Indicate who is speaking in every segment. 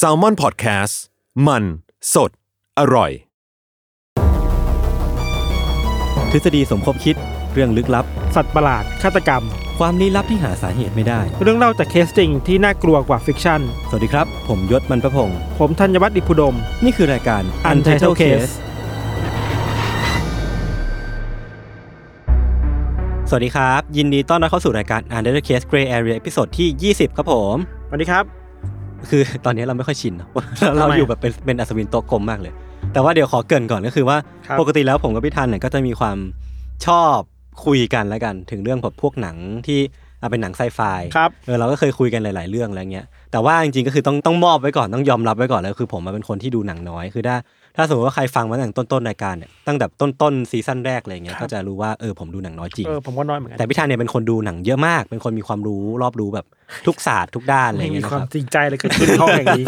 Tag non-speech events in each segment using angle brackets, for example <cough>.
Speaker 1: s a l m o n PODCAST มัน สด อร่อย
Speaker 2: ทฤษฎีสมคบคิดเรื่องลึกลับ
Speaker 3: สัตว์ประหลาด ฆาตกรรม
Speaker 2: ความลี้ลับที่หาสาเหตุไม่ได้
Speaker 3: เรื่องเล่าจากเคสจริงที่น่ากลัวกว่าฟิกชั่น
Speaker 2: สวัสดีครับ ผมยศมันประพงศ์
Speaker 3: ผมธัญวัฒน์อิพุดม
Speaker 2: นี่คือรายการ
Speaker 3: Untitled Case
Speaker 2: สวัสดีครับ ยินดีต้อนรับเข้าสู่รายการ Untitled Case Gray Area ตอนที่ 20 ครับผม
Speaker 3: สวัสดีครับ
Speaker 2: คือ ตอนนี้เราไม่ค่อยชินเนอะ <laughs> ว่าเรา
Speaker 3: ทำไม
Speaker 2: เราอยู่แบบเป็นเป็นอัศวินโตะกลมมากเลย แต่ว่าเดี๋ยวขอเกรินก่อนก็คือว่า
Speaker 3: ครับ
Speaker 2: ปกติแล้วผมกับพี่ทันเนี่ยก็จะมีความชอบคุยกันแล้วกัน ถึงเรื่องแบบพวกหนังที่อ่ะเป็นหนังไซไฟ
Speaker 3: ครับ
Speaker 2: เออเราก็เคยคุยกันหลาย ๆ เรื่องอะไรเงี้ย แต่ว่าจริง ๆ ก็คือต้องต้องมอบไว้ก่อนต้องยอมรับไว้ก่อนแล้วคือผมมาเป็นคนที่ดูหนังน้อย คือถ้าถ้าสมมติว่าใครฟังมาตั้งแต่ต้น ๆ รายการเนี่ยตั้งแต่ต้น ๆ ซีซั่นแรกอะไรเงี้ย
Speaker 3: ครับ
Speaker 2: ก็จะรู้ว่าเออผมดูหนังน้อยจริง
Speaker 3: เออผมก็น้อยเหมือนกัน
Speaker 2: แต่พี่ธันเนี่ยเป็นคนดูหนังเยอะมาก เป็นคนมีความรู้รอบรู้
Speaker 3: <laughs>
Speaker 2: แบบทุกศาสตร์ทุกด้านอะไร
Speaker 3: ไม่มี
Speaker 2: เงี้ยนะ
Speaker 3: ความ
Speaker 2: ครับ
Speaker 3: จริงใจเลยเกิดขึ้นในห้องอย่าง
Speaker 2: <laughs>
Speaker 3: นี้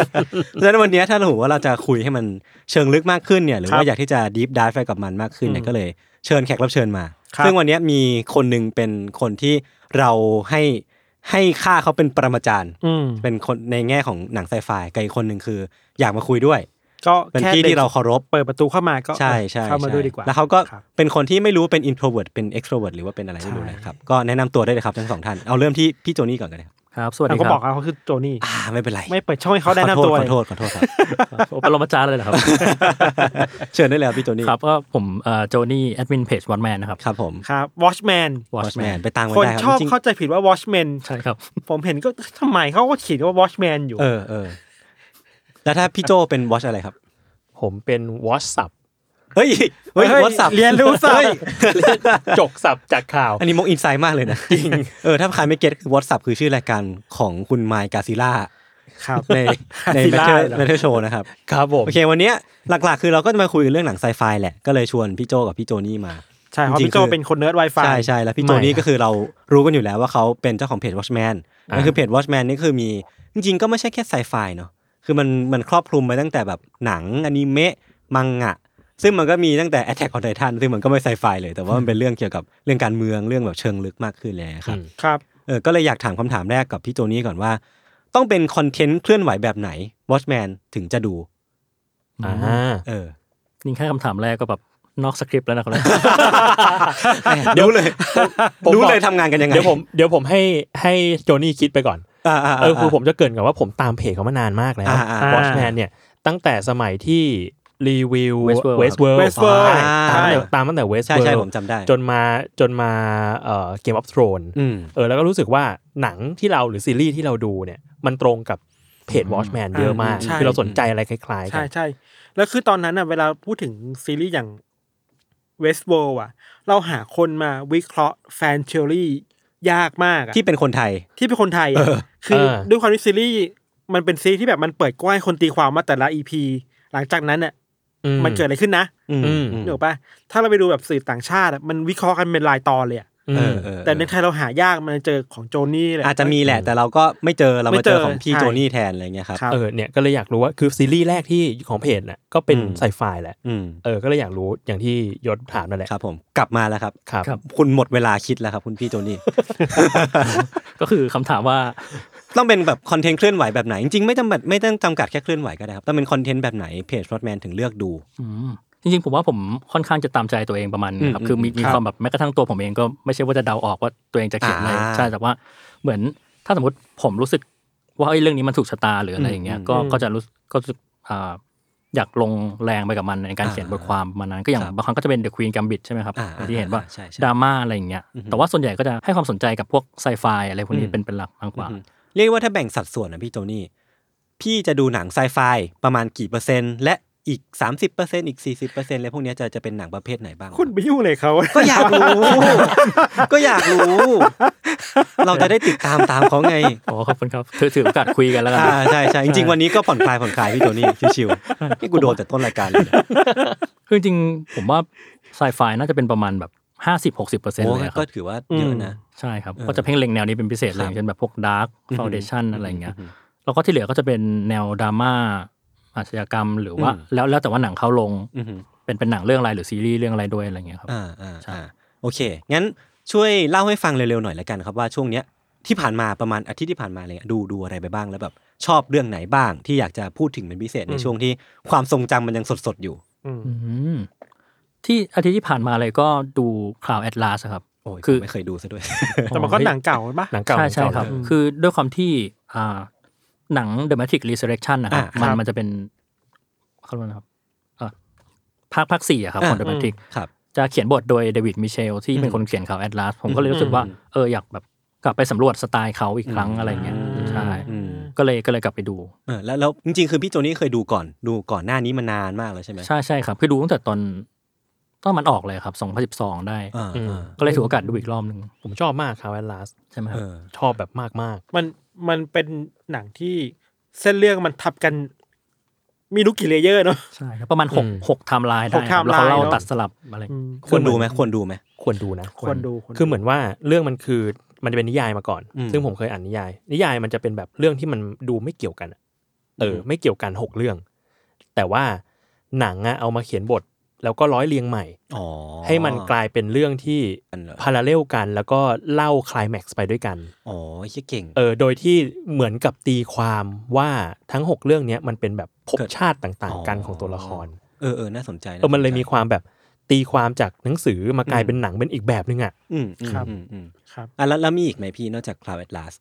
Speaker 2: เพราะฉะนั้นวันเนี้ยถ้าเราว่าเราจะคุยให้มันเชิงลึกมากขึ้นเนี่ยหรือ
Speaker 3: ครั
Speaker 2: ว่า
Speaker 3: บ
Speaker 2: อยากที่จะดีฟดิฟไปกับมันมากขึ้นเนี่ย
Speaker 3: อืม
Speaker 2: ก็เลยเชิญแขกรับเชิญมา
Speaker 3: ครับ
Speaker 2: ซึ่งวันเนี้ยมีคนหนึ่งเป็นคนที่เราให้ให้ค่าเขาเป็นปรมาจารย์
Speaker 3: อืม
Speaker 2: เป็นคนในแง่ของหนังไซไฟกับอีกคนหนึ่งคือ อยากมาคุยด้วย
Speaker 3: ก็
Speaker 2: เป็น
Speaker 3: แค่
Speaker 2: ที่
Speaker 3: ด็ก
Speaker 2: ที่เราเคารพ
Speaker 3: เปิดประตูเข้ามาก็
Speaker 2: ใช่ใช่
Speaker 3: เข้ามา
Speaker 2: ใช่
Speaker 3: ด้วยดีกว่า
Speaker 2: แล้วเขาก็
Speaker 3: ครับ
Speaker 2: เป็นคนที่ไม่รู้เป็น introvert เป็น extrovert หรือว่าเป็นอะไรไม่รู้
Speaker 3: ใช่
Speaker 2: นะครับ ก็แนะนำตัวได้เลยครับทั้งสองท่าน เอาเริ่มที่พี่โจนี่ก่อนกันเลยครับ
Speaker 4: ครับ สวัส
Speaker 3: แต่
Speaker 4: ดี
Speaker 3: เขา
Speaker 4: ครับ
Speaker 3: บอกเขาคือโจนี่
Speaker 2: อ่าไม่เป็นไร
Speaker 3: ไม่เปิดช่องให้เขาได้หน้า
Speaker 2: ขอโท
Speaker 3: ตัว
Speaker 2: ษข
Speaker 3: เล
Speaker 2: อย โทษขอโทษครับ
Speaker 3: <laughs>
Speaker 4: ผมปรมาจารย์เลยเหรอครับ
Speaker 2: เชิญได้เลยครับพี่โจนี่
Speaker 4: ครับก็ผมเอ่อโจนี่แอดมินเพจวันแมนนะครับ
Speaker 2: ครับผม
Speaker 3: ครับ Watchman
Speaker 2: Watchman ไปตามกัน
Speaker 3: คน
Speaker 2: ได้ครั
Speaker 3: ชอบ
Speaker 2: จริงๆ
Speaker 3: เข้าใจผิดว่า Watchman
Speaker 4: ใช่ครับ
Speaker 3: ผมเห็น <laughs> ก็ทำไมเขาก็เขียนว่า Watchman อยู่
Speaker 2: เออเออแล้วถ้าพี่โจเป็น watch อะไรครับ
Speaker 5: ผมเป็นวอชสับ
Speaker 2: เฮ้ยเฮ้ย
Speaker 3: ฮ้
Speaker 2: WhatsApp
Speaker 3: เรียนรู้สับ
Speaker 2: เฮ้ย
Speaker 5: <laughs> จกสับจากข่าว
Speaker 2: อันนี้มกอินไซด์มากเลยนะจริงเออถ้าใครไม่เก็ตคือ WhatsApp คือชื่อรายการของคุณไมค์กาซิล่า
Speaker 3: ครับ
Speaker 5: <laughs>
Speaker 2: ในใน
Speaker 3: ศิ
Speaker 2: เม
Speaker 3: ลา
Speaker 2: ทัล
Speaker 3: เหรอ
Speaker 2: เมทัลโชว์นะครับ
Speaker 5: ครับผม
Speaker 2: โอเค วันเนี้ยหลักๆ คือเราก็จะมาคุยเรื่องหนังไซไฟแหละ ก็เลยชวนพี่โจกับพี่โจนี่มา
Speaker 3: ใช่เพราะ
Speaker 2: จริงๆ
Speaker 3: พี่โจ
Speaker 2: คือ
Speaker 3: เป็นคนเนิร์ด Wi-Fi
Speaker 2: ใช่ใช่แล้วพี่โจนี่ก็คือเรารู้กันอยู่แล้วว่าเขาเป็นเจ้าของเพจ Watchman นั่นคือเพจ Watchman นี่คือมี จริงๆ ก็ไม่ใช่แค่ไซไฟเนาะคือมันมันครอบคลุมไปตั้งแต่แบบหนังอนิเมะมังงะ ซึ่งมันก็มีตั้งแต่ Attack on Titan ซึ่งมันก็ไม่ไซไฟเลย แต่ว่ามันเป็นเรื่องเกี่ยวกับเรื่องการเมืองเรื่องแบบเชิงลึกมากขึ้นเลยครับ
Speaker 3: ครับ
Speaker 2: เออก็เลยอยากถามคำถามแรกกับพี่โจนี่ก่อนว่า ต้องเป็นคอนเทนต์เคลื่อนไหวแบบไหน Watchman ถึงจะดู
Speaker 5: อ่า
Speaker 2: เออ
Speaker 4: นี่แค่คำถามแรกก็แบบนอกสคริปต์แล้วนะครับ <laughs>
Speaker 5: <laughs>
Speaker 2: รู้เลย
Speaker 5: ผม
Speaker 2: รู้
Speaker 5: บอก
Speaker 2: เลยทำงานกันยังไง
Speaker 5: เดี๋ยวผมเดี๋ยวผมให้ให้โจนี่คิดไปก่อน
Speaker 2: อ่าาา
Speaker 5: เออคือผมจะเกรินก่อนว่าผมตามเพจเขามานานมากแล้ว
Speaker 2: อ่าอ่า
Speaker 5: วอชแมนเนี่ย ตั้งแต่สมัยที่รีวิว
Speaker 4: Westworld
Speaker 5: เวสเวิร์
Speaker 3: Westworld
Speaker 5: ตามตั้งแต่ตามตั้งแต่เวส
Speaker 2: ใช่
Speaker 5: เวิ
Speaker 2: ใช่
Speaker 5: ร์
Speaker 2: ผมจำได้
Speaker 5: จนมาจนมาเอ่อเกมออฟทรอน
Speaker 2: อืม
Speaker 5: เออแล้วก็รู้สึกว่าหนังที่เราหรือซีรีส์ที่เราดูเนี่ย มันตรงกับเพจวอชแมนเยอะมาก
Speaker 3: ใช่
Speaker 5: คือเราสนใจอะไรคล้ายๆกั
Speaker 3: ใช่
Speaker 5: น
Speaker 3: ใช่แล้วคือตอนนั้นน่ะเวลาพูดถึงซีรีส์อย่าง Westworld อ่ะ เราหาคนมาวิเคราะห์แฟนเชอรี่ยากมากอะ
Speaker 2: ที่เป็นคนไทย
Speaker 3: ที่เป็นคนไทยอะคือ
Speaker 5: เออ
Speaker 3: ด้วยความที่ซีรีส์มันเป็นซีรีส์ที่แบบมันเปิดกว้างให้คนตีความมาแต่ละอีพีหลังจากนั้นน่ะ
Speaker 5: อื
Speaker 3: มันเกิดอะไรขึ้นนะ
Speaker 2: อืม
Speaker 5: อืม
Speaker 3: เดี๋ยวปะถ้าเราไปดูแบบสื่อต่างชาติอะมันวิเคราะห์กันเป็นรายตอนเลยอะ
Speaker 5: อืม
Speaker 2: เออเออ
Speaker 3: แต่ในไทยเราหายากมันเจอของโจนี่แหละ
Speaker 2: อาจจะมีแหละ แต่เราก็ไม่เจอเรามาเจอของพี่
Speaker 3: ไม่เจอ
Speaker 2: โจนี่แทนอะไรเงี้ยครับ
Speaker 3: ครับ
Speaker 5: เออเนี่ยก็เลยอยากรู้ว่าคือซีรีส์แรกที่ของเพจน่ะก็เป็น
Speaker 2: อืม
Speaker 5: ไซไฟแหละ
Speaker 2: อืม
Speaker 5: เออก็เลยอยากรู้อย่างที่ยศถามนั่นแหละ
Speaker 2: ครับ ผมกลับมาแล้วครับ
Speaker 5: ครับ
Speaker 2: คุณหมดเวลาคิดแล้วครับ คุณพี่โจนี่ <laughs>
Speaker 4: ก็คือคำถามว่า
Speaker 2: ต้องเป็นแบบคอนเทนต์เคลื่อนไหวแบบไหน จริงๆไม่จำกัดไม่ต้องจำกัดแค่เคลื่อนไหวก็ได้ครับต้องเป็นคอนเทนต์แบบไหนเพจ Watchman ถึงเลือกดู
Speaker 4: อืมจริงๆ ผมว่าผมค่อนข้างจะตามใจตัวเองประมาณนึงครับ
Speaker 2: อืม
Speaker 4: คือมีมี
Speaker 3: ครับ
Speaker 4: ความแบบแม้กระทั่งตัวผมเองก็ไม่ใช่ว่าจะเดาออกว่าตัวเองจะเขียนอะไร
Speaker 2: อ่า
Speaker 4: ใช่แต่ว่าเหมือนถ้าสมมติผมรู้สึกว่าเอ้ยเรื่องนี้มันถูกชะตาหรืออะไรอย่างเงี้ย
Speaker 2: อืม
Speaker 4: ก็
Speaker 3: อืม
Speaker 4: ก็จะรู้สึกก็รู้สึกอ่าอยากลงแรงไปกับมันในการ
Speaker 2: อ่า
Speaker 4: เขียนบทความประมาณนั้นก็อย่าง
Speaker 2: ครับ
Speaker 4: บางครั้งก็จะเป็น The Queen Gambit ใช่ไหมครับ
Speaker 2: อ่าอ่า
Speaker 4: ที่เห็นว่า
Speaker 2: ใช่ใช่
Speaker 4: ดราม่าอะไรอย่างเงี้ย
Speaker 2: อือฮึ
Speaker 4: แต่ว่าส่วนใหญ่ก็จะให้ความสนใจกับพวกไซไฟอะไรพวกนี้
Speaker 2: อืม
Speaker 4: เป็นเป็นหลักมากกว่า
Speaker 2: อือฮึเรียกว่าถ้าแบ่งสัดส่วนนะพี่โจนี่ พี่จะดูหนังไซไฟประมาณกี่เปอร์เซ็นต์ และอีก 30%อีก 40%อะไรพวกเนี้ยจะจะเป็นหนังประเภทไหนบ้าง <laughs>
Speaker 3: คุณไปยุ่งเลยเขา
Speaker 2: ก็อยากรู้ ก็อยากรู้ เราจะได้ติดตามตามเขาไง
Speaker 4: โอ้ขอบคุณครับถือถือโอกาสคุยกันแล้วกัน
Speaker 2: อ่าใช่ใช่จริงๆวันนี้ก็ผ่อนคลายผ่อนคลายพี่โจนี่ชิวๆนี่กูโดนแต่ต้นรายการเลยนะ
Speaker 4: คือจริงๆผมว่าไซไฟน่าจะเป็นประมาณแบบห้าสิบหกสิบเปอร์เซ็นต์
Speaker 2: โอ้
Speaker 4: เลยอะค
Speaker 2: ก็
Speaker 4: รับ
Speaker 2: ถือว่าเยอะนะ
Speaker 4: ใช่ครับ
Speaker 2: เออ
Speaker 4: ก็จะเพ่งเล็งแนวนี้เป็นพิเศษ
Speaker 2: ค
Speaker 4: เล
Speaker 2: รั
Speaker 4: ย
Speaker 2: บ
Speaker 4: เช่นแบบพวกดาร์กฟาวเดชันอะไรอย่างเงี้ย แล้วก็ที่เหลือก็จะเป็นแนวดราม่าอาชญากรรมหรือว่า
Speaker 2: อืม
Speaker 4: แล้วแล้วแต่ว่าหนังเขาลง
Speaker 2: อือหือ
Speaker 4: เป็นเป็นหนังเรื่องอะไรหรือซีรีส์เรื่องอะไรด้วยอะไรเงี้ยครับ
Speaker 2: อ่าอ่า
Speaker 4: ใช่
Speaker 2: อ่าโอเค งั้นช่วยเล่าให้ฟังเร็วๆหน่อยละกันครับว่าช่วงเนี้ยที่ผ่านมาประมาณอาทิตย์ที่ผ่านมาอะไรเลยดูดูอะไรไปบ้างแล้วแบบชอบเรื่องไหนบ้างที่อยากจะพูดถึงเป็นพิเศษใน
Speaker 3: อืม
Speaker 2: ช่วงที่ความทรงจำมันยังสดๆอยู่
Speaker 3: อืม
Speaker 4: อืมที่อาทิตย์ที่ผ่านมาเลยก็ดูข่าวแอดลาสครับ
Speaker 2: โอ้ย
Speaker 4: คือ
Speaker 2: ผมไม่เคยดูซะด้วย <laughs>
Speaker 3: แต่มันก็หนังเก่าปะ
Speaker 5: หนังเก่า
Speaker 4: ใช่ใช่
Speaker 5: หนั
Speaker 4: ค
Speaker 5: งเก่า
Speaker 4: รับ
Speaker 5: เลย
Speaker 4: คือด้วยความที่อ่าหนัง The Matrix Resurrection นะครับ
Speaker 2: อ่ามั
Speaker 3: ครับ
Speaker 4: มันมันจะเป็นเขาเรียกว่าอะไรนะครับอ่ะภาคภาคสี่อะครับ
Speaker 2: อ่า
Speaker 4: ของ The
Speaker 3: อืม
Speaker 4: Matrix
Speaker 2: ครับ
Speaker 4: จะเขียนบทโดยเดวิดมิเชลที่เป็
Speaker 2: อื
Speaker 4: น
Speaker 2: ม
Speaker 4: คนเขียนข่าวแอดลาสผมก็เลย
Speaker 3: อืม
Speaker 4: รู้สึกว่าเอออยากแบบกลับไปสำรวจสไตล์เขาอีกครั้ง
Speaker 2: อืม
Speaker 4: อะไรเงี้ยใช่
Speaker 2: อืม
Speaker 4: ก็เลยก็เลยกลับไปดู
Speaker 2: เออแล้วแล้วจริงๆคือพี่โจนี่เคยดูก่อนดูก่อนหน้านี้มานานมากแล้วใช่ไหม
Speaker 4: ใช่ใช่ครับ คือดูตั้งแต่ตอนตอนมันออกเลยครับ2012 ได้
Speaker 2: อ่า
Speaker 5: อืม
Speaker 2: อ่า
Speaker 4: ก็เลยถือโอกาสดูอีกรอบหนึ่ง
Speaker 5: ผมชอบมากครับแอนลาส
Speaker 4: ใช่ไหมครั
Speaker 2: เอบ อ
Speaker 5: ชอบแบบมากมาก
Speaker 3: มันมันเป็นหนังที่เส้นเรื่องมันทับกัน มีรู้กี่เลเยอร์เนาะ
Speaker 4: ใช่ครับประมาณหกหกไทม์ไลน์ได้
Speaker 3: หก
Speaker 4: ครับ
Speaker 3: timeline
Speaker 4: แล้วเขาเล่า
Speaker 3: เนอะ
Speaker 4: ตัดสลับอะไร
Speaker 3: อืม
Speaker 2: ควรดูไหมควรดูไหม
Speaker 5: ๆควรดูนะ
Speaker 3: ควรดูควรดู
Speaker 5: คือเหมือนว่าเรื่องมันคือมันจะเป็นนิยายมาก่อน
Speaker 2: อืม
Speaker 5: ซึ่งผมเคยอ่านนิยาย นิยายมันจะเป็นแบบเรื่องที่มันดูไม่เกี่ยวกันอะเอออไม่เกี่ยวกันหกเรื่อง แต่ว่าหนังอะเอามาเขียนบท แล้วก็ร้อยเรียงใหม่
Speaker 2: อ๋อ
Speaker 5: ให้มันกลายเป็นเรื่องที่
Speaker 2: อันเหรอ
Speaker 5: พาราเลลกัน แล้วก็เล่าคลายแม็กซ์ไปด้วยกัน
Speaker 2: อ๋อเหี้ยเก่ง
Speaker 5: เออโดยที่เหมือนกับตีความว่าทั้ง 6 เรื่องเนี้ยมันเป็นแบบภพ
Speaker 2: เกิด
Speaker 5: ชาติต่างๆ กัน
Speaker 2: อ๋อ
Speaker 5: ของตัวละคร
Speaker 2: เออเออน่าสนใจ
Speaker 5: เออมันเลยมี
Speaker 2: ค
Speaker 5: ความ วามแบบตีความจากหนังสือมา
Speaker 2: อืม
Speaker 5: กลายเป็นหนังเป็นอีกแบบนึงอ่ะ
Speaker 2: อืมอืม
Speaker 3: ครับ
Speaker 2: อืมอืม
Speaker 3: ครับ
Speaker 2: อ่ะแล้วแล้วมีอีกไหมพี่นอกจาก Cloud Atlas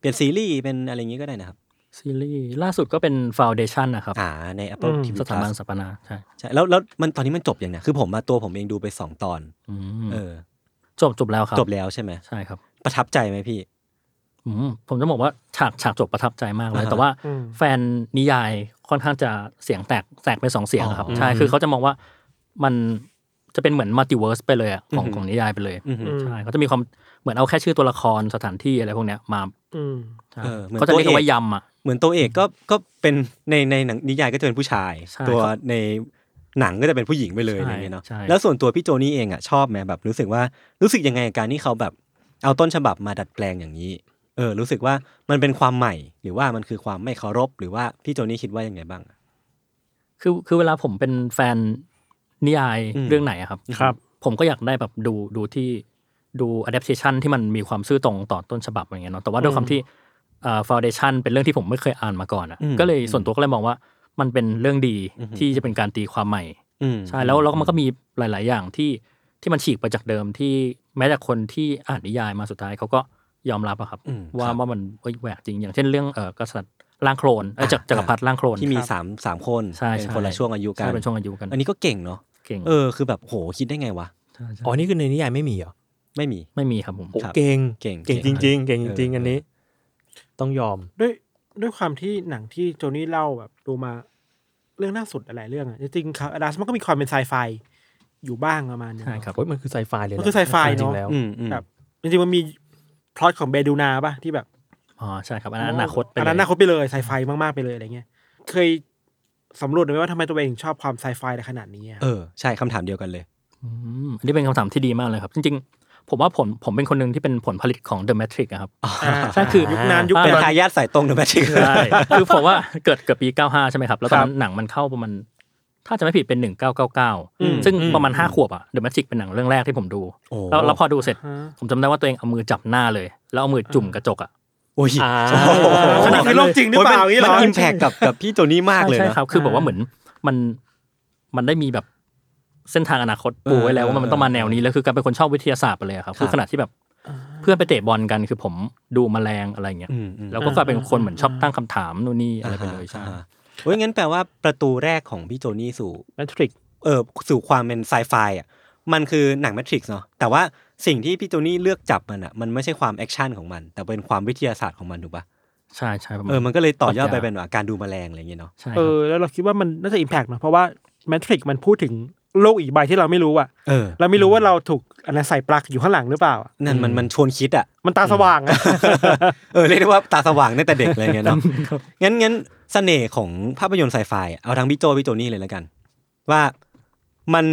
Speaker 2: เป็นซีรีส์เป็นอะไรอย่างงี้ก็ได้นะครับ
Speaker 4: ซีรีส์ล่าสุดก็เป็น Foundation นะครับ
Speaker 2: อ่าใน Apple
Speaker 3: อืม
Speaker 2: TV
Speaker 4: สถาบัน
Speaker 2: Plus
Speaker 4: สัปปนาใช่
Speaker 2: ใช่แล้วแล้วมันตอนนี้มันจบยังเนี่ยคือผมมาตัวผมเองดูไปสองตอน
Speaker 4: อืม
Speaker 2: เออ
Speaker 4: จบจบแล้วครับ
Speaker 2: จบแล้วใช่ไหม
Speaker 4: ใช่ครับ
Speaker 2: ประทับใจไหมพี่
Speaker 4: อืมผมจะบอกว่าฉากฉากจบประทับใจมากเลย
Speaker 2: อ่าฮะ
Speaker 4: แต่ว่า
Speaker 3: อืม
Speaker 4: แฟนนิยายค่อนข้างจะเสียงแตกแตกไปสองเสียงอะครับ
Speaker 2: อ๋อ
Speaker 4: ใช่คือเขาจะมองว่ามันจะเป็นเหมือนมัลติเวิร์สไปเลยอะของ
Speaker 2: อือฮึ
Speaker 4: ของนิยายไปเลย
Speaker 2: อือหือ
Speaker 4: ใช่เขาจะมีความเหมือนเอาแค่ชื่อตัวละครสถานที่อะไรพวกเนี้ยมา
Speaker 3: อืม
Speaker 4: ใช่
Speaker 2: เออเหมือน
Speaker 4: เขาจะเรียกกันว่ายำอะ
Speaker 2: เหมือนตัวเอกก็ก็เป็นในในหนังนิยายก็จะเป็นผู้ชาย
Speaker 4: ใช่
Speaker 2: ตัว
Speaker 4: ครับ
Speaker 2: ในหนังก็จะเป็นผู้หญิงไปเลย
Speaker 4: ใช่
Speaker 2: อะไรอย่างเงี้ยเนาะ
Speaker 4: ใช่
Speaker 2: แล้วส่วนตัวพี่โจนี่เองอ่ะชอบไหมแบบ รู้สึกว่ารู้สึกยังไงกับการที่เขาแบบเอาต้นฉบับมาดัดแปลงอย่างนี้ เออ รู้สึกว่ามันเป็นความใหม่ หรือว่ามันคือความไม่เคารพหรือว่าพี่โจนี่คิดว่ายังไงบ้าง
Speaker 4: คือคือเวลาผมเป็นแฟนนิยาย
Speaker 2: อืม
Speaker 4: เรื่องไหนอะครับ
Speaker 3: ครับ
Speaker 4: ผมก็อยากได้แบบดูดูที่ดู adaptation ที่มันมีความซื่อตรงต่อต้นฉบับอะไรเงี้ยเนาะแต่ว่าด้วยความที่เอ่อ foundation เป็นเรื่องที่ผมไม่เคยอ่านมาก่อนอะ
Speaker 2: อืม
Speaker 4: ก็เลยส่วนตัวก็เลยมองว่ามันเป็นเรื่องดี
Speaker 2: อือหือ
Speaker 4: ที่จะเป็นการตีความใหม่
Speaker 2: อืม
Speaker 4: ใช่แล้วแล้วมันก็มีหลาย ๆ อย่างที่ที่มันฉีกไปจากเดิมที่แม้แต่คนที่อ่านนิยายมาสุดท้ายเขาก็ยอมรับอะครับ
Speaker 2: อืม
Speaker 4: ว่า
Speaker 2: ครับ
Speaker 4: ว่ามันเอ้ยแหวกจริง อย่างเช่นเรื่องเอ่อกษัตริย์ล่างโคลนเอ้ย
Speaker 2: อ่า
Speaker 4: จักรจักรพรรดิล่างโคลน
Speaker 2: ที่มี
Speaker 4: ครับ
Speaker 2: สามสามคน
Speaker 4: ใช่
Speaker 2: เป็น
Speaker 4: ใช่
Speaker 2: คนละช่วงอายุกั
Speaker 4: ใช่เป็นช่วงอายุกัน
Speaker 2: อันนี้ก็เก่งเนาะ
Speaker 4: เก่ง
Speaker 2: เออคือแบบโหคิดได้ไงวะ
Speaker 4: ใช่ใช่
Speaker 5: อ๋อนี่คือในนิยายไม่มีเหรอ
Speaker 2: ไม่มี
Speaker 4: ไม่มีครับผม
Speaker 5: โอ้
Speaker 2: ครับ
Speaker 5: เก่ง
Speaker 2: เก่ง
Speaker 5: เก่งจริง ๆ เก่งจริง
Speaker 2: เอออั
Speaker 5: ๆอันนี้ ต้องยอม
Speaker 3: ด้วยด้วยความที่หนังที่โจนี่เล่าแบบดูมาเรื่องล่าสุดหลายๆเรื่องอะจริงๆครับอดัสมันก็มีความเป็นไซไฟอยู่บ้างประมาณหนึง
Speaker 4: ใช่ครับ
Speaker 5: โอ้ยมันคือไซไฟเลยแหละ
Speaker 3: มันคือไซไฟเนอะ
Speaker 5: จริงๆแล้ว
Speaker 2: อืมอืม
Speaker 3: แบบจริงๆมันมีพล็อตของเบดูนาป่ะที่แบบ
Speaker 4: อ๋อใช่ครับอันนั้นอนาคตไป
Speaker 3: อันนั้นอนาคตไปเลยไซไฟมากๆไปเลยอะไรเงี้ยเคยสำรวจไหมว่าทำไมตัวเองถึงชอบความไซไฟในขนาดนี้อะ
Speaker 2: เออใช่คำถามเดียวกันเลย
Speaker 4: อืมอันนี้เป็นคำถามที่ดีมากเลยครับ จริงๆ ผมว่าผมผมเป็นคนหนึ่งที่เป็นผลผลิตของ The Matrix อะครับ ใช่คือ
Speaker 3: ยุคนั้นยุค
Speaker 2: เป็น
Speaker 3: นั้น
Speaker 2: ทายาทสายตรงหรือไม่ใช่
Speaker 4: ใช่คือผมว่าเกิดเกิดปี 95 ใช่ไหมครับ แล้วตอนนั้นหนังมันเข้าประมาณถ้าจะไม่ผิดเป็น
Speaker 3: อืม
Speaker 4: 1999 ซึ่งประมาณ 5 ขวบอะ The Matrix เป็นหนังเรื่องแรกที่ผมดู
Speaker 2: โอ้
Speaker 4: แล้วแล้วพอดูเสร็จ
Speaker 3: ฮะ
Speaker 4: ผมจำได้ว่าตัวเองเอามือจับหน้าเลย แล้วเอามือจุ่มกระจกอะ
Speaker 2: โอ้ย
Speaker 5: อ่า
Speaker 3: อันนี้คือโรคจริงหรือเปล่าอย่างนี้เหรอ
Speaker 2: อิมแพคกับกับพี่โจนี่มากเลย
Speaker 4: ใช่
Speaker 2: เนอะ
Speaker 4: ครับ คือบอกว่าเหมือนมันมันได้มีแบบเส้นทางอนาคตปูไว้แล้วว่ามันต้องมาแนวนี้แล้วคือการเป็นคนชอบวิทยาศาสตร์ไปเลยอะครับคือ
Speaker 2: ครับ
Speaker 4: ขนาดที่แบบ เพื่อนไปเตะบอลกันคือผมดูแมลงอะไรเงี้ย
Speaker 2: อืมอืม
Speaker 4: แล้วก็กลายเป็นคนเหมือนชอบตั้งคำถามนู่นนี่อะไรไปเลยใช่
Speaker 2: อ่าโอ้ยงั้นแปลว่าประตูแรกของพี่โจนี่สู่
Speaker 5: แมทริก
Speaker 2: เออสู่ความเป็นไซไฟอ่ะมันคือหนังแมทริกซ์เนาะแต่ว่าสิ่งที่พี่โจนี่เลือกจับมันอ่ะมันไม่ใช่ความแอคชั่นของมัน แต่เป็นความวิทยาศาสตร์ของมันถูกปะ
Speaker 4: ใช่ใช่ประมาณ
Speaker 2: เออ มันก็เลยต่อยอดไปเป็นว่าการดูแมลงอะไรอย่างเงี้ยเนาะ
Speaker 4: ใช่ค
Speaker 3: เอ
Speaker 4: รั
Speaker 3: อ
Speaker 4: บ
Speaker 3: แล้วเราคิดว่ามันน่าจะอิมแพกนะเพราะว่าแมทริกมันพูดถึง โลกอีกใบที่เราไม่รู้อ่ะ
Speaker 2: เออ
Speaker 3: เราไม่รู้ว่าเราถูกอันนั้นใส่ปลั๊กอยู่ข้างหลังหรือเปล่าอะ
Speaker 2: นั่นมันมันชวนคิดอ่ะ
Speaker 3: มันตาสว่างอะ
Speaker 2: เออเรียกได้ว่าตาสว่างตั้งแต่เด็กอะไรเงี้ยเนาะ งั้นงั้นเสน่ห์ของภาพยนตร์ไซไฟอะเอาทั้งพี่โจพี่โจนี่เลยแล้วกัน ว่ามัน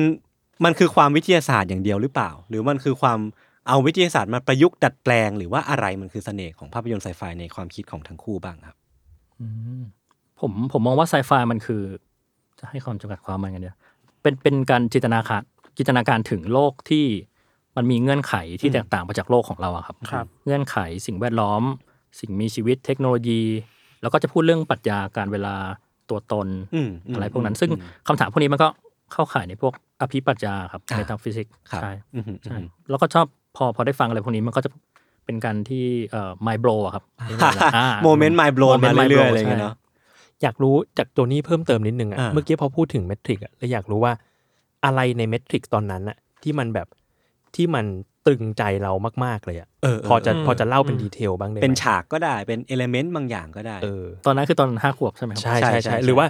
Speaker 2: มันคือความวิทยาศาสตร์อย่างเดียวหรือเปล่า หรือมันคือความเอาวิทยาศาสตร์มาประยุกต์ดัดแปลง หรือว่าอะไรมันคือเสน่ห์ของภาพยนตร์ไซไฟในความคิดของทั้งคู่บ้างครับ
Speaker 4: อืมผมผมมองว่าไซไฟมันคือ จะให้ความจำกัดความมันกันเดียวเป็นเป็นการจินตนาการจินตนาการถึงโลกที่มันมีเงื่อนไขที่แตกต่างไปจากโลกของเราอะครับ
Speaker 3: ครับ
Speaker 4: เงื่อนไขสิ่งแวดล้อม สิ่งมีชีวิตเทคโนโลยี แล้วก็จะพูดเรื่องปรัชญาการเวลาตัวตน
Speaker 2: อืมอืม
Speaker 4: อะไรพวกนั้น ซึ่ง
Speaker 2: อืม
Speaker 4: คำถามพวกนี้มันก็เข้าข่ายในพวกอภิปรัชญาครับ
Speaker 2: อ่า
Speaker 4: ในทางฟิสิกส์
Speaker 2: ครับ
Speaker 4: ใช่
Speaker 2: อืมอืมอื
Speaker 4: ใช่
Speaker 2: ม
Speaker 4: แล้วก็ชอบพอพอได้ฟังอะไรพวกนี้มันก็จะเป็นการที่เอ่อ my bro อะครับ อ่า
Speaker 2: Moment my bro
Speaker 4: Moment
Speaker 2: มา
Speaker 4: my
Speaker 2: เรื่อยๆ
Speaker 4: bro
Speaker 2: อะไรเงี้ยเนอะ
Speaker 5: อยากรู้จากตัวนี้เพิ่มเติมนิดนึง
Speaker 2: อ่า
Speaker 5: อะ่ะ เมื่อกี้พอพูดถึงเมทริกอะแล้วอยากรู้ว่าอะไรในเมทริกตอนนั้นอะที่มันแบบที่มันตรึงใจเรามากๆเลยอะ
Speaker 2: เออเออ
Speaker 5: พอจะ
Speaker 3: อืม
Speaker 5: พอจะเล่าเป็นดีเทลบ้างได้ไหม
Speaker 2: เป็นฉากก็ได้เป็นเอลเมนต์บางอย่างก็ได้
Speaker 5: เออ
Speaker 4: ตอนนั้นคือตอนห้าขวบใช่ไหมครับ
Speaker 5: ใช่
Speaker 2: ใช่
Speaker 5: ใช่
Speaker 2: ใช่
Speaker 5: ใช่
Speaker 2: ใช่
Speaker 5: หรือว่า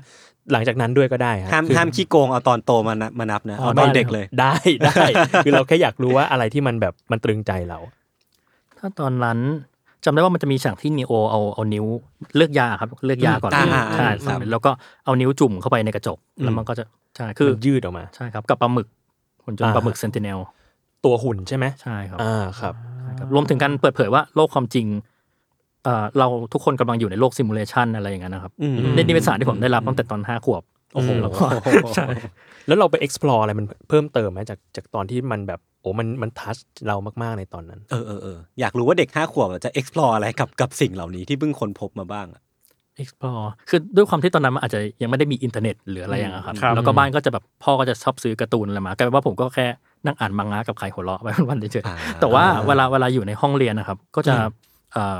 Speaker 5: หลังจากนั้นด้วยก็ได้ฮะ
Speaker 2: ห้าม
Speaker 5: คือ
Speaker 2: ห้ามขี้โกงเอาตอนโตมานับมานับนะเอาต
Speaker 4: อ๋
Speaker 2: อน
Speaker 4: อได้
Speaker 2: เด็กเลย
Speaker 5: ได้ได้ คือเราแค่อยากรู้ว่าอะไรที่มันแบบมันตรึงใจเรา
Speaker 4: ถ้าตอนนั้นจำได้ว่ามันจะมีฉากที่นีโอเอาเอานิ้วเลือกยาครับเลือกยาก่อน
Speaker 2: อ่าอ่า
Speaker 4: ใช่
Speaker 2: อ่า
Speaker 4: สาม
Speaker 2: ครับ
Speaker 4: แล้วก็เอานิ้วจุ่มเข้าไปในกระจก แล้วมันก็จะใช่คือ
Speaker 5: มันยืดออกมา
Speaker 4: ใช่ครับกับปลาหมึกหุ่นจนต์
Speaker 5: อ่า
Speaker 4: ปลาหมึกเซนติเนล
Speaker 5: ตัวหุ่นใช่ไหม
Speaker 4: ใช่ครับ
Speaker 5: อ่าครับ
Speaker 4: ใช่ครับรวมถึงการเปิดเผยว่าโลกความจริงเอ่อเราทุกคนกำลังอยู่ในโลกซิมูเลชันอะไรอย่างนั้นนะครับ
Speaker 2: อืม
Speaker 4: นี่นี่เป็นสารที่ผมได้รับตั้งแต่ตอนห้าขวบ
Speaker 5: โอ้โห
Speaker 4: แล้วก็ใช่
Speaker 5: แล้วเราไป explore อะไรมันเพิ่มเติมไหมจากจากตอนที่มันแบบโอ้มันมันทัชเรามากๆในตอนนั้น
Speaker 2: เออเออเอออยากรู้ว่าเด็กห้าขวบอะจะ explore อะไรกับกับสิ่งเหล่านี้ที่เพิ่งค้นพบมาบ้างอะ
Speaker 4: explore คือด้วยความที่ตอนนั้นมันอาจจะยังไม่ได้มีอินเทอร์เน็ตหรืออะไรอย่างเงี้ยครับ
Speaker 3: ครับ
Speaker 4: แล้วก็บ้านก็จะแบบพ่อก็จะชอบซื้อการ์ตูนอะไรมากลายเป็นว่าผมก็แค่นั่งอ่านมังงะกับใครหัวเราะไปวันๆเฉย
Speaker 2: อ่า
Speaker 4: ๆแต่ว่าเวลาเวลาอยู่ในห้องเรียนนะครับ ก็จะเอ่อ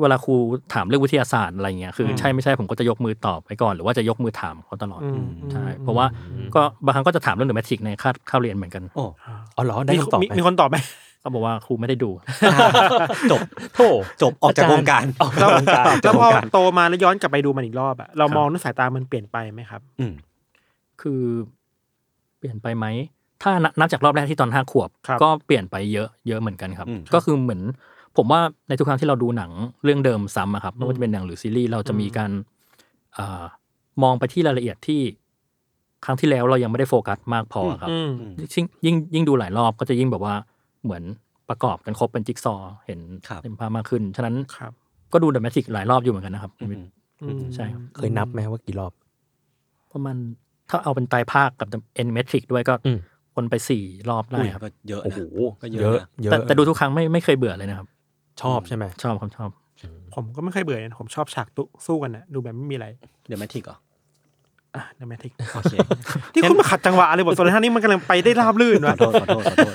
Speaker 4: เวลาครูถามเรื่องวิทยาศาสตร์อะไรเงี้ยคือใช่ไม่ใช่ผมก็จะยกมือตอบไปก่อนหรือว่าจะยกมือถามเขาตลอด
Speaker 3: อืม
Speaker 4: ใช่เพราะว่าก็บางครั้งก็จะถามเรื่องหนึ่งแมทริกในคาบคาบเรียนเหมือนกัน
Speaker 2: โอ้
Speaker 5: อ๋อเหรอได้
Speaker 3: มี
Speaker 5: คำตอบ
Speaker 3: มี
Speaker 5: ไหม
Speaker 3: มีคนตอบไหม
Speaker 4: ก็บอกว่าครูไม่ได้ดู
Speaker 5: จบโถ
Speaker 2: จบออกจากวงการ
Speaker 5: ออกจากวงการ
Speaker 3: แล้วพอ
Speaker 5: จบวงการ
Speaker 3: โตมาแล้วย้อนกลับไปดูมันอีกรอบอะเรามองด้วยสายตามันเปลี่ยนไปไหมครับ
Speaker 2: อืม
Speaker 4: คือเปลี่ยนไปไหม ถ้านับนับจากรอบแรกที่ตอนห้าขวบ
Speaker 3: ครับ
Speaker 4: ก็เปลี่ยนไปเยอะเยอะเหมือนกันครับ
Speaker 2: อืม
Speaker 4: ก็คือเหมือน ผมว่าในทุกครั้งที่เราดูหนังเรื่องเดิมซ้ำอะครับไม่ว่าจะเป็นหนังหรือซีรีส์เราจะมีการเอ่อมองไปที่รายละเอียดที่ ครั้งที่แล้วเรายังไม่ได้โฟกัสมากพอครับ
Speaker 3: อืม
Speaker 4: ยิ่งยิ่งยิ่งดูหลายรอบก็จะยิ่งแบบว่าเหมือนประกอบกันครบเป็นจิ๊กซอว์เห็น
Speaker 2: ครับ
Speaker 4: เต็มภาพมากขึ้น ฉะนั้น
Speaker 3: ครับ
Speaker 4: ก็ดูเดอะแมทริกหลายรอบอยู่เหมือนกันนะครับ
Speaker 2: อืม
Speaker 3: อืม
Speaker 4: ใช่ครับ
Speaker 5: เคยนับไหมว่ากี่รอบ
Speaker 4: ประมาณถ้าเอาเป็นไตรภาคกับเอ็นเมทริกด้วยก็
Speaker 5: อืม
Speaker 4: วนไปสี่รอบได้ครับ
Speaker 2: ก็เยอะ
Speaker 5: โอ้
Speaker 2: นะ
Speaker 5: โห
Speaker 2: ก็
Speaker 5: เย
Speaker 2: เยอะ
Speaker 5: อะ
Speaker 2: นะ
Speaker 5: เยอะ
Speaker 4: แต่แต่ดูทุกครั้งไม่ไม่เคยเบื่อเลยนะครับ
Speaker 5: ชอบใช่ไหม
Speaker 4: ชอบครับชอบ
Speaker 3: ผมก็ไม่เคยเบื่อนะผมชอบฉากตุสู้กันนะดูแบบไม่มีอะไร
Speaker 2: เดี๋ยวแมทริกเหรอ
Speaker 3: อ่ะในแมทริก
Speaker 2: โอเค
Speaker 3: ที่คุณมาขัดจังหวะอะไรบทสนทนานี้มันกำลังไปได้ราบรื่น
Speaker 2: ขอ
Speaker 3: วะ
Speaker 2: โทษขอโทษขอโทษ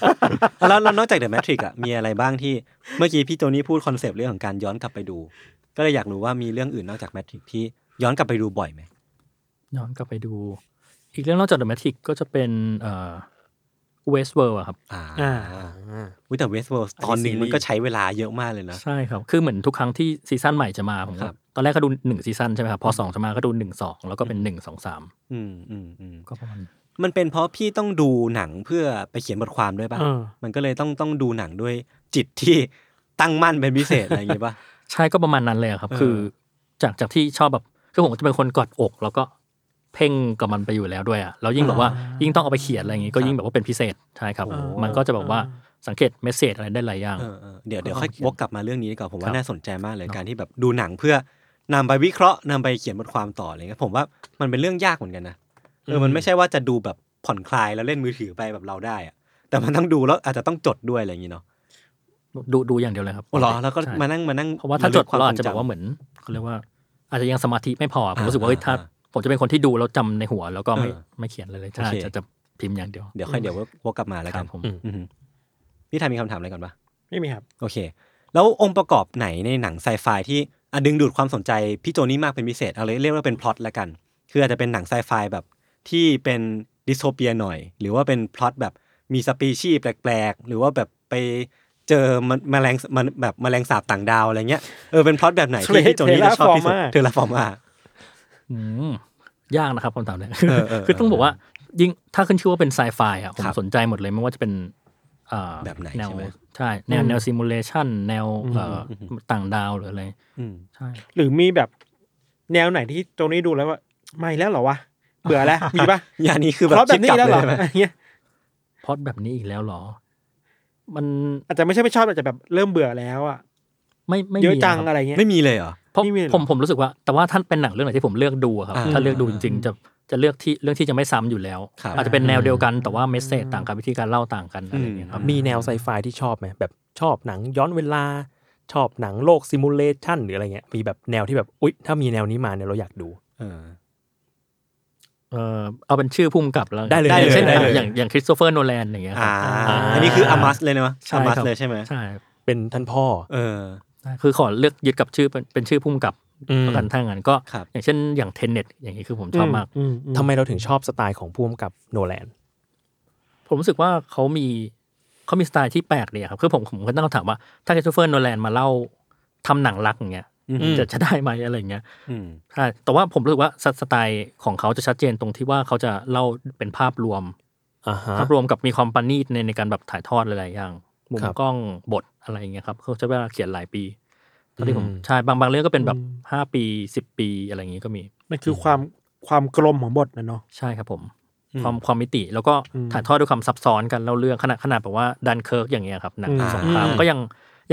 Speaker 2: แล้วแล้วนอกจากเดอะแมทริกอะมีอะไรบ้างที่เมื่อกี้พี่โจนี่พูดคอนเซปต์เรื่องของการย้อนกลับไปดู ก็เลยอยากรู้ว่ามีเรื่องอื่นนอกจากแมทริกที่ย้อนกลับไปดูบ่อยไหม
Speaker 4: ย้อนกลับไปดู อีกเรื่องนอกจากเดอะแมทริกก็จะเป็นเอ่อเวสเวิร์อะครับ
Speaker 2: อ่า
Speaker 3: อ่า
Speaker 2: อุ๊ยแต่เวสเวิร์ตอนหนึ่งมันก็ใช้เวลาเยอะมากเลยนะ
Speaker 4: ใช่ครับ คือเหมือนทุกครั้งที่ซีซั่นใหม่จะมาผมก็
Speaker 2: ครับ
Speaker 4: ตอนแรกก็ดูหนึ่งซีซั่นใช่ไหมครับพอสองจะมาก็ดูหนึ่งสองแล้วก็เป็นหนึ่งสองสาม
Speaker 2: อืมอืมอืม
Speaker 4: ก็ประมาณ
Speaker 2: มันเป็นเพราะพี่ต้องดูหนังเพื่อไปเขียนบทความด้วย
Speaker 3: เอ
Speaker 2: ปะ่ะ
Speaker 3: อ
Speaker 2: มันก็เลยต้องต้องดูหนังด้วยจิตที่ตั้งมั่นเป็นพิเศษอะไรอย่างงี้ป่ะ
Speaker 4: ใช่ก็ประมาณนั้นเลยครับ
Speaker 2: เออ
Speaker 4: คือจากจากที่ชอบแบบคือผมจะเป็นคนกอดอก แล้วก็เพ่งกับมันไปอยู่แล้วด้วยอะแล้วยิ่งแบบว่ายิ่งต้องเอาไปเขียนอะไรอย่างงี้ก็ยิ่งแบบว่าเป็นพิเศษใช่ครับ
Speaker 3: โอ้โห
Speaker 4: มันก็จะแบบว่าสังเกตเมสเซจอะไรได้หลายอย่าง
Speaker 2: เออเออเดี๋ยวเดี๋ยวค่อยวกกลับมาเรื่องนี้ดีกว่อนผม
Speaker 4: ครั
Speaker 2: ว่า
Speaker 4: บ
Speaker 2: น่าสนใจมากเลยการที่แบบดูหนังเพื่อนำไปวิเคราะห์นำไปเขียนบทความต่ออะไรเงี้ยผมว่ามันเป็นเรื่องยากเหมือนกันนะเออมันไม่ใช่ว่าจะดูแบบผ่อนคลายแล้วเล่นมือถือไปแบบเราได้อะแต่มันต้องดูแล้วอาจจะต้องจดด้วยอะไรอย่างงี้เนาะ
Speaker 4: ดูดูอย่างเดียวเลยครับ
Speaker 2: อ๋อเหรอแล้วก็
Speaker 4: ใช่
Speaker 2: มานั่งมานั่ง
Speaker 4: เพราะว่าถ้าจด
Speaker 2: ลึก
Speaker 4: เราอาจจะ
Speaker 2: ท
Speaker 4: แบ
Speaker 2: งำ
Speaker 4: บว่าเหมือนเขาเรียกว่า อาจจะยังสมาธิไม่พอผม
Speaker 2: อ่า
Speaker 4: รู้สึกว่าเฮ้ยถ้า
Speaker 2: อ่า
Speaker 4: ผมจะเป็นคนที่ดูแล้วจำในหัว แล้วก็ไม่
Speaker 2: เออ
Speaker 4: ไม่เขียนอะไรเลย
Speaker 2: โอ
Speaker 4: ใช่
Speaker 2: เค
Speaker 4: จะจะพิมพ์อย่างเดียว
Speaker 2: เดี๋ยวค่อยเดี๋ยววกกลับมาแล้ว
Speaker 4: ค
Speaker 2: กั
Speaker 4: รั
Speaker 2: น
Speaker 4: บผม
Speaker 2: อือฮึพี่ไทยมีคำถามอะไรก่อนปะ
Speaker 3: ไม่มีครับ
Speaker 2: โอเค แล้วองค์ประกอบไหนในหนังไซไฟที่อ่ะดึงดูดความสนใจพี่โจนี่มากเป็นพิเศษ เอาเลยเรียกว่าเป็นพล็อตละกัน คืออาจจะเป็นหนังไซไฟแบบที่เป็นดิสโทเปียหน่อย หรือว่าเป็นพล็อตแบบมีสปีชีส์แปลกๆ หรือว่าแบบไปเจอมแมลงมันแบบแมลงสาบต่างดาวอะไรเงี้ย เออเป็นพล็อตแบบไหนที่พี่โจนี่จะชอบที่สุด
Speaker 3: Terraforma
Speaker 2: เทอร์ลาฟอร์มา
Speaker 4: อืมยากนะครับคำถามเนี่ย
Speaker 2: เออเออ
Speaker 4: คือต้องบอกว่า ยิ่งถ้าขึ้นชื่อว่าเป็นไซไฟอ่ะผม
Speaker 2: ครับ
Speaker 4: สนใจหมดเลยไม่ว่าจะเป็นอ่า
Speaker 2: แบบไหน
Speaker 4: แนว
Speaker 2: ใช่ไหม
Speaker 4: ใช่แนวแนวซิมูเลชันแนวเอ่ออ
Speaker 2: ม
Speaker 4: ต่างดาวหรืออะไร
Speaker 2: อืม
Speaker 4: ใช่
Speaker 3: หรือมีแบบแนวไหนที่ตรงนี้ดูแล้วว่าไม่แล้วเหรอวะเบื่อแล้วมีปะ
Speaker 2: อย่างนี้คือแบ
Speaker 3: เพ
Speaker 2: บ
Speaker 3: ราะแบ
Speaker 2: คิด
Speaker 3: บนี้
Speaker 2: กลับ
Speaker 3: แล้ว
Speaker 2: เลใช่
Speaker 3: เหรอย
Speaker 2: ไหม
Speaker 3: อะไรเงี้ย
Speaker 4: พล็อดแบบนี้อีกแล้วเหรอ มัน
Speaker 3: อาจจะไม่ใช่ไม่ชอบอาจจะแบบเริ่มเบื่อแล้วอ่ะ
Speaker 4: ไม่ไม่มี
Speaker 3: เยอะจัง
Speaker 4: ครับ
Speaker 3: อะไรเงี้ย
Speaker 2: ไม่มีเลยเหรอ
Speaker 4: เพราะ
Speaker 3: ไม่มีเลยเหรอ
Speaker 4: ผมผมรู้สึกว่าแต่ว่าท่านเป็นหนังเรื่องไหนที่ผมเลือกดูอะครับ
Speaker 2: อ่า
Speaker 4: ถ้าเลือกดูจริงๆจะจะเลือกที่เรื่องที่จะไม่ซ้ำอยู่แล้ว
Speaker 2: ครับ
Speaker 4: อาจจะเป็นแนวเดียวกันแต่ว่าเมสเซจต่างกันวิธีการเล่าต่างกันอะไรอย่างเงี้ยครับ
Speaker 5: มีแนวไซไฟที่ชอบไหมแบบชอบหนังย้อนเวลา ชอบหนังโลกซิมูเลชันหรืออะไรเงี้ยมีแบบแนวที่แบบอุ๊ยถ้ามีแนวนี้มาเนี่ยเราอยากดู
Speaker 2: เออ
Speaker 4: เออเอาเป็นชื่อพุ่มกับแล้วกัน
Speaker 5: ได้เลย
Speaker 2: ได้เลย
Speaker 4: เช่น
Speaker 2: ได้เลย
Speaker 4: อย่างอย่างคริสโตเฟอร์โนแลนอย่างเงี้ยค
Speaker 2: อ่า
Speaker 4: รับ
Speaker 2: อันนี้คืออามัสเลยนะ
Speaker 4: ใช่
Speaker 2: อา
Speaker 4: ค
Speaker 2: มั
Speaker 4: รับ
Speaker 2: สเลยใช่ไหม
Speaker 4: ใช่
Speaker 5: เป็นท่านพ่อ
Speaker 2: เออ
Speaker 4: คือขอเลือกยึดกับชื่อเป็นเป็นชื่อพุ่มกับ
Speaker 5: อืม
Speaker 4: แล้วกันถ้างั้นก็
Speaker 2: ครับ
Speaker 4: อย่างเช่นอย่างเทนเน็ตอย่างนี้คือผมชอบมาก
Speaker 3: อือื
Speaker 5: ทำไมเราถึงชอบสไตล์ของผู้กำกับโนแลน
Speaker 4: ผมรู้สึกว่าเขามีเขามีสไตล์ที่แปลกเลยครับคือผมผมก็ตั้งคำถามว่าถ้าคริสโตเฟอร์โนแลนมาเล่าทำหนังรักอย่างเงี้ยจะจะได้ไหมอะไรอย่างเงี้ย
Speaker 2: อืม
Speaker 4: ใช่แต่ว่าผมรู้สึกว่าสสไตล์ของเขาจะชัดเจนตรงที่ว่าเขาจะเล่าเป็นภาพรวม
Speaker 5: อ่าฮะ
Speaker 4: ภาพรวมกับมีความประณีตในในการแบบถ่ายทอดหลายๆอย่าง มุม
Speaker 5: ครับ
Speaker 4: กล้องบทอะไรอย่างเงี้ยครับเขาจะเวลาเขียนหลายปีตอนที่ผม
Speaker 5: อืม
Speaker 4: ใช่บางบางเรื่องก็เป็นแบบห้าปีสิบปีอะไรอย่างงี้ก็มี
Speaker 3: มันคือความความกลมของบทนะเนาะ
Speaker 4: ใช่ครับผม
Speaker 2: อืม
Speaker 4: ความความมิติแล้วก็
Speaker 3: อืม
Speaker 4: ถ่ายทอดด้วยความซับซ้อนกันเล่าเรื่องขนาดขนาดแบบว่าดันเคิร์กอย่างเงี้ยครับหนังสงครามก็ยัง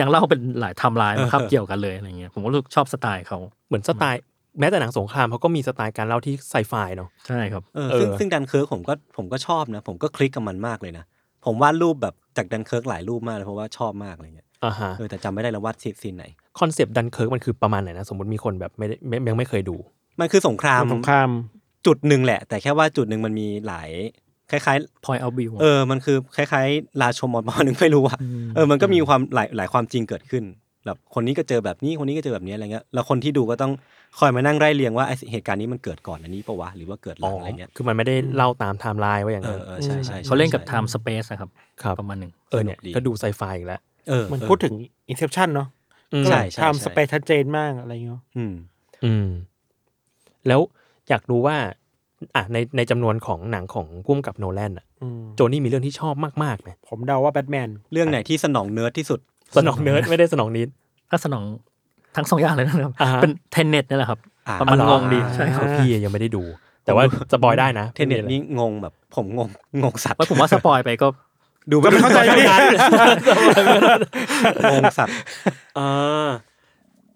Speaker 4: ยังเล่าเป็นหลายไทม์ไลน์มาครับเกี่ยวกันเลยอะไรเงี้ยผมก็รู้สึกชอบสไตล์เขา
Speaker 5: เหมือนสไตล์แม้แต่หนังสงครามเขาก็มีสไตล์การเล่าที่ไซไฟเนาะ
Speaker 4: ใช่ครับ
Speaker 2: เออ
Speaker 5: เออ
Speaker 2: ซึ่งซึ่งดันเคิร์กผมก็ผมก็ชอบนะ ผมก็คลิกกับมันมากเลยนะ ผมวาดรูปแบบจากดันเคิร์กหลายรูปมากเลยเพราะว่าชอบมากอะไรเงี้ย
Speaker 5: อ่าฮะ
Speaker 2: เออแต่จำไม่ได้แล้ววาดซีซีนไหน
Speaker 5: คอนเซปต์ดันเคิร์กมันคือประมาณไหนนะ สมมติมีคนแบบไม่ได้ไม่ยังไม่เคยดู
Speaker 2: มันคือสงคราม
Speaker 3: สงคราม
Speaker 2: จุดหนึ่งแหละ แต่แค่ว่าจุดหนึ่งมันมีหลาย คล้าย
Speaker 4: point of view
Speaker 2: ๆ เออ มันคือคล้ายๆ ราชมอนมอหนึ่งไม่รู้อะเออมันก็มีความหลายหลายความจริงเกิดขึ้นแบบคนนี้ก็เจอแบบนี้คนนี้ก็เจอแบบนี้อะไรเงี้ยแล้วคนที่ดูก็ต้องคอยมานั่งไล่เรียงว่าไอเหตุการณ์นี้มันเกิดก่อนอันนี้ปะวะหรือว่าเกิดหลั
Speaker 5: อ๋อ
Speaker 2: งอะไรเงี้ย
Speaker 5: คือมันไม่ได้เล่าตามไทม์ไลน์ว่าอย่าง
Speaker 2: เอ
Speaker 5: นั้
Speaker 2: อน เออใช่ใช่ใช่
Speaker 4: เขาเล่นกับ
Speaker 2: ใช่
Speaker 4: time space นะครับ
Speaker 5: ครับ
Speaker 4: ประมาณหนึ่ง
Speaker 5: เออเนี่ย
Speaker 2: สนุกดี
Speaker 5: ก็ดูไซไฟอีกแล้ว
Speaker 2: เออ
Speaker 3: มัน
Speaker 2: เออ
Speaker 3: พูดถึง Inception เนาะ
Speaker 5: อืม
Speaker 2: ใช่
Speaker 3: ทำสเปซชัดเจนมากอะไรเงี้ย
Speaker 2: อืม
Speaker 5: อืม แล้วอยากรู้ว่า อ่ะในในจำนวนของหนังของพุ่มกับโนแลนอะ
Speaker 3: อืม
Speaker 5: โจนี่มีเรื่องที่ชอบมากๆไหม
Speaker 3: ผมเดาว่าแบทแมน
Speaker 2: เรื่องไหนที่สนองเนิร์ดที่สุด
Speaker 5: สนองเนิร์ดไม่ได้สนองนิด
Speaker 4: ถ้าสนองทั้งสองอย่างเลยนะครับ
Speaker 5: อ่าฮะ
Speaker 4: เป็นเทนเน็ตนี่แหละครับ
Speaker 2: อ่า
Speaker 4: มันงงดี
Speaker 5: อ่า
Speaker 4: ใช่ครับ
Speaker 5: พี่ยังไม่ได้ดู แต่ว่าสปอยได้นะ
Speaker 2: เทนเน็ตนี่งงแบบผมงงงงสัตว์
Speaker 4: ว่าผมว่าสปอยไปก็
Speaker 2: ดูไม่เข้าใจ
Speaker 3: ไม่เข้าใจ
Speaker 2: งงสัตว์
Speaker 5: อ่า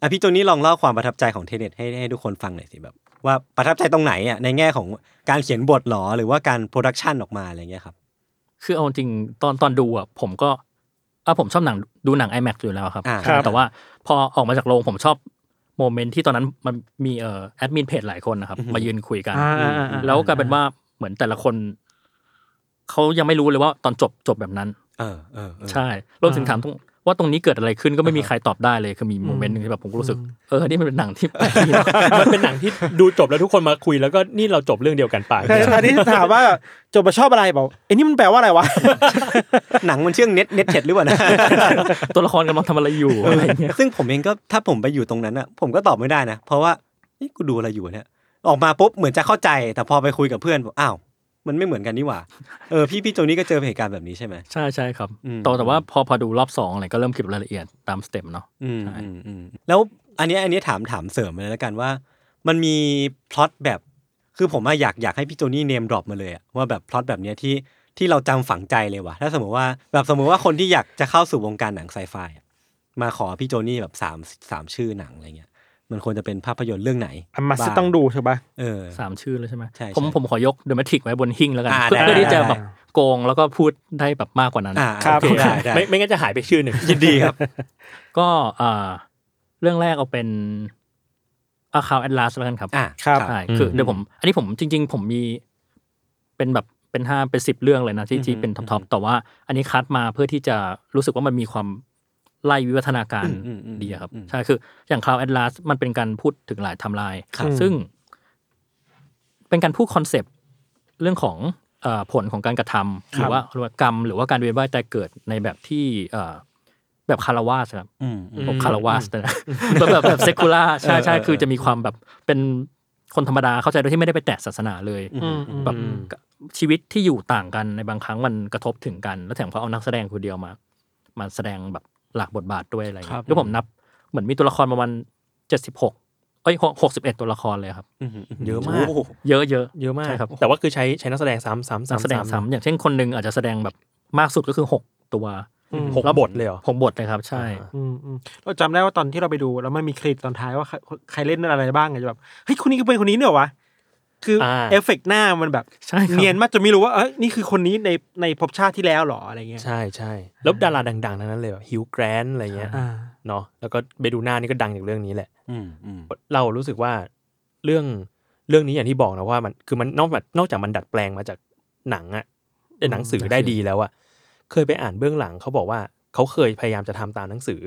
Speaker 2: อ่ะพี่โจนี่ลองเล่าความประทับใจของเทนเน็ตให้ให้ทุกคนฟังหน่อยสิแบบ ว่าประทับใจตรงไหนอ่ะในแง่ของการเขียนบทหรอหรือว่าการโปรดักชันออกมาอะไรเงี้ยครับ
Speaker 4: คือเอาจริงตอนตอนดูอ่ะผมก็อ่ะผมชอบหนังดูหนัง IMAX อยู่แล้วครับ
Speaker 2: อ่า
Speaker 3: ครับ
Speaker 4: แต่ว่าพอออกมาจากโรงผมชอบโมเมนต์ที่ตอนนั้นมันมีเอ่อแอดมินเพจหลายคนนะครับ มายืนคุยกัน
Speaker 3: อ่าอ่าอ่า
Speaker 4: แล้วกลายเป็นว่าเหมือนแต่ละคนเขายังไม่รู้เลยว่าตอนจบจบแบบนั้น
Speaker 2: เออเออเออ
Speaker 4: ใช่รวมถึงถามตรงว่าตรงนี้เกิดอะไรขึ้นก็ไม่มีใครตอบได้เลยคือมีโมเมนต์หนึ่งที่แบบผมก็รู้สึก เออ นี่มันเป็นหนังที่แปลก <laughs> ดีเนอะ
Speaker 5: มันเป็นหนังที่ดูจบแล้วทุกคนมาคุยแล้วก็นี่เราจบเรื่องเดียวกันป่ะ
Speaker 3: แต่ตอนนี้ถามว่าจบมาชอบอะไรบอกไอ้นี่มันแปลว่าอะไรวะ
Speaker 2: หนังมันเชื่องเน็ตเน็ตเช็ดหรือเปล่านะ
Speaker 4: ตัวละครกำลังทำอะไรอยู่อะไรเงี้ย
Speaker 2: <laughs> ซึ่งผมเองก็ถ้าผมไปอยู่ตรงนั้นอ่ะ ผมก็ตอบไม่ได้นะ เพราะว่านี่กูดูอะไรอยู่เนี่ยออกมาปุ๊บเหมือนจะเข้าใจ แต่พอไปคุยกับเพื่อนบอกอ้าวมันไม่เหมือนกันนี่หว่า <laughs> เออพี่พี่โจนี่ก็เจอเหตุการณ์แบบนี้ใช่ไหม
Speaker 4: ใช่ใช่ครับ
Speaker 2: อืม
Speaker 4: แต่แต่ว่าพอพอดูรอบสองอะไรก็เริ่มเก็บรายละเอียดตามสเต็ปเนาะ
Speaker 2: อืม
Speaker 4: ใช่
Speaker 2: อืมอืมแล้วอันเนี้ยอันเนี้ยถามถามเสริมมาเลยแล้วกันว่า มันมีพล็อตแบบ คือผมอะอยากอยากให้พี่โจนี่เนมดรอปมาเลยอะว่าแบบพล็อตแบบเนี้ยที่ที่เราจำฝังใจเลยว่ะถ้าสมมติว่าแบบสมมติว่าคนที่อยากจะเข้าสู่วงการหนังไซไฟอะมาขอพี่โจนี่แบบสามสามชื่อหนังอะไรเงี้ย มันควรจะเป็นภาพยนตร์เรื่องไหน
Speaker 3: อันมาส
Speaker 2: บ้
Speaker 3: ต้องดูใช่ปะ
Speaker 2: เออ
Speaker 4: สามชื่อเลยใช่ไหม
Speaker 2: ใช่
Speaker 4: ผม
Speaker 2: ใช่
Speaker 4: ผมขอยกเดอะแมทริกไว้บนหิ้งแล้วกัน
Speaker 2: อ่า
Speaker 4: เพื่อ
Speaker 2: ได้
Speaker 4: เพื่อที่จะ
Speaker 2: ได้
Speaker 4: แบบโกงแล้วก็พูดได้แบบมากกว่านั้น
Speaker 2: อ่า
Speaker 3: ครับ
Speaker 2: โอเได้ได้
Speaker 5: ไม่ไม่งั้นจะหายไป
Speaker 2: <laughs>
Speaker 5: ชื่อหนึ่ง
Speaker 2: ยินดีครับ
Speaker 4: ก็อ่าเรื่องแรกเอาเป็นอาคาวแอดลาสแล้วกันครับ
Speaker 2: อ่า
Speaker 3: ครับ
Speaker 4: ใช่คือเดี๋ยวผม อันนี้ผมจริง ๆ ผมมีเป็นแบบเป็นห้าเป็นสิบเรื่องเลยนะที่ที่เป็นท็อปๆแต่ว่า อันนี้คัดมาเพื่อที่จะรู้สึกว่ามันมีความไล่วิวัฒนาการ
Speaker 2: อืมอืมอืม
Speaker 4: ดีอะครับ
Speaker 2: อืม
Speaker 4: ใช่คืออย่างคาวแอดลาสมันเป็นการพูดถึงหลายไทำลาย
Speaker 3: ครับ
Speaker 4: ซึ่ง เป็นการพูดคอนเซปต์เรื่องของเออผลของการกระทำหรือว่าหรือว่ากรรม หรือว่าการเวียนว่ายตายเกิดในแบบที่เอ่อแบบคารวาสครับ
Speaker 2: อืมอืม
Speaker 4: ผมคารวาสนะ <laughs> แบบแบบแบบเซคูล่าใช่ใช่คือจะมีความแบบเป็นคนธรรมดาเข้าใจโดยที่ไม่ได้ไปแตะศาสนาเลย
Speaker 3: อืมอืม
Speaker 4: แบบ ชีวิตที่อยู่ต่างกันในบางครั้งมันกระทบถึงกัน แล้วแถมเขาเอานักแสดงคนเดียวมามาแสดงแบบหลากบทบาทด้วยอะไรอย่าง
Speaker 5: ค
Speaker 4: เงี้
Speaker 5: รั
Speaker 4: ย
Speaker 5: บ
Speaker 4: แล้วผมนับเหมือนมีตัวละครประมาณเจ็ดสิบหกเอ้ยหกสิบเอ็ดตัวละครเลยครับ
Speaker 5: เยอะมาก
Speaker 2: โโห
Speaker 4: เยอะเยอะ
Speaker 5: เยอะมาก
Speaker 4: ใช่ครับ
Speaker 5: แต่ว่าคือใช้ใช้นักแสดงซ้ำซ้ำ
Speaker 4: นักแสดง
Speaker 5: ซ้ำ
Speaker 4: ซ้ำอย่างเช่นคนหนึ่งอาจจะแสดงแบบมากสุดก็คือหกตัว
Speaker 3: อืม
Speaker 5: หก
Speaker 4: แว
Speaker 5: บทเลยเหรอ
Speaker 4: หกบทเลยครับใช่
Speaker 3: อืมอืมเราจำได้ว่าตอนที่เราไปดูแล้วมันมีเครดิตตอนท้ายว่าใครใครเล่นอะไรบ้างไงจะแบบเฮ้ยคนนี้ก็เป็นคนนี้เนี่ยเหรอวะคืออา เอฟเฟกต์หน้ามันแบบ
Speaker 4: ใช่ครับ
Speaker 3: เนียนมากจนไม่รู้ว่าเอ้ยนี่คือคนนี้ในในภพชาติที่แล้วเหรออะไรเงี้ย
Speaker 5: ใช่ใช่แล้วดาราดังๆทั้งนั้นเลยฮิวแกรนอะไรเงี้ย
Speaker 3: อ่า
Speaker 5: เนาะแล้วก็เบดูน่านี่ก็ดังจากเรื่องนี้แหละ
Speaker 2: อืมอืม
Speaker 5: เรารู้สึกว่าเรื่องเรื่องนี้อย่างที่บอกนะว่ามันคือมันนอกจากนอกจากมันดัดแปลงมาจากหนังอะเอ้ยหนังสือได้ดีแล้วอะเคยไปอ่านเบื้องหลังเขาบอกว่าเขาเคยพยายามจะทำตามหนังสือ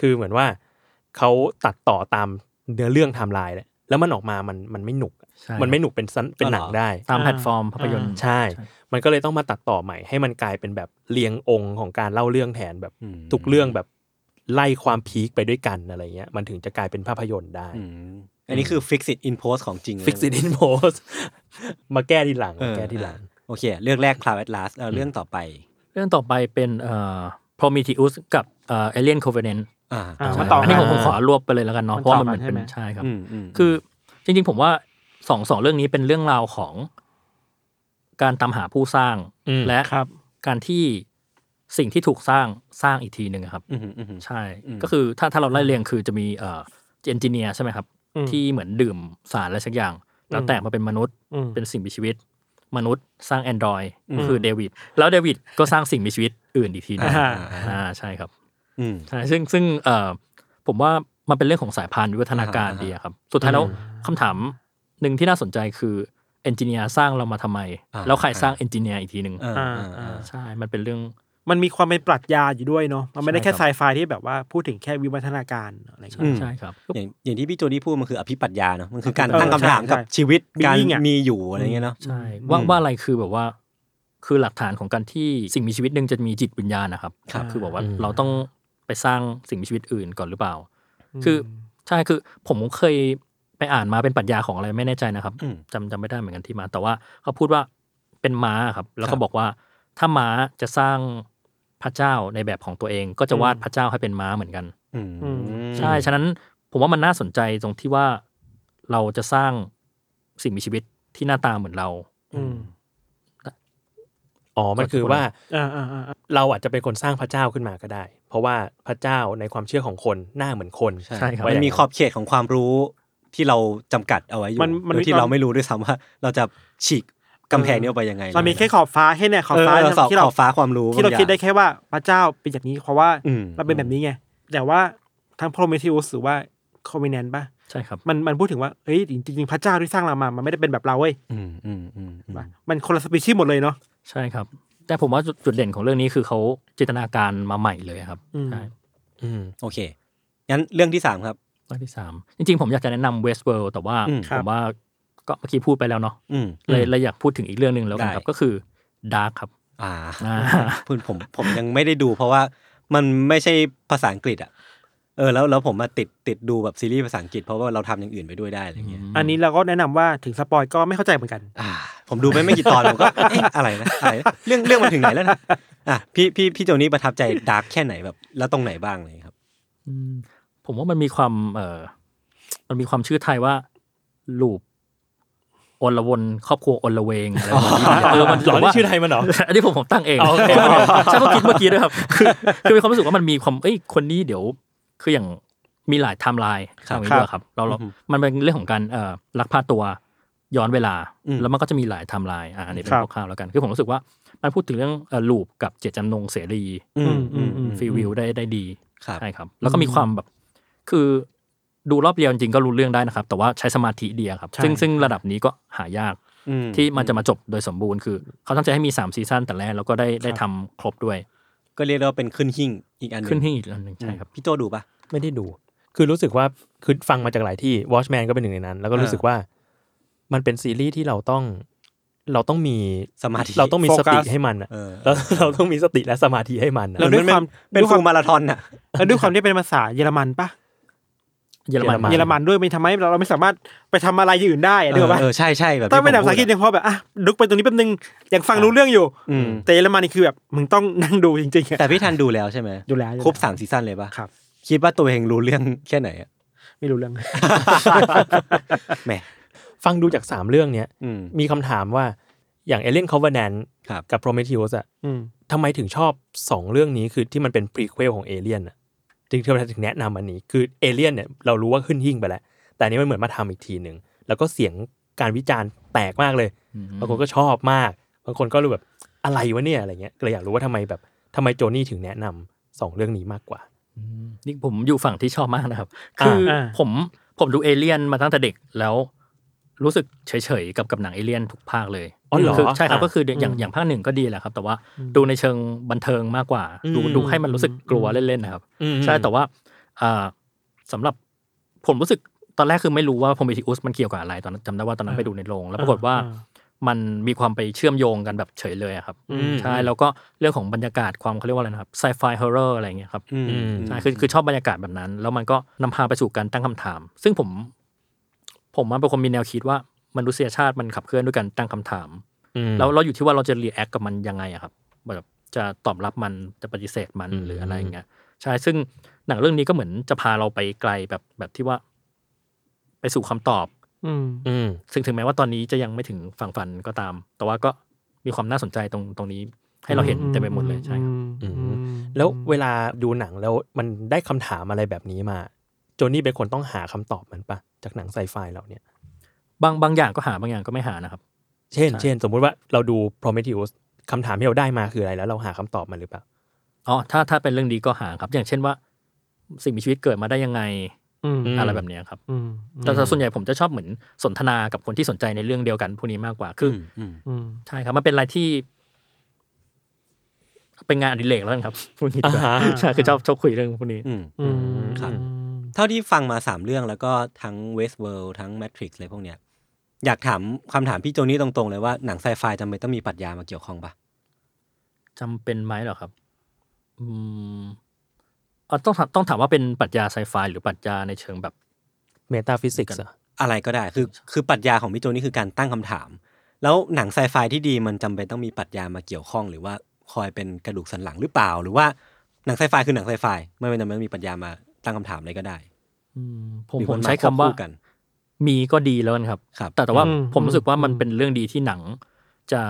Speaker 5: คือเหมือนว่าเขาตัดต่อตามเนื้อเรื่องไทม์ไลน์แหละแล้วมันออกมามันมันไม่หนุก
Speaker 4: ใช่
Speaker 5: มันไม่หนุกเป็นซันเป็นหนังได้
Speaker 4: ตามแพลตฟอร์มภาพยนตร์
Speaker 5: ใช่ มันก็เลยต้องมาตัดต่อใหม่ให้มันกลายเป็นแบบเรียงองค์ของการเล่าเรื่องแทนแบบทุกเรื่องแบบไล่ความพีคไปด้วยกันอะไรเงี้ย มันถึงจะกลายเป็นภาพยนตร์ได้
Speaker 2: อืมอันนี้คือ fix it in post ของจริงเลย
Speaker 5: fix it in post <laughs> มาแก้ทีหลังมาแก้ทีหลัง
Speaker 2: โอเค เรื่องแรก cloud atlas เออเรื่องต่อไป
Speaker 4: เรื่องต่อไปเป็นเอ่อ Prometheus กับเอ่อ Alien Covenant
Speaker 2: อ่า
Speaker 3: อ่า
Speaker 4: ใช่
Speaker 3: มาต่อ
Speaker 4: อั
Speaker 3: อั
Speaker 4: นนี้ผมผมขอรวบไปเลยแล้วกันเนาะ
Speaker 3: มัน
Speaker 4: เพราะว่ามัน
Speaker 3: ต่อกันใช่
Speaker 4: เป็น
Speaker 3: ไหม
Speaker 4: ใช่ครับ
Speaker 2: อืมอืม
Speaker 4: คือจริงๆผมว่าสองสองเรื่องนี้เป็นเรื่องราวของการตามหาผู้สร้าง
Speaker 5: อืม
Speaker 4: และ
Speaker 3: ครับ
Speaker 4: การที่สิ่งที่ถูกสร้างสร้างอีกทีหนึ่งอะครับ
Speaker 2: อืมอืมอืม
Speaker 4: ใช่
Speaker 2: อืม
Speaker 4: ก็คือถ้าถ้าเราไล่เรียงคือจะมีเอ่อเอนจิเนียร์ใช่ไหมครับ
Speaker 3: อืม
Speaker 4: ที่เหมือนดื่มสารอะไรสักอย่าง แล้วแตกมาเป็นมนุษย์
Speaker 3: อืม
Speaker 4: เป็นสิ่งมีชีวิต มนุษย์สร้างแอนดรอย
Speaker 3: อืม
Speaker 4: คือเดวิดแล้วเดวิดก็สร้างสิ่งมีชีวิตอื่นอีกทีหนึง
Speaker 3: อ่า
Speaker 4: อ่าใช่ครับ
Speaker 2: อืม
Speaker 4: ใช่ซึ่งซึ่งเอ่อผมว่ามันเป็นเรื่องของสายพานวิวัฒนาการ
Speaker 2: อ่าฮะ
Speaker 4: ดีอะครับ สุดท้ายแล้วคำถามหนึ่งที่น่าสนใจคือเอนจิเนียร์สร้างเรามาทำไม แล้วใครสร้างเอนจิเนียร์อีกทีหนึ่ง
Speaker 2: อ่าอ่าอ่า
Speaker 4: ใช่ มันเป็นเรื่อง
Speaker 3: มันมีความเป็นปรัชญาอยู่ด้วยเนาะมันไม่ได้แค่
Speaker 4: ใช่
Speaker 3: ไซ
Speaker 4: ครับ
Speaker 3: ไฟที่แบบว่าพูดถึงแค่วิวัฒนาการอะไร
Speaker 2: อื
Speaker 3: เงี้ย
Speaker 2: ม
Speaker 4: ใช่ครับ
Speaker 2: อย่างอย่างที่พี่โจดี้พูดมันคืออภิปรัชญาเนาะมันคือการ
Speaker 3: เออ
Speaker 2: ตั้งคำถาม
Speaker 3: ใช่
Speaker 2: กับ
Speaker 3: ใช่
Speaker 2: ชีวิตการ
Speaker 3: Being อะ
Speaker 2: มีอยู่อะไรเงี้ยเนาะ
Speaker 4: ใช่ว่าว่าอะไรคือแบบว่า คือหลักฐานของการที่สิ่งมีชีวิตหนึ่งจะมีจิตวิญญาณนะครับ
Speaker 3: ครับ
Speaker 4: คือบอกว่า
Speaker 5: อืม
Speaker 4: เราต้องไปสร้างสิ่งมีชีวิตอื่นก่อนหรือเปล่า คือใช่คือผมเคยไปอ่านมาเป็นปรัชญาของอะไรไม่แน่ใจนะครับ
Speaker 2: อืม
Speaker 4: จำจำไม่ได้เหมือนกันที่มา แต่ว่าเขาพูดว่าเป็นม้าครับ แล้
Speaker 2: ค
Speaker 4: ว
Speaker 2: รั
Speaker 4: เขา
Speaker 2: บ
Speaker 4: บอกว่าถ้าม้าจะสร้างพระเจ้าในแบบของตัวเอง ก็จะวาดพระเจ้าให้เป็นม้าเหมือนกัน
Speaker 2: อืม
Speaker 3: อืม
Speaker 4: ใช่ ฉะนั้นผมว่ามันน่าสนใจตรงที่ว่าเราจะสร้างสิ่งมีชีวิตที่หน้าตาเหมือนเรา
Speaker 3: อืม
Speaker 5: อ๋อ มันคือว่า
Speaker 3: อ่าอ่าอ่าอ่า
Speaker 5: เราอาจจะเป็นคนสร้างพระเจ้าขึ้นมาก็ได้ เพราะว่าพระเจ้าในความเชื่อของคนหน้าเหมือนคน
Speaker 4: ใช่ครับ
Speaker 2: มั
Speaker 5: ว่าอนย่าง
Speaker 2: มีขอบเขตของความรู้ที่เราจำกัดเอาไว้อยู่
Speaker 3: มันมัน
Speaker 2: โดยที่
Speaker 3: มีตอน
Speaker 2: เราไม่รู้ด้วยซ้ำว่า เราจะฉีกกำแพงนี้ออกไปยังไง
Speaker 3: เรามีแค่ขอบฟ้าแค่เนี่ยขอบฟ้า
Speaker 2: เ
Speaker 3: ที่เรา
Speaker 2: เขอบฟ้าความรู้
Speaker 3: ที่เรา
Speaker 2: บงอย่ง
Speaker 3: คิดได้แค่ว่าพระเจ้าเป็นอย่างนี้เพราะว่า
Speaker 2: อืม
Speaker 3: เราเป็นแบบนี้ไง แต่ว่าทั้งโพรเมเท e u สหรือว่าคอม e น a นป่ะ
Speaker 4: ใช่ครับ
Speaker 3: มันมันพูดถึงว่าเฮ้ยจริงๆ พระเจ้าที่สร้างเรามา มันไม่ได้เป็นแบบเราเว้ย
Speaker 2: อืมอืมอืมอืม
Speaker 3: ป่ะมันคนละสปีชีส์หมดเลยเนาะ
Speaker 4: ใช่ครับ แต่ผมว่าจุดจุดเด่นของเรื่องนี้คือเขาจินตนาการมาใหม่เลยครับ
Speaker 3: อืม
Speaker 4: ใช่
Speaker 5: อืม
Speaker 2: โอเค งั้นเรื่องที่สามครับ
Speaker 4: เรื่องที่สามจริงๆ ผมอยากจะแนะนำ Westworld แต่ว่า
Speaker 2: อืม
Speaker 3: ครั
Speaker 4: ผ
Speaker 3: บ
Speaker 4: มว่าก็เมื่อกี้พูดไปแล้วเนาะ
Speaker 2: อืม
Speaker 4: เลยเลยอยากพูดถึงอีกเรื่องหนึ่งแล้วกันครับ
Speaker 2: ได้
Speaker 4: ก็คือ Dark ครับ
Speaker 2: อ่า
Speaker 4: อ่า
Speaker 2: พูดผมผมยังไม่ได้ดู เพราะว่ามันไม่ใช่ภาษาอังกฤษอ่ะ เออ แล้วแล้วผมมาติดติดดูแบบซีรีส์ภาษาอังกฤษเพราะว่าเราทำอย่างอื่นไปด้วยได้อะไรเงี้ย
Speaker 3: อันนี้เราก็แนะนำว่าถึงสปอยก็ไม่เข้าใจเหมือนกัน
Speaker 2: อ่า ผมดูไปไม่กี่ตอนผมก็ <laughs> เอ๊ะอะไรนะอะไรนะเรื่องเรื่องมันถึงไหนแล้วนะอ่ะพี่พี่พี่โจนี่ประทับใจดาร์กแค่ไหนแบบแล้วตรงไหนบ้างเลยครับ
Speaker 4: อืมผมว่ามันมีความเออมันมีความชื่อไทยว่าลูปอลวนครอบครัวอลเวงอะไรแบบนี้เออมัน
Speaker 5: หรอ
Speaker 4: ผมว่า
Speaker 5: นี่ชื่อไทยมันเหรอ
Speaker 4: อันนี้ผมผมตั้งเองใช่เพราะคิดเมื่อกี้ด้วยครับคือคือมีความรู้สึกว่ามันมีความเอ้ยคนนี้เดี๋ยว คืออย่างมีหลายไทม์ไลน์
Speaker 2: ครับ
Speaker 4: อย่างนี้ด้วยครับ เราเรามันเป็นเรื่องของการเอ่อลักพาตัวย้อนเวลา
Speaker 2: อืม
Speaker 4: แล้วมันก็จะมีหลายไทม์ไลน์อ่ะอันนี้เป็น
Speaker 3: ครับ
Speaker 4: คร่าวๆแล้วกัน คือผมรู้สึกว่ามันพูดถึงเรื่องลูปกับเจตจำนงเสรี
Speaker 2: อืมอืม
Speaker 3: อืม
Speaker 4: ฟรีวิวได้ได้ดี
Speaker 2: ครับ
Speaker 4: ใช่ครับ แล้วก็มีความแบบคือดูรอบเดียวจริงๆก็รู้เรื่องได้นะครับ แต่ว่าใช้สมาธิเดียวครับ ซึ่งซึ่งระดับนี้ก็หายาก
Speaker 2: อืม
Speaker 4: ที่มันจะมาจบโดยสมบูรณ์คือ เขาตั้งใจให้มี 3 ซีซั่นแต่แรกแล้วก็ได้ได้ทำครบด้วย
Speaker 2: ก็เรียกได้ว่าเป็นขึ้นหิ่งอีกอันหนึ่ง
Speaker 4: ขึ้นให้อีกอันหนึ่งใช่ครับ
Speaker 2: พี่โจดูปะ
Speaker 5: ไม่ได้ดู คือรู้สึกว่าคือฟังมาจากหลายที่ Watchman ก็เป็นหนึ่งในนั้น แล้วก็รู้สึกว่า มันเป็นซีรีส์ที่เราต้อง เราต้องมี
Speaker 2: สมาธิ
Speaker 5: เราต้องมีสติ
Speaker 3: โฟกัส
Speaker 5: ให้มันอะ
Speaker 2: เออ
Speaker 5: เรา <laughs> เราต้องมีสติและสมาธิให้มันอะ
Speaker 3: แล้วด้วยความ
Speaker 2: เป็น
Speaker 3: ด้วยค
Speaker 2: ฟู
Speaker 3: วาม
Speaker 2: ลมาราธอนอ่ะ
Speaker 3: แล้วด้วยความที่เป็นภาษาเยอรมันป่ะ
Speaker 4: เยอรมัน
Speaker 5: เยอรมัน
Speaker 3: เยอรมันด้วยไม่ทำให้เราไม่สามารถไปทำอะไรอย่างอื่นได้อะ
Speaker 2: เอ
Speaker 3: เดี๋ย
Speaker 2: อ
Speaker 3: วว่า
Speaker 2: เออใช่ใช่แบบที่
Speaker 3: ถ้าเป็นหนัง
Speaker 2: ผม
Speaker 3: ภาษาอังกฤษ
Speaker 2: พูดะ
Speaker 3: ยังพอแบบอ่ะลุกไปตรงนี้แป๊บนึงยังฟังรู้เรื่องอยู่
Speaker 5: อืม
Speaker 3: แต่เยอรมันนี่คือแบบมึงต้องนั่งดูจริงๆอะ
Speaker 2: แต่พี่ทันดูแล้วใช่ไหม
Speaker 3: ดูแล้วอยู่
Speaker 2: ครบ
Speaker 3: แล้ว
Speaker 2: สามซีซั่นเลยปะ
Speaker 3: ครับ
Speaker 2: คิดว่าตัวเองรู้เรื่อง <laughs> แค่ไหนอะ
Speaker 3: ไม่รู้เรื่อง
Speaker 2: แหม
Speaker 5: ฟังดูจากสามเรื่องเนี้ย
Speaker 2: อืม
Speaker 5: มีคำถามว่าอย่างเอเลนคอเวแนน
Speaker 2: ครับ
Speaker 5: กับโพรเมเท e u s อะ
Speaker 3: อืม
Speaker 5: ทำไมถึงชอบสองเรื่องนี้คือที่มันเป็นพรีเควลของเอเลียนอะจึงทำไมถึงแนะนำอันนี้คือเอเลียนเนี่ยเรารู้ว่าขึ้นหิ่งไปแล้ว แต่อันนี้มันเหมือนมาทำอีกทีหนึ่ง แล้วก็เสียงการวิจารณ์แตกมากเลย บางคนก็ชอบมาก บางคนก็รู้แบบอะไรวะเนี่ยอะไรเงี้ยก็เลยอยากรู้ว่าทำไมแบบทำไมโจนี่ถึงแนะนำสองเรื่องนี้มากกว่า
Speaker 4: อืมนี่ผมอยู่ฝั่งที่ชอบมากนะครับ คืออา ผมผมดูเอเลี่ยนมาตั้งแต่เด็กแล้วรู้สึกเฉยๆกับกับหนังเอเลี่ยนทุกภาคเลย
Speaker 5: อ๋อเหรอ
Speaker 4: คืใช่ครับ
Speaker 5: อ่า
Speaker 4: ก็คืออย่างอย่างภาคหนึ่งก็ดีแหละครับ แต่ว่าดูในเชิงบันเทิงมากกว่า ดู
Speaker 5: อืม
Speaker 4: ดูให้มันรู้สึกกลัวเล่นๆนะครับ
Speaker 5: อืม
Speaker 4: ใช่แต่ว่าอ่าสำหรับผมรู้สึกตอนแรกคือไม่รู้ว่าพร m เ t ทิอุสมันเกี่ยวกับอะไรตอนนั้นจำได้ว่าตอนนั้นไปดูในโรงแล้วปรากฏว่า
Speaker 3: อ่า
Speaker 4: มันมีความไปเชื่อมโยงกันแบบเฉยเลยอะครับ
Speaker 5: อืม
Speaker 4: ใช่แล้วก็เรื่องของบรรยากาศความเขาเรียกว่าอะไรนะครับไซไฟฮอร์เรอร์อะไรอย่างเงี้ยครับ
Speaker 2: อืม
Speaker 5: อืม
Speaker 4: ใช่คือคือชอบบรรยากาศแบบนั้น แล้วมันก็นำพาไปสู่การตั้งคำถาม ซึ่งผม ผมมันเป็นคนมีแนวคิดว่ามนุษยชาติมันขับเคลื่อนด้วยการตั้งคำถาม
Speaker 5: อืม
Speaker 4: แล้วเราอยู่ที่ว่าเราจะรีแอคกับมันยังไงอะครับแบบจะตอบรับมันจะปฏิเสธมัน
Speaker 5: อืม
Speaker 4: หรืออะไรอย่างเงี้ยใช่ซึ่งหนังเรื่องนี้ก็เหมือนจะพาเราไปไกลแบบแบบที่ว่า ไปสู่คำตอบ
Speaker 3: อืม
Speaker 5: อืม
Speaker 4: ซึ่งถึงแม้ว่าตอนนี้จะยังไม่ถึงฝั่งฝันก็ตาม แต่ว่าก็มีความน่าสนใจตรงตรงนี้ ให้เราเห็นเต็มไปหมดเลยใช่ครับ
Speaker 5: อืม แล้วเวลาดูหนังแล้วมันได้คำถามอะไรแบบนี้มา โจนี่เป็นคนต้องหาคำตอบมันปะจากหนังไซไฟเราเนี่ย
Speaker 4: บางบางอย่างก็หาบางอย่างก็ไม่หานะครับ
Speaker 5: เช่น
Speaker 4: ใช่
Speaker 5: เช่น สมมุติว่าเราดู Prometheus คำถามที่เราได้มาคืออะไรแล้วเราหาคำตอบมันหรือเปล่า
Speaker 4: อ๋อ ถ้าถ้าเป็นเรื่องดีก็หาครับ อย่างเช่นว่า สิ่งมีชีวิตเกิดมาได้ยังไง
Speaker 3: อืม
Speaker 4: อะไรแบบเนี้ยครับ
Speaker 3: อืม
Speaker 4: แต่แต่ส่วนใหญ่ผมจะชอบเหมือนสนทนากับคนที่สนใจในเรื่องเดียวกันพวกนี้มากกว่า คืออ
Speaker 2: อืม
Speaker 3: อืม
Speaker 4: ใช่ครับ มันเป็นอะไรที่ เป็นงานอดิเรกแล้วกันครับ <laughs> พูดงี้ดีกว่า
Speaker 5: อ่าฮะ
Speaker 4: ใช่คือชอบชอบคุยเรื่องพวกนี้
Speaker 2: อืม
Speaker 3: อืม
Speaker 2: ครับ
Speaker 3: อืม
Speaker 2: เท่าที่ฟังมาสามเรื่องแล้วก็ทั้ง Westworld ทั้ง Matrix อะไรพวกเนี้ยอยากถามคำถามพี่โจนี่ตรงๆเลยว่าหนังไซไฟจำเป็นต้องมีปรัชญามาเกี่ยวข้องปะ
Speaker 4: จำเป็นไหมเหรอครับ อืมเอาต้องถามต้องถามว่าเป็นปรัชญาไซไฟหรือปรัชญาในเชิงแบบ
Speaker 5: เมตาฟิสิกส์อะ
Speaker 2: อะไรก็ได้คือคือปรัชญาของพี่โจนี่คือการตั้งคำถาม แล้วหนังไซไฟที่ดีมันจำเป็นต้องมีปรัชญามาเกี่ยวข้อง หรือว่าคอยเป็นกระดูกสันหลังหรือเปล่า หรือว่าหนังไซไฟคือหนังไซไฟไม่จำเป็นต้องมีปรัชญามาตั้งคำถามอะไรก็ได้
Speaker 4: อืมผม
Speaker 2: หรือ
Speaker 4: ผ
Speaker 2: น
Speaker 4: มใช้คำว่า
Speaker 2: บกัน
Speaker 4: มีก็ดีแล้วกันครับ
Speaker 2: ครับ
Speaker 4: แต่แต่ว่า
Speaker 3: อืม
Speaker 4: ผมรู้สึกว่า
Speaker 3: อืม
Speaker 4: มันเป็นเรื่องดีที่หนังจะ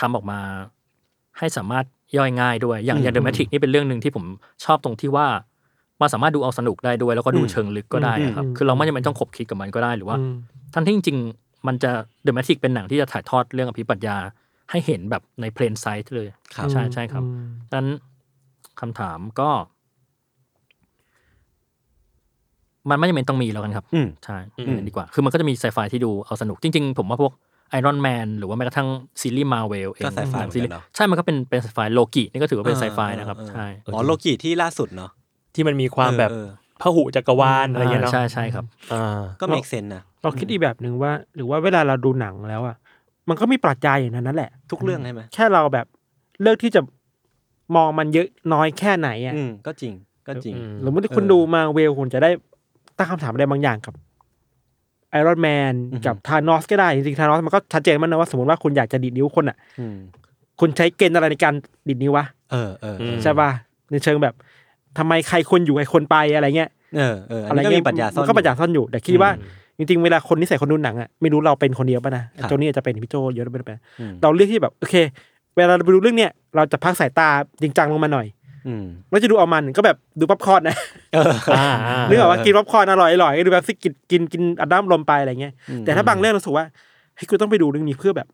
Speaker 4: ทำออกมา ให้สามารถย่อยง่ายด้วย อย่างอย่างเดอะแมทริกนี่เป็นเรื่องหนึ่งที่ผมชอบตรงที่ว่ามันสามารถดูเอาสนุกได้ด้วย แล้วก็ดูเชิงลึกก็ได้อะครับ
Speaker 3: อืม
Speaker 4: คือเราไม่จำเป็นต้องขบคิดกับมันก็ได้หรือว่า
Speaker 3: อืม
Speaker 4: ทั้งที่จริงๆมันจะเดอะแมทริกเป็นหนังที่จะถ่ายทอดเรื่องอภิปรัชญาให้เห็นแบบในเพลนไซต์เลย
Speaker 2: ครับ
Speaker 4: ใช่ใช่ครับ
Speaker 3: อืม
Speaker 4: ดังนั้นคำถามก็ มันไม่จำเป็นต้องมีแล้วกันครับ
Speaker 2: อืม
Speaker 4: ใช่
Speaker 2: อืม
Speaker 4: อย่างนั้นดีกว่า คือมันก็จะมีไซไฟที่ดูเอาสนุก จริง ๆ ผมว่าพวกไอรอนแมนหรือว่าแม้กระทั่งซีรีส์มาเวลเอง
Speaker 2: ก็ไซไฟ
Speaker 4: หนั
Speaker 2: เหมื
Speaker 4: ซี
Speaker 2: อนกั
Speaker 4: รี
Speaker 2: น
Speaker 4: ส์
Speaker 2: เนาะ
Speaker 4: ใช่ มันก็เป็นเป็นไซไฟโลกินี่ก็ถือว่าเป็นไซไฟนะครับ
Speaker 2: เออเออ
Speaker 4: ใช่
Speaker 2: อ๋อโลกิที่ล่าสุดเนาะ
Speaker 5: ที่มันมีความแบบ
Speaker 2: เออเออ
Speaker 5: พหุจักรวาลอะไรเงี้ยเนาะ
Speaker 4: ใช่ใช่ครับ
Speaker 5: อ่า
Speaker 2: ก็ make sense นะ
Speaker 3: เราคิดอีกแบบหนึ่งว่า หรือว่าเวลาเราดูหนังแล้วอ่ะ มันก็มีปรัชญาอย่างนั้นนั่นแหละ
Speaker 2: ทุกเรื่องใช่ไหม
Speaker 3: แค่เราแบบเลือกที่จะมองมันเยอะน้อยแค่ไหนอ่ะ
Speaker 2: อืมก็จริงก็จริง
Speaker 5: อืม
Speaker 3: สมมติคุณดูมาเวลคุณจะได้ตั้งคำถามอะไรบางอย่างกับไอรอนแมน
Speaker 2: อือฮึ
Speaker 3: กับธานอสก็ได้ จริงๆธานอสมันก็ชัดเจนมันนะว่าสมมติว่าคุณอยากจะดีดนิ้วคนอ่ะ
Speaker 2: อืม
Speaker 3: คุณใช้เกณฑ์อะไรในการดีดนิ้ววะ
Speaker 2: เออเออเออ
Speaker 3: ใช่ป่ะในเชิงแบบทำไมใครควรอยู่ใครควรไปอะไรเงี้ย
Speaker 2: เออเอออั
Speaker 3: อะ
Speaker 2: น
Speaker 3: ไร
Speaker 2: นี้ก็
Speaker 3: เงี้
Speaker 2: มีปรัชญาซ่อน
Speaker 3: นก็ปรัช
Speaker 2: อ
Speaker 3: ญา
Speaker 2: ยู่
Speaker 3: ซ่อนอยู่ แต่คิดว่าจริงๆ เวลาคนนิสัยคนดูหนังอ่ะไม่รู้เราเป็นคนเดียวป่ะนะครับ โจนี่อาจจะเป็นพี่โจเยอะเป็นไป
Speaker 2: อืม
Speaker 3: เราเลือกที่แบบโอเค เวลาเราไปดูเรื่องเนี้ยเราจะพักสายตาจริงจังลงมาหน่อย
Speaker 2: อืม
Speaker 3: เราจะดูเอามันก็แบบดูป๊อปคอร์นนะ
Speaker 2: เออ
Speaker 5: อ่าอ่า
Speaker 3: นึกออกว่ากินป๊อปคอร์นอร่อยอร่อยดูแบบสิกินกินกินอัดด้ามลมไปอะไรเงี้ยแต่ถ้าบางเรื่องเราสูว่าเฮ้ยกูต้องไปดูเรื่องนี้เพื่อแบบ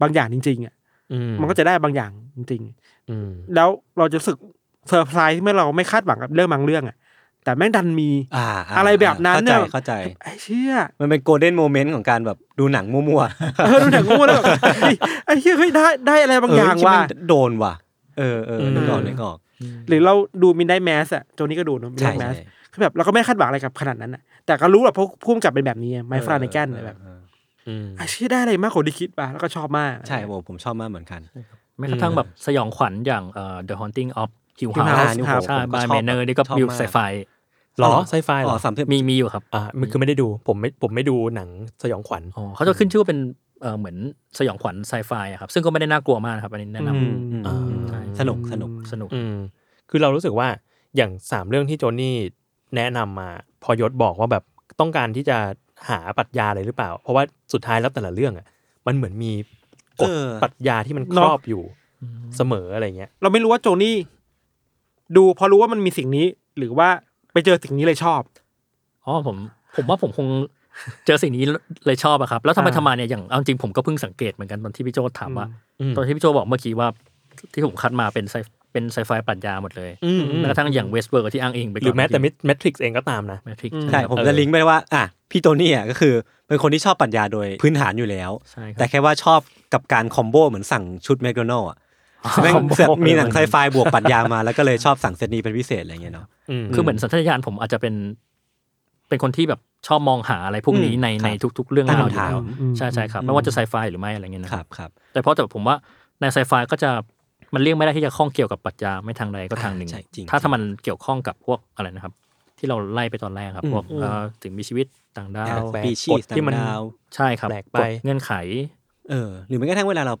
Speaker 3: บางอย่างจริงๆอ่ะ
Speaker 5: อื
Speaker 3: มันก็จะได้บางอย่างจริง
Speaker 5: อืม
Speaker 3: ๆ แล้วเราจะรู้สึกเซอร์ไพรส์เมื่อเราไม่คาดหวังกับเรื่องบางเรื่องอ่ะแต่แม่งดันมี
Speaker 2: อ่าา
Speaker 3: อะไรแบบนั้นเนี่
Speaker 2: เข้าย ใจเข้าใจ
Speaker 3: ไอ้เชี่ย
Speaker 2: มันเป็นโกลเด้นโมเมนต์ของการแบบดูหนังมั่ว
Speaker 3: เออดูหนังงูแล้วแบบ <laughs> เฮ้ยไอ้เหี้ยเฮ้ยได้ได้อะไร
Speaker 2: ๆ
Speaker 3: บางอย่าง
Speaker 2: เที่
Speaker 3: ว่ะ
Speaker 2: มันโดนว่ะ เออเออนึกออก
Speaker 3: อืม
Speaker 2: นึกออก
Speaker 3: หรือเราดูมินได้แมสอะโจนี่ก็ดูนะมิน
Speaker 2: ใช่
Speaker 3: ได้แม
Speaker 2: ใช่
Speaker 3: สคือแบบเราก็ไม่คาดหวังอะไรกับขนาดนั้นอะแต่ก็รู้แบบพวกพุ่มกลับเป็นแบบนี้ไมฟราในแกน
Speaker 2: เออ
Speaker 3: แบบ
Speaker 2: เออ
Speaker 5: อืม
Speaker 3: ไอ้เชี่ยได้อะไรมากกว่าที่คิดป่ะแล้วก็ชอบมาก
Speaker 2: ใช่ผมผมชอบมากเหมือนกัน
Speaker 4: แม้กระทั่งแบบสยองขวัญอย่างเอ่อ The Haunting of Hill
Speaker 3: Hill
Speaker 4: House
Speaker 3: House ครับ
Speaker 4: ใช่
Speaker 2: ผมก็
Speaker 4: บาย
Speaker 2: ชอบ
Speaker 4: เมเนอร์นี่ก็
Speaker 2: ชอบ
Speaker 4: วิว
Speaker 2: มาก
Speaker 4: ไซไฟ
Speaker 5: หรอไซไฟเหร
Speaker 2: อ๋
Speaker 5: อ
Speaker 2: อสามสิบ
Speaker 4: มีมีอยู่ครับ
Speaker 5: อ่ามันคือไม่ได้ดูผมไม่ผมไม่ดูหนังสยองขวัญ
Speaker 4: อ๋อเขาจะขึ้นชื่อว่าเป็นเอ่อเหมือนสยองขวัญไซไฟอะครับ ซึ่งก็ไม่ได้น่ากลัวมากนะครับ อันนี้แนะน
Speaker 2: อืม
Speaker 5: อืม
Speaker 2: อืม
Speaker 4: ใช่
Speaker 2: สนุกสนุก
Speaker 4: ำสนุก
Speaker 5: อืมคือเรารู้สึกว่าอย่างสามเรื่องที่โจนี่แนะนำมา พอยศบอกว่าแบบต้องการที่จะหาปรัชญาอะไรหรือเปล่า เพราะว่าสุดท้ายแล้วแต่ละเรื่องอ่ะ มันเหมือนมีกฎ
Speaker 2: เออ
Speaker 5: ปรัชญาที่มันครอบอยู่เสมออะไรเงี้ย
Speaker 3: เราไม่รู้ว่าโจนี่ดูพอรู้ว่ามันมีสิ่งนี้ หรือว่าไปเจอสิ่งนี้เลยชอบ
Speaker 4: อ๋อผมผมว่าผมคงเจอสิ่งนี้เลยชอบอะครับ แล้วทำไป
Speaker 3: อ่า
Speaker 4: ทำมาเนี่ยอย่างเอาจริงผมก็เพิ่งสังเกตเหมือนกันตอนที่พี่โจถามว่า
Speaker 5: อืม
Speaker 4: ตอนที่พี่โจบอกเมื่อกี้ว่าที่ผมคัดมาเป็นไซเป็นไซไฟปรัชญาหมดเลย
Speaker 5: อืมอืม
Speaker 4: แม้กระทั่งอย่างเวสเบิร์กที่อ้างอิงไปก่
Speaker 5: ห
Speaker 4: น
Speaker 5: รือแม้แต่แมทริกซ์เองก็ตามนะ
Speaker 4: แมทริก
Speaker 3: อืม
Speaker 2: ใช่ผมจะลิงก์ไปว่าอ่ะพี่โตนี่อ่ะก็คือเป็นคนที่ชอบปรัญญาโดยพื้นฐานอยู่แล้ว
Speaker 4: ใช่ค
Speaker 2: แต่
Speaker 4: รับ
Speaker 2: แค่ว่าชอบกับการคอมโบเหมือนสั่งชุดแมคโดนัลล์อ่ะแม่งเสือกมีหนังไซไฟบวกปรัญญามาแล้วก็เลยชอบสั่งเซตนี้เป็นพิเศษอะไรเงี้ยเนาะ
Speaker 5: อืม
Speaker 4: คือเหมือนสัญชาตญาณผมอาจจะเป็น เป็นคนที่แบบชอบมองหาอะไรพวกนี้
Speaker 2: อืม
Speaker 4: ในใน
Speaker 2: ครับ
Speaker 4: ทุก ๆ เรื่อง
Speaker 2: ตั้ง
Speaker 4: ราว
Speaker 2: คำถาม
Speaker 4: อยู่แล้วใช่ใช่ครับ ไม่ว่าจะไซไฟหรือไม่อะไรเงี้ยนะ
Speaker 2: ค
Speaker 4: ค
Speaker 2: รั
Speaker 4: รับบ
Speaker 2: ครับ
Speaker 4: แต่เพราะแต่ผมว่าในไซไฟก็จะมันเลี่ยงไม่ได้ที่จะข้องเกี่ยวกับปรัชญาไม่ทางใดก็ทางหนึ่ง
Speaker 2: ใช่จริง
Speaker 4: ถ้าถ้ามันเกี่ยวข้องกับพวกอะไรนะครับ ที่เราไล่ไปตอนแรกครับ
Speaker 5: อืม
Speaker 4: พวกเอ่อสิ่งมีชีวิตต่างดาว
Speaker 5: แปลก
Speaker 2: ปีชี
Speaker 5: ก
Speaker 2: ส
Speaker 5: ฎที่มัน
Speaker 2: ดาว
Speaker 4: ใช่ครับ
Speaker 5: แปลกไป
Speaker 4: กฎเงื่อนไข
Speaker 2: เออหรือแม้กระทั่งเวลาเรา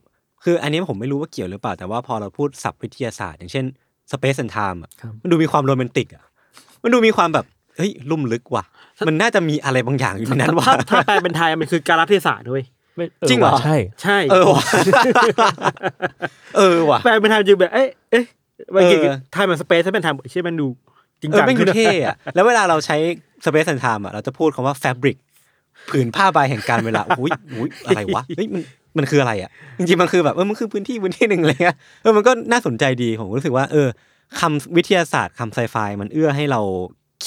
Speaker 2: คืออันนี้ผมไม่รู้ว่าเกี่ยวหรือเปล่า แต่ว่าพอเราพูดศัพท์วิทยาศาสตร์ อย่างเช่น space and time อะ
Speaker 4: ครับ
Speaker 2: มันดูมีความโรแมนติกอ่ะมันดูมีความแบบเฮ้ยลุ่มลึกว่ะ มันน่าจะมีอะไรบางอย่างอยู่ในนั้นว่ะ
Speaker 3: ถ้าถ้าแปลเป็นไทยมันคือการรัฐเทศะด้วย
Speaker 5: ไม่
Speaker 2: จริงเหรอ
Speaker 5: ว่ะใช่
Speaker 3: ใช่
Speaker 2: เออว่ะ เออว่ะ
Speaker 3: แปลเป็นไทยมันจะแบบเอ๊ะเอ๊ะมันเกี่ยวกับ
Speaker 2: เออ
Speaker 3: ไทยมันสเปซถ้าเป็นไทยใช่มันดูจริง
Speaker 2: เออ
Speaker 3: จัง
Speaker 2: แม่งดู
Speaker 3: ขึ้นนะ
Speaker 2: เท่อะแล้วเวลาเราใช้ space and time อะเราจะพูดคำว่า fabric ผืนผ้าใบแห่งการเวลาอุ้ยอุ้ยอะไร
Speaker 3: <laughs>
Speaker 2: วะเฮ้ยมันมันคืออะไรอะจริงๆมันคือแบบเออมันคือพื้นที่พื้นที่หนึ่งเลยอะเออมันก็น่าสนใจดีผมรู้สึกว่า เออคำวิทยาศาสตร์คำไซไฟมันเอื้อให้เรา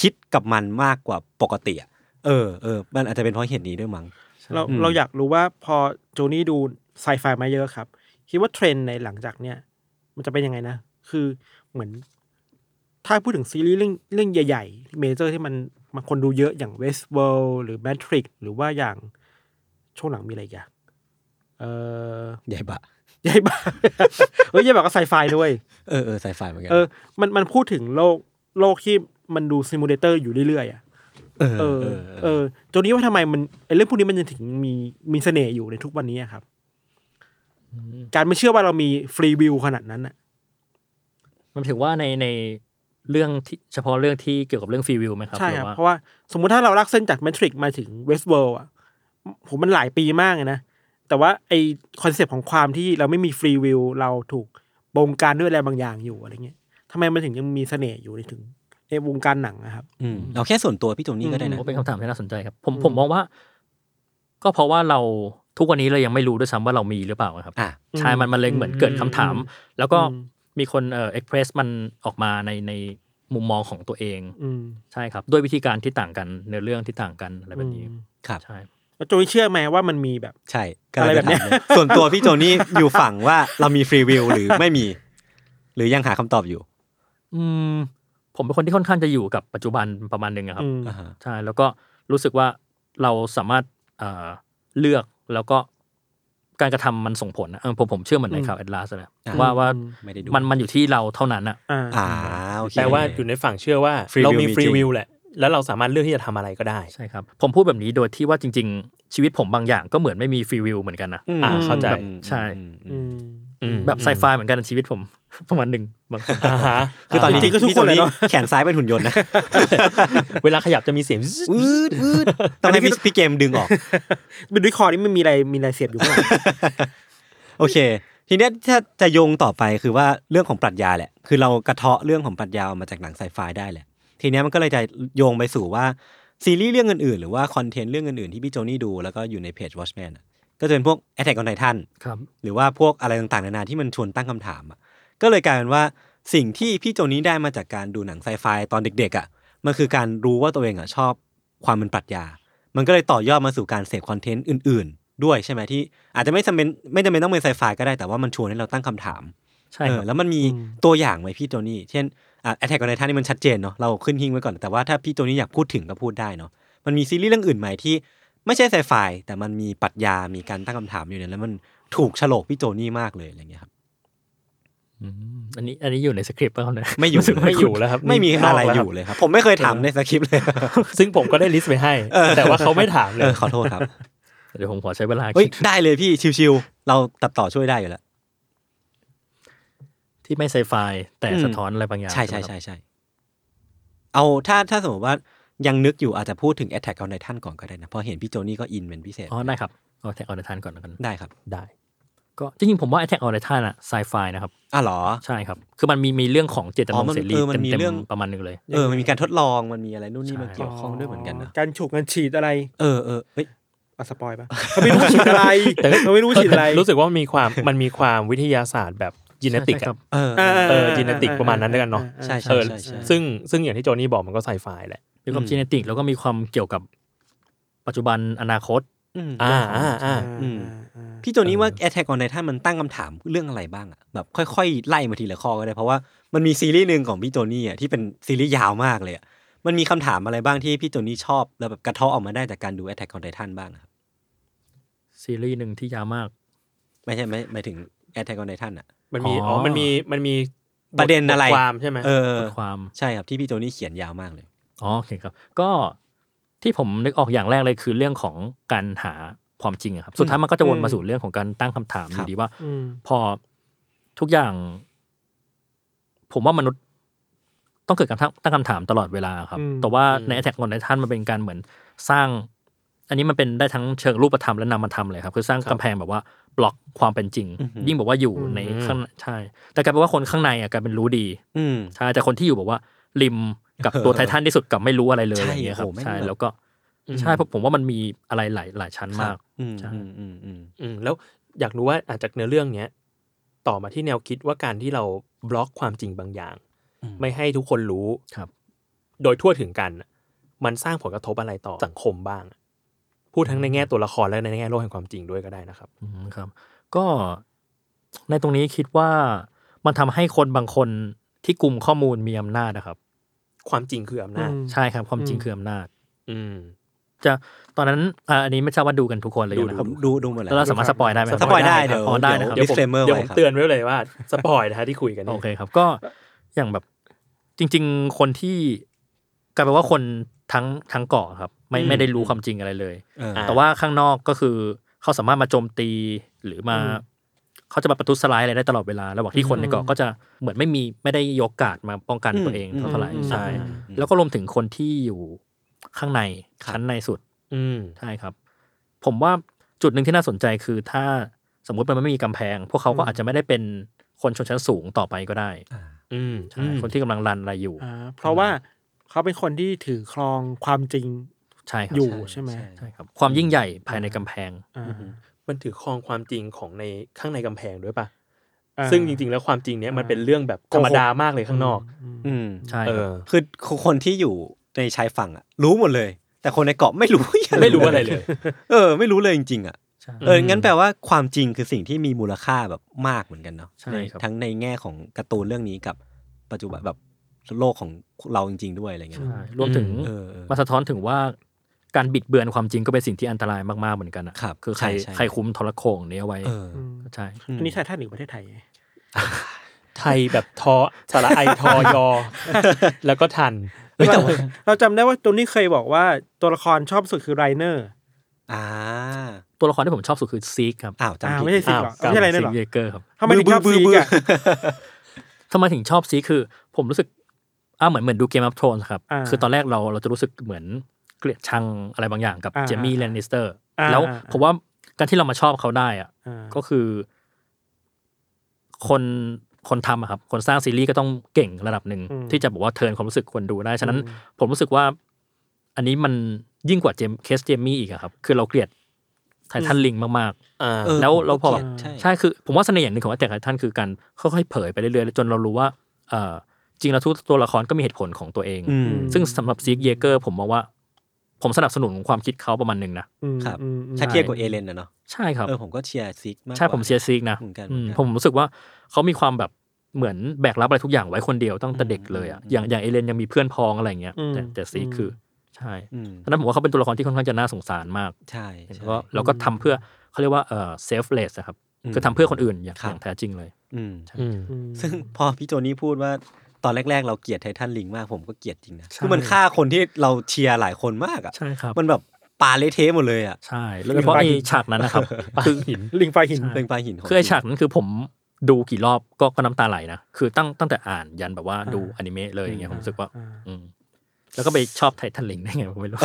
Speaker 2: คิดกับมันมากกว่าปกติอะเออเออมันอาจจะเป็นเพราะเหตุนี้ด้วยมั้ง
Speaker 3: เรา
Speaker 2: อืม
Speaker 3: เราอยากรู้ว่าพอโจนี่ดูไซไฟมาเยอะครับ คิดว่าเทรนด์ในหลังจากเนี่ย มันจะเป็นยังไงนะ คือเหมือน ถ้าพูดถึงซีรีส์เรื่องเรื่องใหญ่ๆเมเจอร์ที่มันมันคนดูเยอะอย่าง Westworld หรือ Matrix หรือว่าอย่างช่วงหลังมีอะไรอีกอะเออ <laughs>
Speaker 2: ใหญ่ปะ
Speaker 3: ยายบ้า เฮ้ยยายบ้าก็ไซไฟด้วย
Speaker 2: เออเออไซไฟเหมือนกัน
Speaker 3: เออ มันมันพูดถึงโลกโลกที่มันดูซิมูเลเตอร์อยู่เรื่อยๆอ่ะ
Speaker 2: เออ
Speaker 3: เออ
Speaker 2: เออ
Speaker 3: เออจนนี้ว่าทำไมมันไอ้เรื่องพวกนี้มันยังถึงมีมีเสน่ห์อยู่ในทุกวันนี้อะครับ การไม่เชื่อว่าเรามีฟรีวิวขนาดนั้นอ่ะ
Speaker 4: มันถือว่าในในเรื่องที่เฉพาะเรื่องที่เกี่ยวกับเรื่องฟรีวิวไหมครับ
Speaker 3: ใช่
Speaker 4: ห
Speaker 3: ครับ
Speaker 4: อว่า
Speaker 3: เพราะว่าสมมุติถ้าเราลากเส้นจากแมทริกมาถึงเวสเวิลด์อ่ะผมมันหลายปีมากเลยนะ แต่ว่าไอคอนเซปต์ของความที่เราไม่มีฟรีวิวเราถูกบงการด้วยอะไรบางอย่างอยู่อะไรเงี้ยทำไมมันถึงยังมีเสน่ห์อยู่ในถึงในวงการหนังนะครับ
Speaker 2: อืมเอาแค่ส่วนตัวพี่โจนี่ก็ได้นะ
Speaker 4: โอ้เป็นคำถามที่น่าสนใจครับ ผมผมมองว่า ก็เพราะว่าเราทุกวันนี้เรายังไม่รู้ด้วยซ้ำว่าเรามีหรือเปล่าครับ
Speaker 2: อ่ะ
Speaker 4: ใช่มันมันเลยเหมือนเกิดคำถาม แล้วก็
Speaker 3: อืม
Speaker 4: มีคนเอ่อเอ็กเพรสมันออกมาในในมุมมองของตัวเอง
Speaker 3: อืม
Speaker 4: ใช่ครับ ด้วยวิธีการที่ต่างกันเนื้อเรื่องที่ต่างกันอะไรแบบนี้
Speaker 3: อืม
Speaker 2: ครับ
Speaker 4: ใช่
Speaker 3: แล้วโจยเชื่อไหมว่ามันมีแบบ
Speaker 2: ใช่
Speaker 3: อะไร
Speaker 2: กำลังจ
Speaker 3: แบบเนี้ย
Speaker 2: ถามเลยส่วนตัวพี่โจนี่อยู่ฝั่งว่าเรามีฟรีวิวหรือไม่มี หรือยังหาคำตอบอยู่
Speaker 4: อืมผมเป็นคนที่ค่อนข้างจะอยู่กับปัจจุบันประมาณหนึ่งอะครับ
Speaker 3: อืม
Speaker 2: อ่าฮะ
Speaker 4: ใช่แล้วก็รู้สึกว่าเราสามารถเอ่อเลือกแล้วก็การกระทำมันส่งผลนะเออผมผมเชื่อเหมือนในข่าวแอดลาสแหละ
Speaker 2: อ่
Speaker 4: ว่าว่า
Speaker 2: ไม่ได้ดู
Speaker 4: มันมันอยู่ที่เราเท่านั้นอะ
Speaker 3: อ่า
Speaker 2: อ่าโอเค
Speaker 5: แปลว่าอยู่ในฝั่งเชื่อว่า
Speaker 2: Free will
Speaker 5: เรามี
Speaker 2: มีจริง
Speaker 5: ฟรีวิวแหละ แล้วเราสามารถเลือกที่จะทำอะไรก็ได้
Speaker 4: ใช่ครับ ผมพูดแบบนี้โดยที่ว่าจริง ๆ ชีวิตผมบางอย่างก็เหมือนไม่มีฟรีวิวเหมือนกันนะ
Speaker 5: อ่าเข้าใจ
Speaker 2: อืม
Speaker 4: ใช่
Speaker 2: อืมอื
Speaker 3: อื
Speaker 2: ม
Speaker 3: ม
Speaker 5: อืม
Speaker 4: แบบไซไฟเหมือนกันในชีวิตผม <laughs> ประมาณหนึ่งบางครั้ง
Speaker 5: อ่าฮะ
Speaker 2: คือตอนนี้
Speaker 3: จริงๆก็ทุกคนเลยเนอะ
Speaker 2: พี่โจแขนซ้ายเป็นหุ่นยนต์นะ
Speaker 5: เวลาขยับจะมีเสียง <laughs>
Speaker 2: วืดวืดตอนนี้พี่พี่เกมดึงออก
Speaker 3: เป็นด้วยคอร์ดนี่มันมีอะไรมีอะไรเสียบอยู่ข้างหลัง
Speaker 2: โอเค ทีเนี้ยถ้าจะโยงต่อไปคือว่าเรื่องของปรัชญาแหละ คือเรากระเทาะเรื่องของปรัชญาออกมาจากหนังไซไฟได้แหละ ทีเนี้ยมันก็เลยจะโยงไปสู่ว่าซีรีส์เรื่องอื่นๆ หรือว่าคอนเทนต์เรื่องอื่นๆ ที่พี่โจนี่ดูแล้วก็อยู่ในเพจ Watchman อะก็จะเป็นพวก Attack on Titan
Speaker 4: ครับ
Speaker 2: หรือว่าพวกอะไรต่างๆ นานาที่มันชวนตั้งคำถามอ่ะ ก็เลยกลายเป็นว่าสิ่งที่พี่โจนี้ได้มาจากการดูหนังไซไฟตอนเด็กๆอ่ะ มันคือการรู้ว่าตัวเองอ่ะชอบความเป็นปรัชญา มันก็เลยต่อยอดมาสู่การเสพคอนเทนต์อื่นๆ ด้วยใช่ไหมที่ อาจจะไม่จำเป็นไม่จำเป็นต้องเป็นไซไฟก็ได้แต่ว่ามันชวนให้เราตั้งคำถาม
Speaker 4: ใช่
Speaker 2: เอ
Speaker 4: ค
Speaker 2: อ
Speaker 4: รับ
Speaker 2: แล้วมันมี
Speaker 3: อืม
Speaker 2: ตัวอย่างไหมพี่โจนี่ เช่นแอทแทกกับไททันนี่มันชัดเจนเนาะเราขึ้นหิ้งไว้ก่อน แต่ว่าถ้าพี่โจนี่อยากพูดถึงก็พูดได้เนาะมันมีซีรีส์เรื่องอื่นไหมที่ไม่ใช่ไซไฟแต่มันมีปรัชญามีการตั้งคำถามอยู่เนี่ยแล้วมันถูกโฉลกพี่โจนี่มากเลยอะไรเงี้ยครับ
Speaker 4: อืม <laughs> อันนี้อันนี้อยู่ในสคริปต์ป่ะครับเนี่ย
Speaker 2: ไม่อยู่
Speaker 4: รู้สึกว่า
Speaker 5: ไม่อยู่แล้วครับ
Speaker 2: ไม่มี
Speaker 5: นก
Speaker 2: อะไร
Speaker 5: แล้ว
Speaker 2: อ
Speaker 4: <laughs>
Speaker 5: ครับ
Speaker 2: ยู่เลยครับ ผมไม่เคยถาม
Speaker 5: เออ
Speaker 2: ในสคริปต์เลย
Speaker 5: ซึ่งผมก็ได้ลิสต์ไปให้ แต่ว่าเขาไม่ถามเล
Speaker 2: เอย อขอโทษครับ
Speaker 4: เดี๋ยวผมขอใช้เวลา
Speaker 2: เฮ้ย
Speaker 4: คิด
Speaker 2: ได้เลยพี่ชิวๆเราตัดต่อช่วยได้อยู่แล้ว
Speaker 4: ที่ไม่ไซไฟแต่
Speaker 5: อืม
Speaker 4: สะท้อนอะไรบางอย่าง
Speaker 2: ใช่ใช่
Speaker 4: ไหมครับ
Speaker 2: ใช่ใช่เอาถ้าถ้าสมมติว่ายังนึกอยู่อาจจะพูดถึง Attack on Titan ก่อนก็ได้นะเพราะเห็นพี่โจนี่ก็อินเป็นพิเศษ
Speaker 4: อ๋อได้ครับเอาแท็กออนไททันก่อนแล้วกัน
Speaker 2: ได้ครับ
Speaker 5: ได้
Speaker 4: ก็จริงๆผมว่าแท็กออนไททันอะไซไฟนะครับ
Speaker 2: อ่ะเหรอ
Speaker 4: ใช่ครับ คือมันมีมีเรื่องของเจต
Speaker 2: อ๋
Speaker 4: จำ
Speaker 2: อนมั
Speaker 4: ง
Speaker 2: น
Speaker 4: เสรี
Speaker 2: เออมันมี
Speaker 4: เต็
Speaker 2: เรื่อง
Speaker 4: มๆประมาณหนึงเลย
Speaker 2: เออมันมีการทดลองมันมีอะไรนู่นนี่
Speaker 4: ใช่
Speaker 2: มาเกี่ยวข้องด้วยเหมือนกันนะ
Speaker 3: การฉุกการฉีดอะไร
Speaker 2: เออเออเฮ้ย
Speaker 3: อ่ะสปอยปะเขาไม่รู้ฉีดอะไร
Speaker 5: แต่ก็
Speaker 3: เขาไม่รู้ฉีดอะไร
Speaker 5: รู้สึกว่ามันมีความมันมีความวิทยาศาสตร์แบบจีเนติก
Speaker 4: ใช่ครับ
Speaker 2: เออ
Speaker 5: เออจีเนติกประมาณนั้นด้วยกันเนาะ
Speaker 2: ใช่ใช่
Speaker 5: เออ
Speaker 2: ใช่ใช่
Speaker 5: ซึ่งซึ่งอย่างที่โจนี่บอกมันก็ไซไฟแหละ
Speaker 4: มีความ
Speaker 2: อืม
Speaker 4: จีเนติกแล้วก็มีความเกี่ยวกับปัจจุบันอนาคต
Speaker 2: อืม
Speaker 5: อ่าอ่าอ่า
Speaker 2: อืม พี่โจนี้ว่า Attack on Titan มันตั้งคำถามเรื่องอะไรบ้างอะแบบค่อยๆ ไล่มาทีละข้อก็ได้ เพราะว่ามันมีซีรีส์หนึ่งของพี่โจนี่อะที่เป็นซีรีส์ยาวมากเลยอะมันมีคำถามอะไรบ้างที่พี่โจนี่ชอบแล้วแบบกระเทาะออกมาได้จากการดู Attack on Titan บ้างอะครับ
Speaker 4: ซีรีส์หนึ่งที่ยาวมาก
Speaker 2: ไม่ใช่ไม่หมายถึง Attack on Titan อะ
Speaker 5: มันมี
Speaker 4: อ๋ออ๋
Speaker 5: อ๋อมันมีมันมี
Speaker 2: ประเด็นอะไร
Speaker 5: บทความใช่ไหม
Speaker 2: เออ
Speaker 4: บทความ
Speaker 2: ใช่ครับที่พี่โจนี่เขียนยาวมากเลย
Speaker 4: อ๋อโอเคครับ ก็ที่ผมนึกออกอย่างแรกเลยคือเรื่องของการหาความจริงอะครับ สุดท้ายมันก็จะวนมาสู่เรื่องของการตั้งคำถามอ
Speaker 2: ครับ
Speaker 4: ยู่ดีว่า
Speaker 3: อืม
Speaker 4: พอทุกอย่าง ผมว่ามนุษย์ต้องเกิดการตั้งตั้งคำถามตลอดเวลาครับ
Speaker 3: อืม
Speaker 4: แต่ว่าใน Attack on Titan มันเป็นการเหมือนสร้าง อันนี้มันเป็นได้ทั้งเชิงรูปธรรมและนามธรรมเลยครับ คือสร้างกำแพงแบบว่าบล็อกความเป็นจริง ยิ่งบอกว่าอยู่ในข้างในใช่ แต่กลายเป็นว่าคนข้างในอะกลายเป็นรู้ดี
Speaker 2: อืม
Speaker 4: ใช่แต่คนที่อยู่แบบว่า ริมกับตัว ไททันที่สุดกับไม่รู้อะไรเลย
Speaker 2: ใช่
Speaker 4: อย่างเงี้ยครั
Speaker 2: โอ้
Speaker 4: บ
Speaker 2: โหไม่
Speaker 4: ใช่
Speaker 2: รู้
Speaker 4: แล้วก็ใช่เพราะผมว่ามันมีอะไรหลายหลายชั้นมาก
Speaker 2: อืม
Speaker 4: ใช่
Speaker 2: อืมอืมอืม
Speaker 5: อืมแล้วอยากรู้ว่าอาจจากเนื้อเรื่องเนี้ยต่อมาที่แนวคิดว่าการที่เราบล็อกความจริงบางอย่าง ไม่ให้ทุกคนรู้
Speaker 4: ครับ
Speaker 5: โดยทั่วถึงกันน่ะมันสร้างผลกระทบอะไรต่อสังคมบ้าง พูดทั้งในแง่ตัวละครและในแง่โลกแห่งความจริงด้วยก็ได้นะครับ
Speaker 4: อืมครับ ก็ในตรงนี้คิดว่ามันทำให้คนบางคนที่กลุ่มข้อมูลมีอำนาจนะครับ
Speaker 5: ความจริงคืออำนาจ
Speaker 4: ใช่ครับความจริง
Speaker 3: อืม
Speaker 4: คืออำนาจ
Speaker 5: อืม
Speaker 4: จะตอนนั้นอ่าอันนี้ไม่ทราบว่าดูกันทุกคนเลย
Speaker 5: ดู
Speaker 4: นะค
Speaker 2: ผ
Speaker 4: รับ
Speaker 2: มดูดูหมดแล้
Speaker 4: แล้ว วเราสามารถสปอยได้ไหม
Speaker 2: สปอยได้
Speaker 4: ครับ
Speaker 2: เดี๋ยว
Speaker 4: อ๋อได้นะครับ
Speaker 2: เดี๋ยว disclaimer
Speaker 5: เดี๋ยวผ
Speaker 2: ไว้
Speaker 5: ม
Speaker 2: ครับ
Speaker 5: เตือนไว้เลยว่าสปอยนะฮะที่คุยกันนี่
Speaker 4: โอเคครับก็อย่างแบบจริง ๆ คนที่กลายเป็นว่าคนทั้งทั้งเกาะครับ ไม่ไม่ได้รู้ความจริงอะไรเลย
Speaker 2: เออ
Speaker 5: อ่า
Speaker 4: แต่ว่าข้างนอกก็คือเขาสามารถมาโจมตีหรือมา
Speaker 3: อืม
Speaker 4: เขาจะมาประทุษร้ายอะไรได้ตลอดเวลา ระหว่างที่คนในเกาะ
Speaker 3: อืม
Speaker 4: ก็จะเหมือนไม่มีไม่ได้ยกการ์ดมาป้องกันตัวเอง
Speaker 2: อืม
Speaker 4: เท่าไหร่ใช่
Speaker 3: อืม
Speaker 4: แล้วก็รวมถึงคนที่อยู่ข้างในชั้นในสุด
Speaker 5: อืม
Speaker 4: ใช่ครับ ผมว่าจุดหนึ่งที่น่าสนใจคือถ้าสมมุติมันไม่มีกำแพง พวกเขาก็
Speaker 3: อืม
Speaker 4: อาจจะไม่ได้เป็นคนชนชั้นสูงต่อไปก็ได้
Speaker 5: อืม
Speaker 4: ใช่คนที่กำลังรันอะไรอยู่
Speaker 3: อ่าเพราะว่าเขาเป็นคนที่ถือครองความจริง
Speaker 4: ใช่ครับ
Speaker 3: อยู่
Speaker 4: ใช่
Speaker 3: ใช่ไหม
Speaker 4: ใช่ครับ ความยิ่งใหญ่ภายในกำแพง
Speaker 3: อ่า
Speaker 5: มันถือครองความจริงของในข้างในกำแพงด้วยปะ
Speaker 3: อ่า
Speaker 5: ซึ่งจริง ๆ แล้วความจริงเนี้ยมันเป็นเรื่องแบบ
Speaker 3: โก
Speaker 5: ธ
Speaker 3: หก
Speaker 5: รรมดามากเลยข้างนอก
Speaker 3: ม
Speaker 2: อืม
Speaker 4: ใช่ค
Speaker 5: เอ
Speaker 4: รับ
Speaker 5: อ
Speaker 2: คือคนที่อยู่ในชายฝั่งอะรู้หมดเลย แต่คนในเกาะไม่รู้
Speaker 5: ไม่รู้อะไรเลย
Speaker 2: เออ ไม่รู้เลยจริงๆอะ
Speaker 4: ใช่
Speaker 2: เออ งั้นแปลว่าความจริงคือสิ่งที่มีมูลค่าแบบมากเหมือนกันเนาะ
Speaker 4: ใช่
Speaker 2: น
Speaker 4: ครับ
Speaker 2: ทั้งในแง่ของการ์ตูนเรื่องนี้กับปัจจุบันแบบโลกของเราจริง ๆ ด้วยอะไรเงี้ยเนอะ
Speaker 4: ใช่รวมถึง
Speaker 2: เออเออ
Speaker 4: มาสะท้อนถึงว่าการบิดเบือนความจริงก็เป็นสิ่งที่อันตรายมากๆเหมือนกันนะครับ คือใคร
Speaker 2: ใช่ใช่
Speaker 4: ใครคุ้มทรโขงนี้เอาไว้
Speaker 2: เออ
Speaker 3: อืม
Speaker 4: ใช่
Speaker 3: อันนี้ไทยท่านหนึ่งประเทศไทยไง
Speaker 5: ไทยแบบทอสระไอทอยอ แล้วก็ทัน
Speaker 3: เราจำได้ว่าตัวนี้เคยบอกว่าตัวละครชอบสุดคือไรเนอร์
Speaker 2: อ่า
Speaker 4: ตัวละครที่ผมชอบสุดคือซีกครับ
Speaker 2: อ้าวจำ
Speaker 3: อ่า
Speaker 2: ผิด
Speaker 3: ไม่ใช่สิงหรอ
Speaker 5: อ้าว
Speaker 3: ไม่ใช่ไรเนอร์หรอ
Speaker 4: ซีกเยเกอร์ครับ
Speaker 3: ทำไมถึงชอบซีกอะ
Speaker 4: ทำไมถึงชอบซีคือ ผมรู้สึกอ่าเหมือนเหมือนดูเกม of ฟโทนครับ
Speaker 3: า
Speaker 4: คือตอนแรกเราเราจะรู้สึกเหมือนเกลียดชังอะไรบางอย่างกับ
Speaker 3: อ่า
Speaker 4: เจมี่แลนนิสเตอร์
Speaker 3: อ่า
Speaker 4: แล้ว
Speaker 3: อ่า
Speaker 4: ผมว่าการที่เรามาชอบเขาได้อะ
Speaker 3: อ่า
Speaker 4: ก็คือ คนคนทำอะครับ คนสร้างซีรีส์ก็ต้องเก่งระดับหนึ่ง
Speaker 3: อืม
Speaker 4: ที่จะบอกว่าเทิร์นความรู้สึกคนดูได้ ฉะนั้น
Speaker 3: อืม
Speaker 4: ผมรู้สึกว่า อันนี้มันยิ่งกว่าเจมเคสเจมี่อีกอะครับ คือเราเกลียดไททันลิงมาก
Speaker 5: อ่า
Speaker 2: เออ
Speaker 4: ๆ แล้วเราพอ
Speaker 2: ผมก็เกลียดใช่
Speaker 4: ใช่คือผมว่าเสน่ห์อย่างหนึ่งของแต่ละท่านคือการค่อยๆเผยไปเรื่อยๆจนเรารู้ว่าเอ่อจริงแล้วทุกตัวละครก็มีเหตุผลของตัวเอง
Speaker 2: อืม
Speaker 4: ซึ่งสำหรับซีกเยเกอร์ผมมองว่า ผมสนับสนุนความคิดเขาประมาณหนึ่งนะ
Speaker 3: อืม
Speaker 2: ครับ
Speaker 3: อืมอืม
Speaker 2: ถ้าเทียบกับเอเลนนะเนาะ
Speaker 4: ใช่ครับ
Speaker 2: เออ ผมก็เชียร์ซิกมากกว่า
Speaker 4: ใช่ผมเชียร์ซีกนะ
Speaker 2: เหมือนกัน
Speaker 4: อืม
Speaker 2: เหมือนกัน
Speaker 4: ผมรู้สึกว่าเขามีความแบบเหมือนแบกรับอะไรทุกอย่างไว้คนเดียวตั้งแต่เด็กเลยอ่ะ
Speaker 2: อืม
Speaker 4: อย่างอย่างเอเลนยังมีเพื่อนพ้องอะไรอย่างเงี้ย
Speaker 3: อืม
Speaker 4: แต่แต่ซีกคืออใช่
Speaker 2: อืม
Speaker 4: ฉะนั้นผมว่าเขาเป็นตัวละครที่ค่อนข้างจะน่าสงสารมาก
Speaker 2: ใช่
Speaker 4: แล้ว
Speaker 2: ใช่
Speaker 4: ก็เราก็ทำเพื่อเขาเรียกว่าเอ่อเซฟเลสครับ
Speaker 2: อืม
Speaker 4: คือทำเพื่อคนอื่นอย่าง
Speaker 2: ครับ
Speaker 4: อย่างแท้จริงเลย
Speaker 2: อืม
Speaker 5: อืม
Speaker 3: อืม
Speaker 2: ซึ่งพอพี่โจนี่พูดว่าตอนแรก ๆ เราเกลียดไททันลิงมากผมก็เกลียดจริงนะ
Speaker 3: ใช่
Speaker 2: คือมันฆ่าคนที่เราเชียร์หลายคนมากอ่ะ
Speaker 4: ใช่ครับ
Speaker 2: มันแบบปาเละเทะหมดเลยอ่ะ
Speaker 4: ใช่แล้วเฉพาะ
Speaker 5: ปา
Speaker 4: ไอ
Speaker 5: หิน
Speaker 4: ฉากนั้น
Speaker 2: <laughs>
Speaker 4: นะครับ
Speaker 5: คือหิน
Speaker 3: ลิงไฟหิน
Speaker 4: ใช่
Speaker 2: เป็นปลาหินของ
Speaker 4: คือไอฉากนั้นคือผมดูกี่รอบก็ก็น้ำตาไหลนะคือตั้งตั้งแต่อ่านยันแบบว่า
Speaker 3: อ่า
Speaker 4: ดูอนิเมะเลยอย่างเงี้ยผมรู้สึกว่า
Speaker 3: อ่า
Speaker 4: อืมแล้วก็ไปชอบไททันลิงได้ไงผมไม่รู้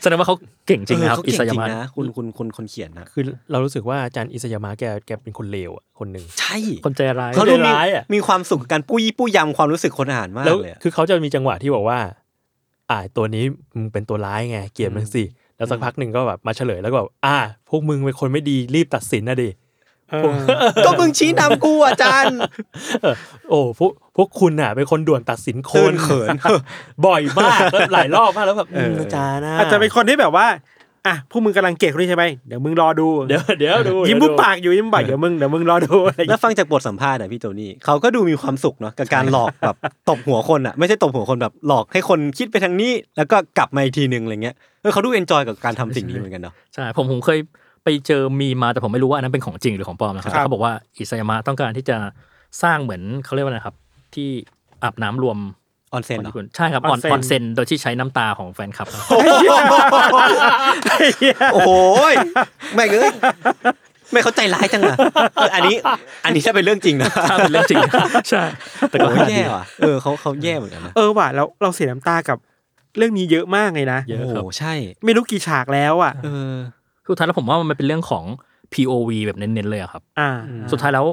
Speaker 4: แสดงว่าเขาเก่งจริง
Speaker 2: เออ
Speaker 4: นะครับ
Speaker 2: เขา
Speaker 4: อิ
Speaker 2: เก่ง
Speaker 4: ส
Speaker 2: จ
Speaker 4: ยา
Speaker 2: ริง
Speaker 4: มะ
Speaker 2: นะคุณคุณคุณคนเขียนนะ
Speaker 5: คือเรารู้สึกว่าอาจารย์อิสยามะแกแกเป็นคนเลวอ่ะคนหนึ่ง
Speaker 2: ใช่
Speaker 4: คนใจร้าย
Speaker 2: เขาดู
Speaker 5: ใจ
Speaker 2: มี
Speaker 5: ร้ายอะ
Speaker 2: มีความสุขกับการปุ้ยปุ้ยยำความรู้สึกคนอ่านมาก
Speaker 5: แล้ว
Speaker 2: เลยอะ
Speaker 5: คือเขาจะมีจังหวะที่บอกว่า อ่าตัวนี้มึงเป็นตัวร้ายไงเกลียดมันสิแล้วสักพักหนึ่งก็แบบมาเฉลยแล้วก็แบบอ่า พวกมึงเป็นคนไม่ดีรีบตัดสินนะดิ ผม
Speaker 2: ก็มึงชี้นำกูอาจารย์
Speaker 5: เออโอ้พวกพวกคุณอ่ะเป็นคนด่วนตัดสินค
Speaker 2: ตื่
Speaker 5: น
Speaker 2: นเขิน
Speaker 5: บ่อยมากแล้วหลายรอบมากแล้วแบบมอาจารย์
Speaker 3: อาจจะเป็นคนที่แบบว่า อ่ะพวกมึงกำลังเก่งคนนี้ใช่ไหมเดี๋ยวมึงรอดู
Speaker 5: เดี๋ยวเดี๋ยวดู
Speaker 3: ยิ้ม
Speaker 5: เดี๋
Speaker 3: มุ
Speaker 5: ว
Speaker 3: ม
Speaker 5: ดู
Speaker 3: ปากอยู่ยิ้มมุมปากเดี๋ยวมึงเดี๋ยวมึงรอดูอะไรอย่าง
Speaker 2: แล้
Speaker 3: เงี้
Speaker 2: วฟังจากบทสัมภาษณ์นะพี่โจนี่เขาก็ดูมีความสุขเนาะกับการหลอกแบบตบหัวคนอ่ะไม่ใช่ตบหัวคนแบบหลอกให้คนคิดไปทางนี้ แล้วก็กลับมาอีกทีหนึ่งอะไรเงี้ยเออเขาดูเอนจอยกับการทำสิ่งนี้เหมือนกันเนาะ
Speaker 4: ใช่ผมผมเคยไปเจอมีมมาแต่ผมไม่รู้ว่าอันนั้นเป็นของจริงหรือของปลอมนะครับแต่เขาบอกว่าอิสยามะต้องการที่จะสร้างเหมือนเขาเรียกว่าอะไรครับ ที่อาบน้ำรวม
Speaker 2: ออนเซน
Speaker 4: ของ
Speaker 2: เหรอ
Speaker 4: ญี่ปุ่นใช่ครับออนออนเซนโดยที่ใช้น้ำตาของแฟนคลับครับ
Speaker 2: โอ้โหยไม่งเอ้ยไม่เข้าใจร้ายจังอะเอออันนี้ อันนี้ถ้าเป็นเรื่องจริงนะ
Speaker 4: ถ้าเป็นเรื่องจ <laughs> ริง ใช่แต่
Speaker 2: โอ้
Speaker 4: ก็
Speaker 2: โหแย่ว่ะเออเขาเขาแย่เหมือนกันนะ
Speaker 3: เออว่ะเราเราเสียน้ำตากับเรื่องนี้เยอะมากเลยนะ
Speaker 4: เย
Speaker 2: โอ้
Speaker 4: อะครับ
Speaker 2: โหใช่
Speaker 3: ไม่รู้กี่ฉากแล้วอ่ะ
Speaker 2: เออ
Speaker 4: คือสุดท้ายแล้วผมว่ามันเป็นเรื่องของ POV แบบเน้นๆเลยอะครับ
Speaker 3: อ่า
Speaker 4: สุดท้ายแล้ว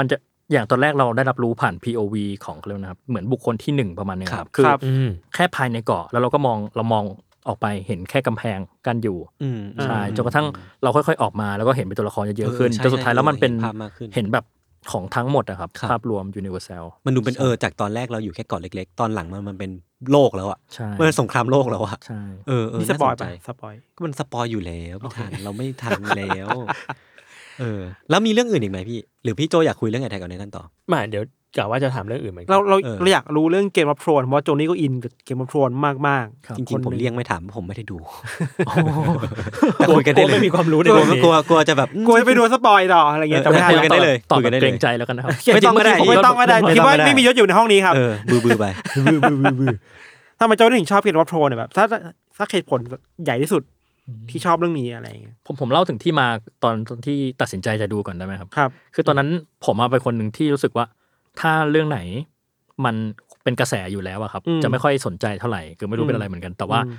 Speaker 4: มันจะอย่างตอนแรกเราได้รับรู้ผ่าน POV ของเขาเรียกนะครับเหมือนบุคคลที่หนึ่งประมาณเนี้ยครับคือ
Speaker 3: ครับ
Speaker 5: อืม
Speaker 4: แค่ภายในเกาะแล้วเราก็มองเรามองออกไปเห็นแค่กำแพงกันอยู่
Speaker 2: อืม
Speaker 4: ใช่จนกระทั่งเราค่อยๆออกมาแล้วก็เห็นเป็นตัวละครเยอะๆขึ้น
Speaker 2: เออใช่
Speaker 4: แต่สุดท้ายแล้วมันเป็น
Speaker 2: เห็นภาพมากขึ้น
Speaker 4: เห็นแบบของทั้งหมดอะครับ
Speaker 2: ครับ
Speaker 4: ภาพรวม universal
Speaker 2: มันดูเป็นเออจากตอนแรกเราอยู่แค่เกาะเล็ก ๆ ตอนหลังมันมันเป็นโลกแล้วอ่ะ
Speaker 4: ใช่
Speaker 2: มันเป็นสงครามโลกแล้วอ่ะ
Speaker 4: ใช่
Speaker 2: เออเออ
Speaker 3: นี่ส
Speaker 2: น่า
Speaker 3: ป
Speaker 2: ส
Speaker 3: อย
Speaker 2: น
Speaker 3: ล์
Speaker 2: ใจ
Speaker 3: ปะสปอยล์
Speaker 2: ก็มันสปอยอยู่แล้วพี่ทันเราไม่ทันแล้ว เออ แล้วมีเรื่องอื่นอีกไหมพี่ หรือพี่โจอยากคุยเรื่องอะไรกับในนั้นต่อ
Speaker 5: มาเดี๋ยวกะว่าจะถามเรื่องอื่นเหมือนกั
Speaker 3: เราเรา
Speaker 2: เออ
Speaker 3: เราอยากรู้เรื่องเกมอัพโทนเพราะโจนี่ก็อินกับเกมอัพโทนมากมากๆ
Speaker 2: จริงๆผม
Speaker 3: คนหนึ่
Speaker 2: เลี่ยงไม่ถามผมไม่ได้
Speaker 3: <laughs>
Speaker 2: ดู
Speaker 4: โอ้
Speaker 2: แต่คุยกันได้เลย
Speaker 5: ไม่มีความรู้ใน
Speaker 2: กลัว
Speaker 5: เรื่องนี้
Speaker 2: กลัวกลัวจะแบบ
Speaker 3: กลัวจะไปโดนสปอยต่ออะไรเงี้ยแต่ไม่ได้
Speaker 2: คุยกันได้เลย
Speaker 4: ตอบ
Speaker 2: คุย
Speaker 4: แบ
Speaker 2: กับ นได้เลย
Speaker 4: เกรงใจแล้วกันนะครับ
Speaker 2: ไม่ต้องก็ได้
Speaker 4: จริๆ
Speaker 3: ไม่ต้องก็ได้
Speaker 4: ผ
Speaker 3: คิดว่า
Speaker 2: ไม่ต้องก็ได้
Speaker 3: ไม่มียศอยู่ในห้องนี้ครับ
Speaker 2: เออบือบือไป
Speaker 5: บื้อบื้อบื้อบื้อ
Speaker 3: ทำไมโจนี่ถึงชอบเกมอัพโทนเนี่ยแบบถ้าถ้าเหตุผลใหญ่ที่สุดที่ชอบเรื่องนี้อะไรเงี้ย
Speaker 4: ผมผมเล่าถึงที่มาตอนตอนที่ตัดสินใจจะดูก่อนได้ไหมครับ
Speaker 3: ครับ
Speaker 4: คือตอนนั้นผมมาเป็นคนหนึ่งที่รู้สึกว่า ถ้าเรื่องไหนมันเป็นกระแสอยู่แล้วอะครับ
Speaker 3: อืม
Speaker 4: จะไม่ค่อยสนใจเท่าไหร่คือไม่รู้เป็นอะไรเหมือนกัน แต่ว่า
Speaker 3: อืม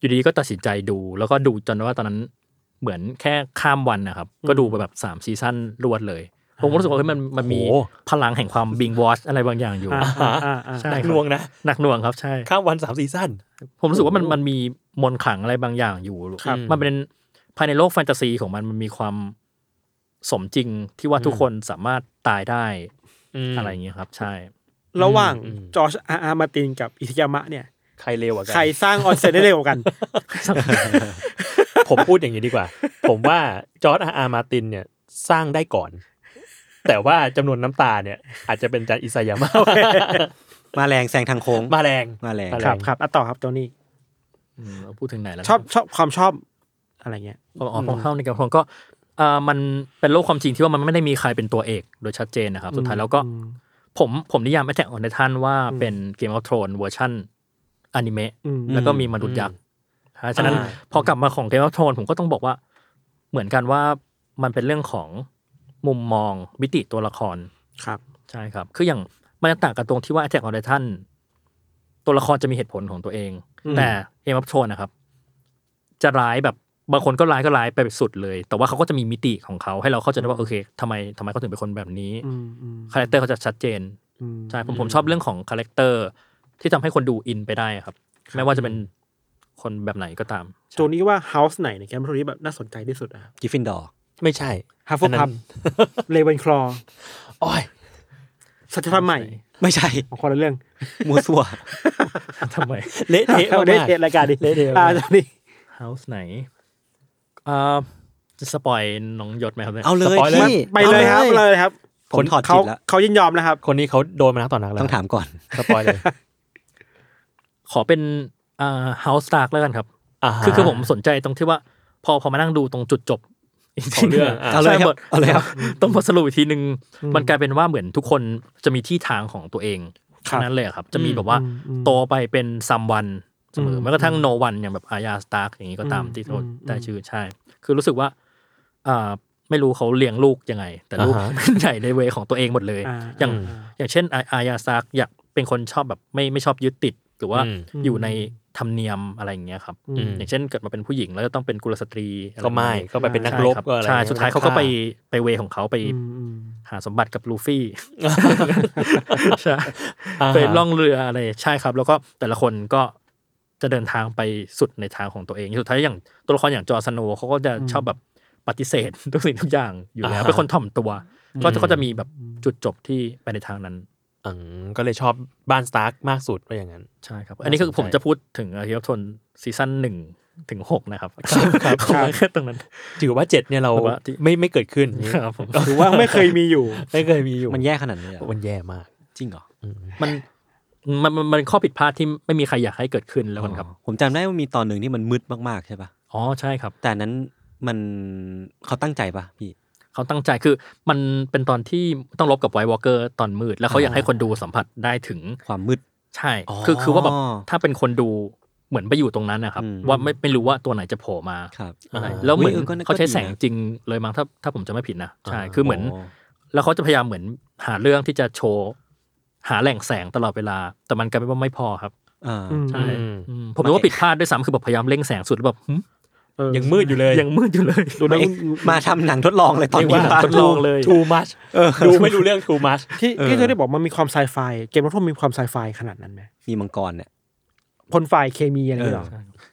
Speaker 4: อยู่ดีก็ตัดสินใจดู แล้วก็ดูจนว่าตอนนั้นเหมือนแค่ข้ามวันนะครับ ก็ดูไปแบบสามซีซั่นรวดเลย ผมรู้สึกว่าเฮ้ยมันมันมีพลังแห่งความบิงวอชอะไรบางอย่างอยู่
Speaker 3: อ่า
Speaker 4: ใช่
Speaker 5: หนัก
Speaker 4: ครับ
Speaker 5: หน่วงนะ
Speaker 4: หนักหน่วงครับใช่
Speaker 5: ข้ามวันสามซีซั่น
Speaker 4: ผมรู้สึกว่ามันมันมีมนต์ขลังอะไรบางอย่างอยู่
Speaker 5: ครับ
Speaker 4: มันเป็นภายในโลกแฟนตาซีของมันมันมีความสมจริงที่ว่าทุกคนสามารถตายได้อะไรอย่างเงี้ยครับ ใช่
Speaker 3: ระหว่าง
Speaker 5: อืม
Speaker 3: จอชอาร์อาร์มาร์ตินกับอิทยามะเนี่ย
Speaker 5: ใครเลวกว่ากัน
Speaker 3: ใครสร้างออนเซนได้เร็วกว่ากัน
Speaker 5: ผมพูดอย่างนี้ดีกว่า <laughs> ผมว่าจอร์ดอาร์อาร์มาร์ตินเนี่ยสร้างได้ก่อน แต่ว่าจำนวนน้ำตาเนี่ย อาจจะเป็นอาจารย์อิสยามะ <laughs>
Speaker 2: มาแรงแซงทางโค้ง
Speaker 5: มาแรง
Speaker 2: มาแรง
Speaker 5: มาแง
Speaker 3: ครับครับอ่ะต่อครับโจนี่
Speaker 4: อืมเราพูดถึงไหนแล้วนะ
Speaker 3: ชอบชอบความชอบอะไรเงี้ย
Speaker 4: อ๋ออ๋อของเข้าในกระพงก็เอ่อมันเป็นโลกความจริงที่ว่ามันไม่ได้มีใครเป็นตัวเอกโดยชัดเจนนะครับ สุดท้ายแล้วก็ผมผมนิยามแอ t แทกออนไททันว่าเป็นเกมออฟทรอนเวอร์ชันอนิเมะ
Speaker 3: อืม
Speaker 4: แล้วก็มีมนุษย์ยักษ์อ่าฉะนั้น
Speaker 5: อ่า
Speaker 4: พอกลับมาของเกมออฟทรอนผมก็ต้องบอกว่า เหมือนกันว่ามันเป็นเรื่องของมุมมองมิติตัวละคร
Speaker 3: ครับ
Speaker 4: ใช่ครับ คืออย่างมันจะต่างกันตรงที่ว่า Attack on Titan ตัวละครจะมีเหตุผลของตัวเอง
Speaker 3: อืม
Speaker 4: แต่ Game of Thrones นะครับ จะร้ายแบบบางคนก็ร้ายก็ร้ายไปสุดเลย แต่ว่าเขาก็จะมีมิติของเขาให้เราเข้าใจได้ว่าโอเคทำไมทำไมเขาถึงเป็นคนแบบนี้
Speaker 3: อืมอืม
Speaker 4: คาแรคเตอร์เขาจะชัดเจน
Speaker 3: อืม
Speaker 4: ใช่ผมผมชอบเรื่องของคาแรคเตอร์ที่ทำให้คนดูอินไปได้ครับ ไม่ว่าจะเป็นคนแบบไหนก็ตาม
Speaker 3: โจนี่ว่าเฮาส์ไหนในแคมป์โทนี้แบบน่าสนใจที่สุดอะ
Speaker 2: กิฟฟินดอร์
Speaker 5: ไม่ใช่
Speaker 3: ฮัฟเฟิลพับเลเวนคลอ
Speaker 5: โอ้ย
Speaker 3: สัจธรรมใหม่
Speaker 2: ไม่ใช่
Speaker 3: ของคนละเรื่อง
Speaker 2: มัวซัว
Speaker 4: <laughs> ทำไม
Speaker 5: เละเทะ
Speaker 3: เอา
Speaker 5: มาก
Speaker 3: ได้เทศรายการดิ
Speaker 5: เละ
Speaker 3: อ่าม
Speaker 5: เทะาก
Speaker 3: โจนี่
Speaker 4: House ไหนอ่าจะสปอยน้องยศไหมครับนี่ย
Speaker 2: เอาเลย
Speaker 5: สปอยเล
Speaker 2: พี่
Speaker 5: ย
Speaker 3: ไปเลยครับ
Speaker 2: เอาเลย
Speaker 3: เลยครับ
Speaker 2: ผมถอด
Speaker 3: เขา
Speaker 2: จิตแล้ว
Speaker 3: เขายินยอมนะครับ
Speaker 5: คนนี้เขาโดนมานักต่อนักแล้ว
Speaker 2: ต้องถามก่อน
Speaker 5: สปอย
Speaker 4: <laughs>
Speaker 5: เลย
Speaker 4: ขอเป็นอ่า House Stark แล้วกันครับ
Speaker 5: าฮะ
Speaker 4: คือคือผมสนใจตรงที่ว่า พอพอมานั่งดูตรงจุดจบ
Speaker 5: ของเรื่อง
Speaker 2: เอา
Speaker 5: อ่ะ
Speaker 2: เลย
Speaker 4: ใช่
Speaker 2: ครับ
Speaker 4: หมด
Speaker 2: เอาเลยครับ
Speaker 4: ต้องบทสรุปอีกทีหนึ่ง
Speaker 3: อืม
Speaker 4: มันกลายเป็นว่าเหมือนทุกคนจะมีที่ทางของตัวเอง
Speaker 3: ครับ
Speaker 4: ทั้งนั้นเลยอะครับ จะมี
Speaker 5: อืม
Speaker 4: แบบว่า
Speaker 3: อืมอืม
Speaker 4: โตไปเป็นซัมวันเสมอ
Speaker 3: ม
Speaker 4: แม้กระทั่งโนวันอย่างแบบอาญาสตาร์กอย่างนี้ก็ตาม
Speaker 3: อืม
Speaker 4: ที่
Speaker 3: อืม
Speaker 4: ได้ชื่อใช่ คือรู้สึกว่าอ่าไม่รู้เขาเลี้ยงลูกยังไง แต่ลูก
Speaker 5: อ่าฮะ
Speaker 4: เป็นใหญ่ในเวของตัวเองหมดเลย
Speaker 3: อ่า
Speaker 4: อย่าง
Speaker 3: อ่า
Speaker 4: อย่างเช่นอาอาญาสตาร์กอยากเป็นคนชอบแบบไม่ไม่ชอบยึดติด หรือว่า
Speaker 5: อืม
Speaker 4: อยู่ในธรรมเนียมอะไรอย่างเงี้ยครับ
Speaker 3: อืม
Speaker 4: อย่างเช่นเกิดมาเป็นผู้หญิงแล้วจะต้องเป็นกุลสตรีอะร
Speaker 5: ก็ไม่
Speaker 4: ประาณนี้
Speaker 5: ก็ไปเป็นนัก
Speaker 4: ใช่
Speaker 5: รบ
Speaker 4: ค
Speaker 5: ก็อะไร
Speaker 4: ใช่สุดท้ายเขาก็ไปไปเวของเขาไป
Speaker 3: อืมอืม
Speaker 4: หาสมบัติกับลูฟี่
Speaker 5: อ่า
Speaker 4: ใช่
Speaker 5: อ่าฮะ
Speaker 4: ไปล่องเรืออะไรใช่ครับ แล้วก็แต่ละคนก็จะเดินทางไปสุดในทางของตัวเองสุดท้ายอย่างตัวละครอย่างจอร์สโนว์เขาก็จะ
Speaker 3: อืม
Speaker 4: ชอบแบบปฏิเสธ <laughs> ทุกสิ่งทุกอย่างอยู่แล้ว
Speaker 5: อ่าฮะ
Speaker 4: เป็นคนถ่อมตัว ก็จะก็จะมีแบบจุดจบที่ไปในทางนั้น
Speaker 5: อืมก็เลยชอบบ้านสตาร์กมากสุดว่าอย่างนั้น
Speaker 4: ใช่ครับ อันนี้คือ
Speaker 5: น่าสนใจ
Speaker 4: ผมจะพูดถึงอาชีพทนซีซั่นหนึ่งถึงหก <laughs> นะครับผมว่าแค่ตรงนั้น
Speaker 5: ถือว่าเจ็ดเนี่ยเรา
Speaker 4: แต่ว่าที่
Speaker 5: ไม่ไม่เกิดขึ้นอย่างนี้
Speaker 4: ครับผม
Speaker 3: ถือว่าไม่เคยมีอยู่
Speaker 5: ไม่เคยมีอยู่
Speaker 2: มันแย่ขนาดนี้เหรอ
Speaker 5: โอ้มันแย่มาก
Speaker 2: จริงเหรอ
Speaker 5: อืม
Speaker 4: มันมันมันมันข้อผิดพลาดที่ไม่มีใครอยากให้เกิดขึ้นแล้วกันครับ
Speaker 2: ผมจำได้ว่ามีตอนหนึ่งที่มันมืดมากๆใช่ปะ
Speaker 4: อ๋อใช่ครับ
Speaker 2: แต่อันนั้นมันเขาตั้งใจปะพี่
Speaker 4: เขาตั้งใจคือมันเป็นตอนที่ต้องลบกับไวท์วอลเกอร์ตอนมืด แล้วเขาอยากให้คนดูสัมผัสได้ถึง
Speaker 2: ความมืด
Speaker 4: ใช่
Speaker 2: อ๋อ
Speaker 4: คือคือว่าแบบถ้าเป็นคนดูเหมือนไปอยู่ตรงนั้นนะครับ
Speaker 2: อืม
Speaker 4: ว่าไม่ไม่รู้ว่าตัวไหนจะโผล่มา
Speaker 2: ครับ
Speaker 4: อะไร
Speaker 2: อ่า
Speaker 4: แล้วเหมือน
Speaker 2: ยก็
Speaker 4: เขาใช้
Speaker 2: ก็ดีนะ
Speaker 4: แสงจริงเลยมั้งถ้าถ้าผมจะไม่ผิดนะใช่คือเหมือน
Speaker 2: โ
Speaker 4: แล้วเขาจะพยายามเหมือนหาเรื่องที่จะโชว์ หาแหล่งแสงตลอดเวลา แต่มันกลายเป็นว่าไม่พอครับ
Speaker 2: อ่า
Speaker 4: ใช่
Speaker 5: อืม
Speaker 4: อืมผมนึกว่าผิดพลาดด้วยซ้ำคือแบบพยายามเร่งแสงสุดแล้วแบบหึ
Speaker 3: เออ
Speaker 5: ยังมืดอยู่เลย
Speaker 4: <laughs> ยังมืดอยู่เลย
Speaker 3: ดูแล้ว
Speaker 2: มาทำหนังทดลองเลยตอน
Speaker 5: เรียก
Speaker 2: นี้
Speaker 5: ว่า
Speaker 2: ปะ
Speaker 4: ทดลองเลย
Speaker 5: too much ดูไม่รู้เรื่อง too much
Speaker 3: ที่
Speaker 2: เออ
Speaker 3: ที่เธอได้บอกมันมีความไซไฟเกมรับทุ่มมีความไซไฟขนาดนั้นไหม
Speaker 2: มีมังกรเนี่ย
Speaker 3: พ่นไฟเคมีอะไรอย่างเงี้ยเหรอ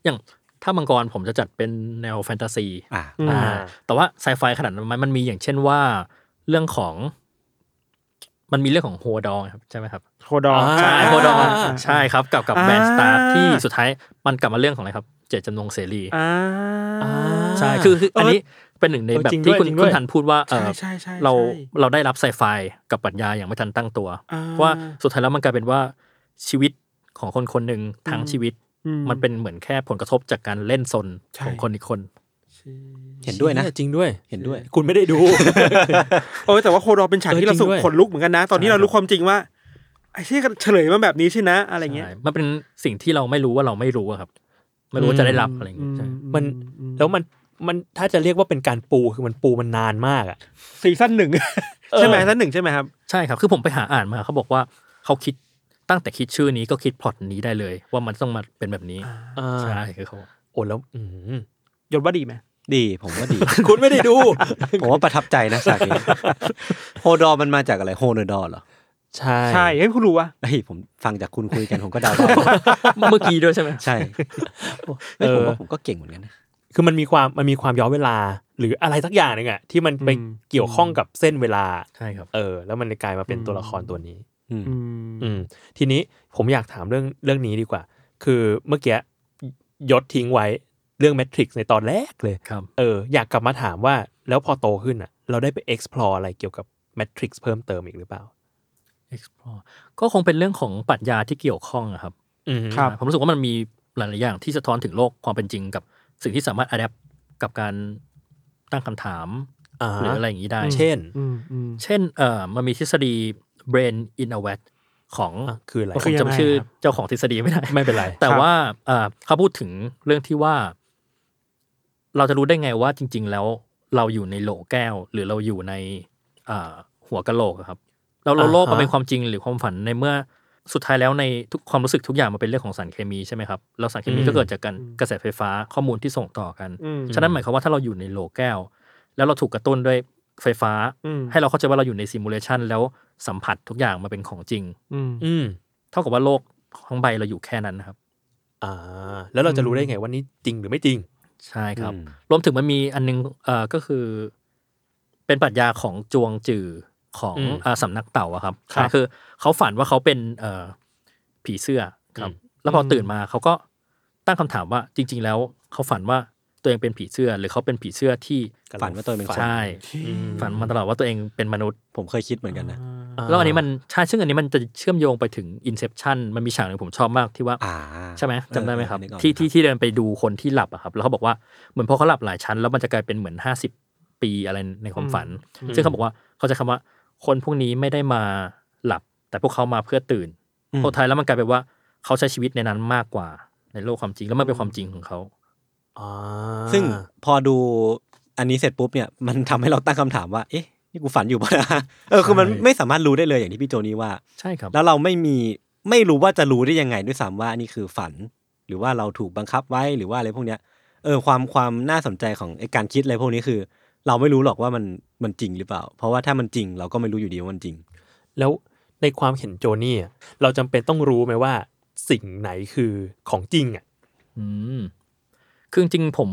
Speaker 4: อย่างถ้ามังกรผมจะจัดเป็นแนวแฟนตาซี
Speaker 2: อ่า
Speaker 3: อืม
Speaker 4: อ่าแต่ว่าไซไฟขนาดนั้นไหมมันมีอย่างเช่นว่าเรื่องของ มันมีเรื่องของโฮดองครับใช่ไหมครับ
Speaker 3: โคดอง
Speaker 5: อ่า
Speaker 4: ใช่โฮดอง
Speaker 3: า
Speaker 4: ใช่ครับกับกับแบน
Speaker 3: อ่า
Speaker 4: สตาร์ที่สุดท้ายมันกลับมาเรื่องของอะไรครับ เจตจำนงเสรี
Speaker 3: อ่า
Speaker 4: ใช่คือคืออันนี้เป็นหนึ่งใน
Speaker 5: เออ
Speaker 4: แบบ
Speaker 5: จริงด้
Speaker 4: ที่
Speaker 5: วย
Speaker 4: คุณ
Speaker 5: จริงด้
Speaker 4: คุ
Speaker 5: ว
Speaker 4: ณ
Speaker 5: ย
Speaker 4: ทันพูดว่าเอ
Speaker 3: ใช่
Speaker 4: อ
Speaker 3: ใช่ใช่
Speaker 4: เรา
Speaker 3: ใช่
Speaker 4: เราได้รับไซไฟกับปรัชญาอย่างไม่ทันตั้งตัว
Speaker 3: อ่า
Speaker 4: เพราะว่าสุดท้ายแล้วมันกลายเป็นว่าชีวิตของคนคนหนึ่งทั้ง
Speaker 3: อืม
Speaker 4: ชีวิต
Speaker 3: อื
Speaker 4: มันเป็นเหมือนแค่ผลกระทบจากการเล่นซน
Speaker 3: ใช่
Speaker 4: ของคนอีกคน
Speaker 2: เห็นด้วยนะ
Speaker 5: จริงด้วย
Speaker 2: เห็นด้วย
Speaker 5: คุณไม่ได้ดู
Speaker 3: เออแต่ว่าโคดองเป็นฉากที่
Speaker 5: เออจริ
Speaker 3: เรา
Speaker 5: ง
Speaker 3: สุก
Speaker 5: ด้วย
Speaker 3: ขนลุกเหมือนกันนะ ตอนที่เรารู้ความจริงว่าไอ้ที่เฉลยมาแบบนี้ใช่นะ อะไรเงี้ย
Speaker 4: ใช่มันเป็นสิ่งที่เราไม่รู้ว่าเราไม่รู้อะครับ ไม่รู้ว่าจะได้รับอะไรอย่าง
Speaker 3: อื
Speaker 4: เงี้ยใช่
Speaker 3: อื
Speaker 5: มัน
Speaker 3: อื
Speaker 5: แล้วมันมันถ้าจะเรียกว่าเป็นการปูคือมันปูมันนานมากอ่ะ
Speaker 3: ซีซั่นหนึ่ง ใช่ไหม
Speaker 5: เออ
Speaker 3: ซีซั่นหนึ่งใช่ไหมครับ
Speaker 4: ใช่ครับ คือผมไปหาอ่านมาเขาบอกว่าเขาคิดตั้งแต่คิดชื่อนี้ก็คิดพล็อตนี้ได้เลย ว่ามันต้องมาเป็นแบบนี้ใช่คือเขา
Speaker 5: โอ้แล้วอืม
Speaker 3: ยนต์ว่าดีไหม
Speaker 2: ดี ผมว่า
Speaker 4: <laughs>
Speaker 2: ดี
Speaker 5: คุณไม่ได้ดู
Speaker 2: <laughs> ผมว่าประทับใจนะฉากนี้โฮดอร์มันมาจากอะไรโฮเนดอร์เหรอ
Speaker 5: ใช่
Speaker 3: ใช่เฮ้ยคุณรู้วะ
Speaker 2: เฮ้ยผมฟังจากคุณคุยกันผมก็เดาได้
Speaker 4: <laughs>
Speaker 2: <laughs>
Speaker 4: เมื่อกี้ด้วยใช่ไหม
Speaker 2: ใช่เฮ้ยผมว่าผมก็เก่งเหมือนกันนะ
Speaker 5: คือมันมีความมันมีความย้อนเวลา หรืออะไรสักอย่างหนึ่งอ่ะที่มันไปเกี่ยวข้องกับเส้นเวลา
Speaker 4: ใช่ครับ
Speaker 5: เออ แล้วมันเลยกลายมาเป็นตัวละครตัวนี้
Speaker 2: อืม
Speaker 3: อืม
Speaker 5: อืมทีนี้ผมอยากถามเรื่องเรื่องนี้ดีกว่า คือเมื่อกี้ยศทิ้งไว้เรื่องแมทริกซ์ในตอนแรกเลย
Speaker 4: ครับ
Speaker 5: เอออยากกลับมาถามว่าแล้วพอโตขึ้นอ่ะ เราได้ไป explore อะไรเกี่ยวกับแมทริกซ์เพิ่มเติมอีกหรือเปล่า
Speaker 4: explore ก็คงเป็นเรื่องของปรัชญาที่เกี่ยวข้องอะครับ
Speaker 5: อืม
Speaker 3: ครับ
Speaker 4: ผมรู้สึกว่ามันมีหลาย ๆ อย่างที่สะท้อนถึงโลกความเป็นจริงกับสิ่งที่สามารถอัดแอปกับการตั้งคำถาม
Speaker 5: อ่า
Speaker 4: หรืออะไรอย่างนี้ได้
Speaker 5: เช่น
Speaker 3: อืมอืม
Speaker 4: เช่นเอ่อมันมีทฤษฎี brain in a vat ของ
Speaker 5: อ่ะคืออะไร
Speaker 3: ก็
Speaker 4: ผม
Speaker 3: ยังไง
Speaker 4: จำชื่อ
Speaker 3: ครับ
Speaker 4: เจ้าของทฤษฎีไม่ได้
Speaker 5: ไม่เป็นไร
Speaker 4: แต่ว่าเอ่อเขาพูดถึงเรื่องที่ว่า เราจะรู้ได้ไงว่าจริง ๆ แล้วเราอยู่ในโหลแก้ว หรือเราอยู่ในเอ่อหัวกะโหลกอะครับเราเรา
Speaker 5: อ่าฮะ
Speaker 4: โลกมันเป็นความจริงหรือความฝันในเมื่อสุดท้ายแล้วในทุกความรู้สึกทุกอย่างมันเป็นเรื่องของสารเคมีใช่ไหมครับแล้วสารเคมีก็เกิดจากการกระแสไฟฟ้าข้อมูลที่ส่งต่อกัน
Speaker 3: อืม
Speaker 4: ฉะนั้นหมายความว่าถ้าเราอยู่ในโหลแก้ว แล้วเราถูกกระตุ้นด้วยไฟฟ้า
Speaker 3: อืม
Speaker 4: ให้เราเข้าใจว่าเราอยู่ในซิมูเลชันแล้วสัมผัสทุกอย่างมาเป็นของจริง
Speaker 3: อืม
Speaker 5: อืม
Speaker 4: เท่ากับว่าโลกทั้งใบเราอยู่แค่นั้นนะครับ
Speaker 5: อ่า แล้วเราจะรู้ได้ไงว่านี่จริงหรือไม่จริง
Speaker 4: ใช่ครับ
Speaker 2: อืม
Speaker 4: รวมถึงมันมีอันนึงเอ่อก็คือ เป็นปรัชญาของจวงจือของ
Speaker 5: อืม
Speaker 4: เอ่อสำนักเต่าอะครับ
Speaker 5: ครับ
Speaker 4: ก็คือเขาฝันว่าเขาเป็นเอ่อผีเสื้อครับ
Speaker 5: อืม
Speaker 4: แล้วพออ
Speaker 3: ม
Speaker 4: ตื่นมาเขาก็ตั้งคำถามว่าจริง ๆ แล้วเขาฝันว่าตัวเองเป็นผีเสื้อ หรือเขาเป็นผีเสื้อที่
Speaker 2: ฝันว่าตัวเองเป็นคน
Speaker 4: ใช่ฝันมาตลอดว่าตัวเองเป็นมนุษย์
Speaker 2: ผมเคยคิดเหมือนกันนะ
Speaker 4: แล้วอันนี้มันใช่ซึ่งอันนี้มันจะเชื่อมโยงไปถึง Inception มันมีฉากหนึ่งผมชอบมากที่ว่า
Speaker 2: อ่า
Speaker 4: ใช่ไหมจำได้ไหมครับ
Speaker 2: เออเออนึกออก
Speaker 4: ที่ที่ที่เดินไปดูคนที่หลับอะครับ แล้วเขาบอกว่าเหมือนพอเขาหลับหลายชั้นแล้วมันจะกลายเป็นเหมือนห้าสิบ ปีอะไรในความฝัน
Speaker 3: อืม
Speaker 4: ซึ่งเขาบอกว่าเขาจะคำว่าคนพวกนี้ไม่ได้มาหลับ แต่พวกเขามาเพื่อตื่น
Speaker 2: อืม
Speaker 4: สุดท้ายแล้วมันกลายเป็นว่าเขาใช้ชีวิตในนั้นมากกว่าในโลกความจริงแล้วมันเป็นความจริงของเขา
Speaker 5: อ่า
Speaker 2: ซึ่งพอดูอันนี้เสร็จปุ๊บเนี่ย <laughs> มันทำให้เราตั้งคำถามว่า เอ๊ะนี่กูฝันอยู่ปะนะเออคือมันไม่สามารถรู้ได้เลยอย่างที่พี่โจนี้ว่า
Speaker 4: ใช่ครับ
Speaker 2: แล้วเราไม่มีไม่รู้ว่าจะรู้ได้ยังไงด้วยซ้ำว่านี่คือฝัน หรือว่าเราถูกบังคับไว้หรือว่าอะไรพวกเนี้ยเออความความน่าสนใจของไอการคิดอะไรพวกนี้คือ เราไม่รู้หรอกว่ามันมันจริงหรือเปล่า เพราะว่าถ้ามันจริงเราก็ไม่รู้อยู่ดีว่ามันจริง
Speaker 5: แล้วในความเห็นโจนี่อะเราจำเป็นต้องรู้ไหมว่าสิ่งไหนคือของจริงอ่ะ
Speaker 4: อืมคือจริงๆผม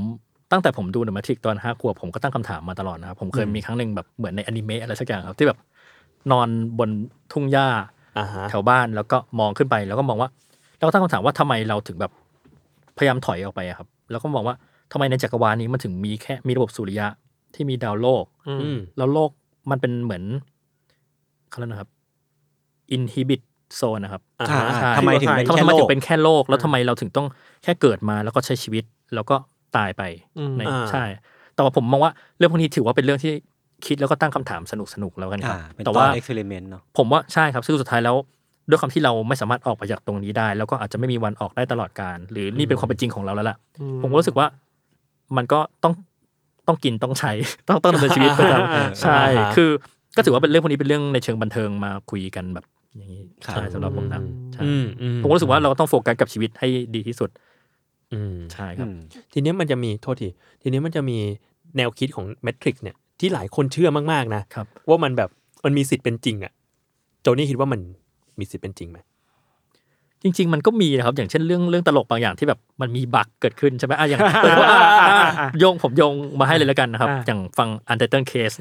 Speaker 4: ตั้งแต่ผมดูเดอะแมทริกตอนห้าขวบผมก็ตั้งคำถามมาตลอดนะครับ ผมเคยมีครั้งหนึ่งแบบเหมือนในอนิเมะอะไรสักอย่างครับ ที่แบบนอนบนทุ่งหญ้า
Speaker 5: อ่าฮะ
Speaker 4: แถวบ้านแล้วก็มองขึ้นไป แล้วก็มองว่าเราก็ตั้งคำถามว่าทำไมเราถึงแบบพยายามถอยออกไปอะครับ แล้วก็มองว่าทำไมในจักรวาลนี้มันถึงมีแค่มีระบบสุริยะที่มีดาวโลก
Speaker 3: อื
Speaker 5: อื
Speaker 3: ม
Speaker 5: ม
Speaker 4: แล้วโลกมันเป็นเหมือนเขาเรียกนะครับ inhibit zone นะครับ
Speaker 5: อ่าฮะ
Speaker 4: ใช่
Speaker 2: ทำไมถึงเป็น
Speaker 4: ทำ
Speaker 2: แค่
Speaker 4: ไมทำไม
Speaker 2: โล
Speaker 4: ถึ
Speaker 2: ก
Speaker 4: งเป็นแค่โลก แล้วทำไมเราถึงต้องแค่เกิดมาแล้วก็ใช้ชีวิตแล้วก็ตายไป
Speaker 3: อืม
Speaker 4: ใน
Speaker 5: อ่า
Speaker 4: ใช่ แต่ว่าผมมองว่าเรื่องพวกนี้ถือว่าเป็นเรื่องที่คิดแล้วก็ตั้งคำถามสนุกสนุกๆแล้วกันค
Speaker 2: อ่า
Speaker 4: รับ
Speaker 2: เป็นต
Speaker 4: แต่
Speaker 2: อ
Speaker 4: ว่าน
Speaker 2: เอ็กซ์เพร์เมนต์เนาะ
Speaker 4: ผมว่าใช่ครับซึ่งสุดท้ายแล้วด้วยความที่เราไม่สามารถออกไปจากตรงนี้ได้ แล้วก็อาจจะไม่มีวันออกได้ตลอดการ หรือนี่เป็นความเป็นจริงของเราแล้วล่ะ
Speaker 3: อื
Speaker 4: ผมก็รู้สึกว่ามันก็ต้องต้องกินต้องใช้ <laughs> ต้องต้องดำเนินชีวิตไปตาม
Speaker 5: อ่า
Speaker 4: ใช่
Speaker 5: อ่าฮะ
Speaker 4: คือก็ถือว่าเป็นเรื่องพวกนี้เป็นเรื่องในเชิงบันเทิงมาคุยกันแบบอย่างนี้ใช่สำหรับผมนะใช่
Speaker 5: อืมอื
Speaker 4: ผมก็รู้สึกว่าเราก็ต้องโฟกัสกับชีวิตให้ดีที่สุด
Speaker 5: อืม
Speaker 4: ใช่ครับ
Speaker 2: อืม
Speaker 5: ทีเนี้ยมันจะมีโทษที ทีเนี้ยมันจะมีแนวคิดของแมทริกซ์เนี่ยที่หลายคนเชื่อมากๆนะครับ ว่ามันแบบมันมีสิทธิ์เป็นจริงอะโจนี่คิดว่ามันมีสิทธิ์เป็นจริงไหม
Speaker 4: จริง ๆ มันก็มีนะครับ อย่างเช่นเรื่องเรื่องตลกบางอย่างที่แบบมันมีบั๊กเกิดขึ้นใช่ไหมอ่ะอย่าง ผมว่าอ่ะอ่ะอ่ะโยงผมโยงมาให้เลยแล้วกันนะครับ
Speaker 3: อ่ะ
Speaker 4: อย่างฟัง u n t i t l e d Case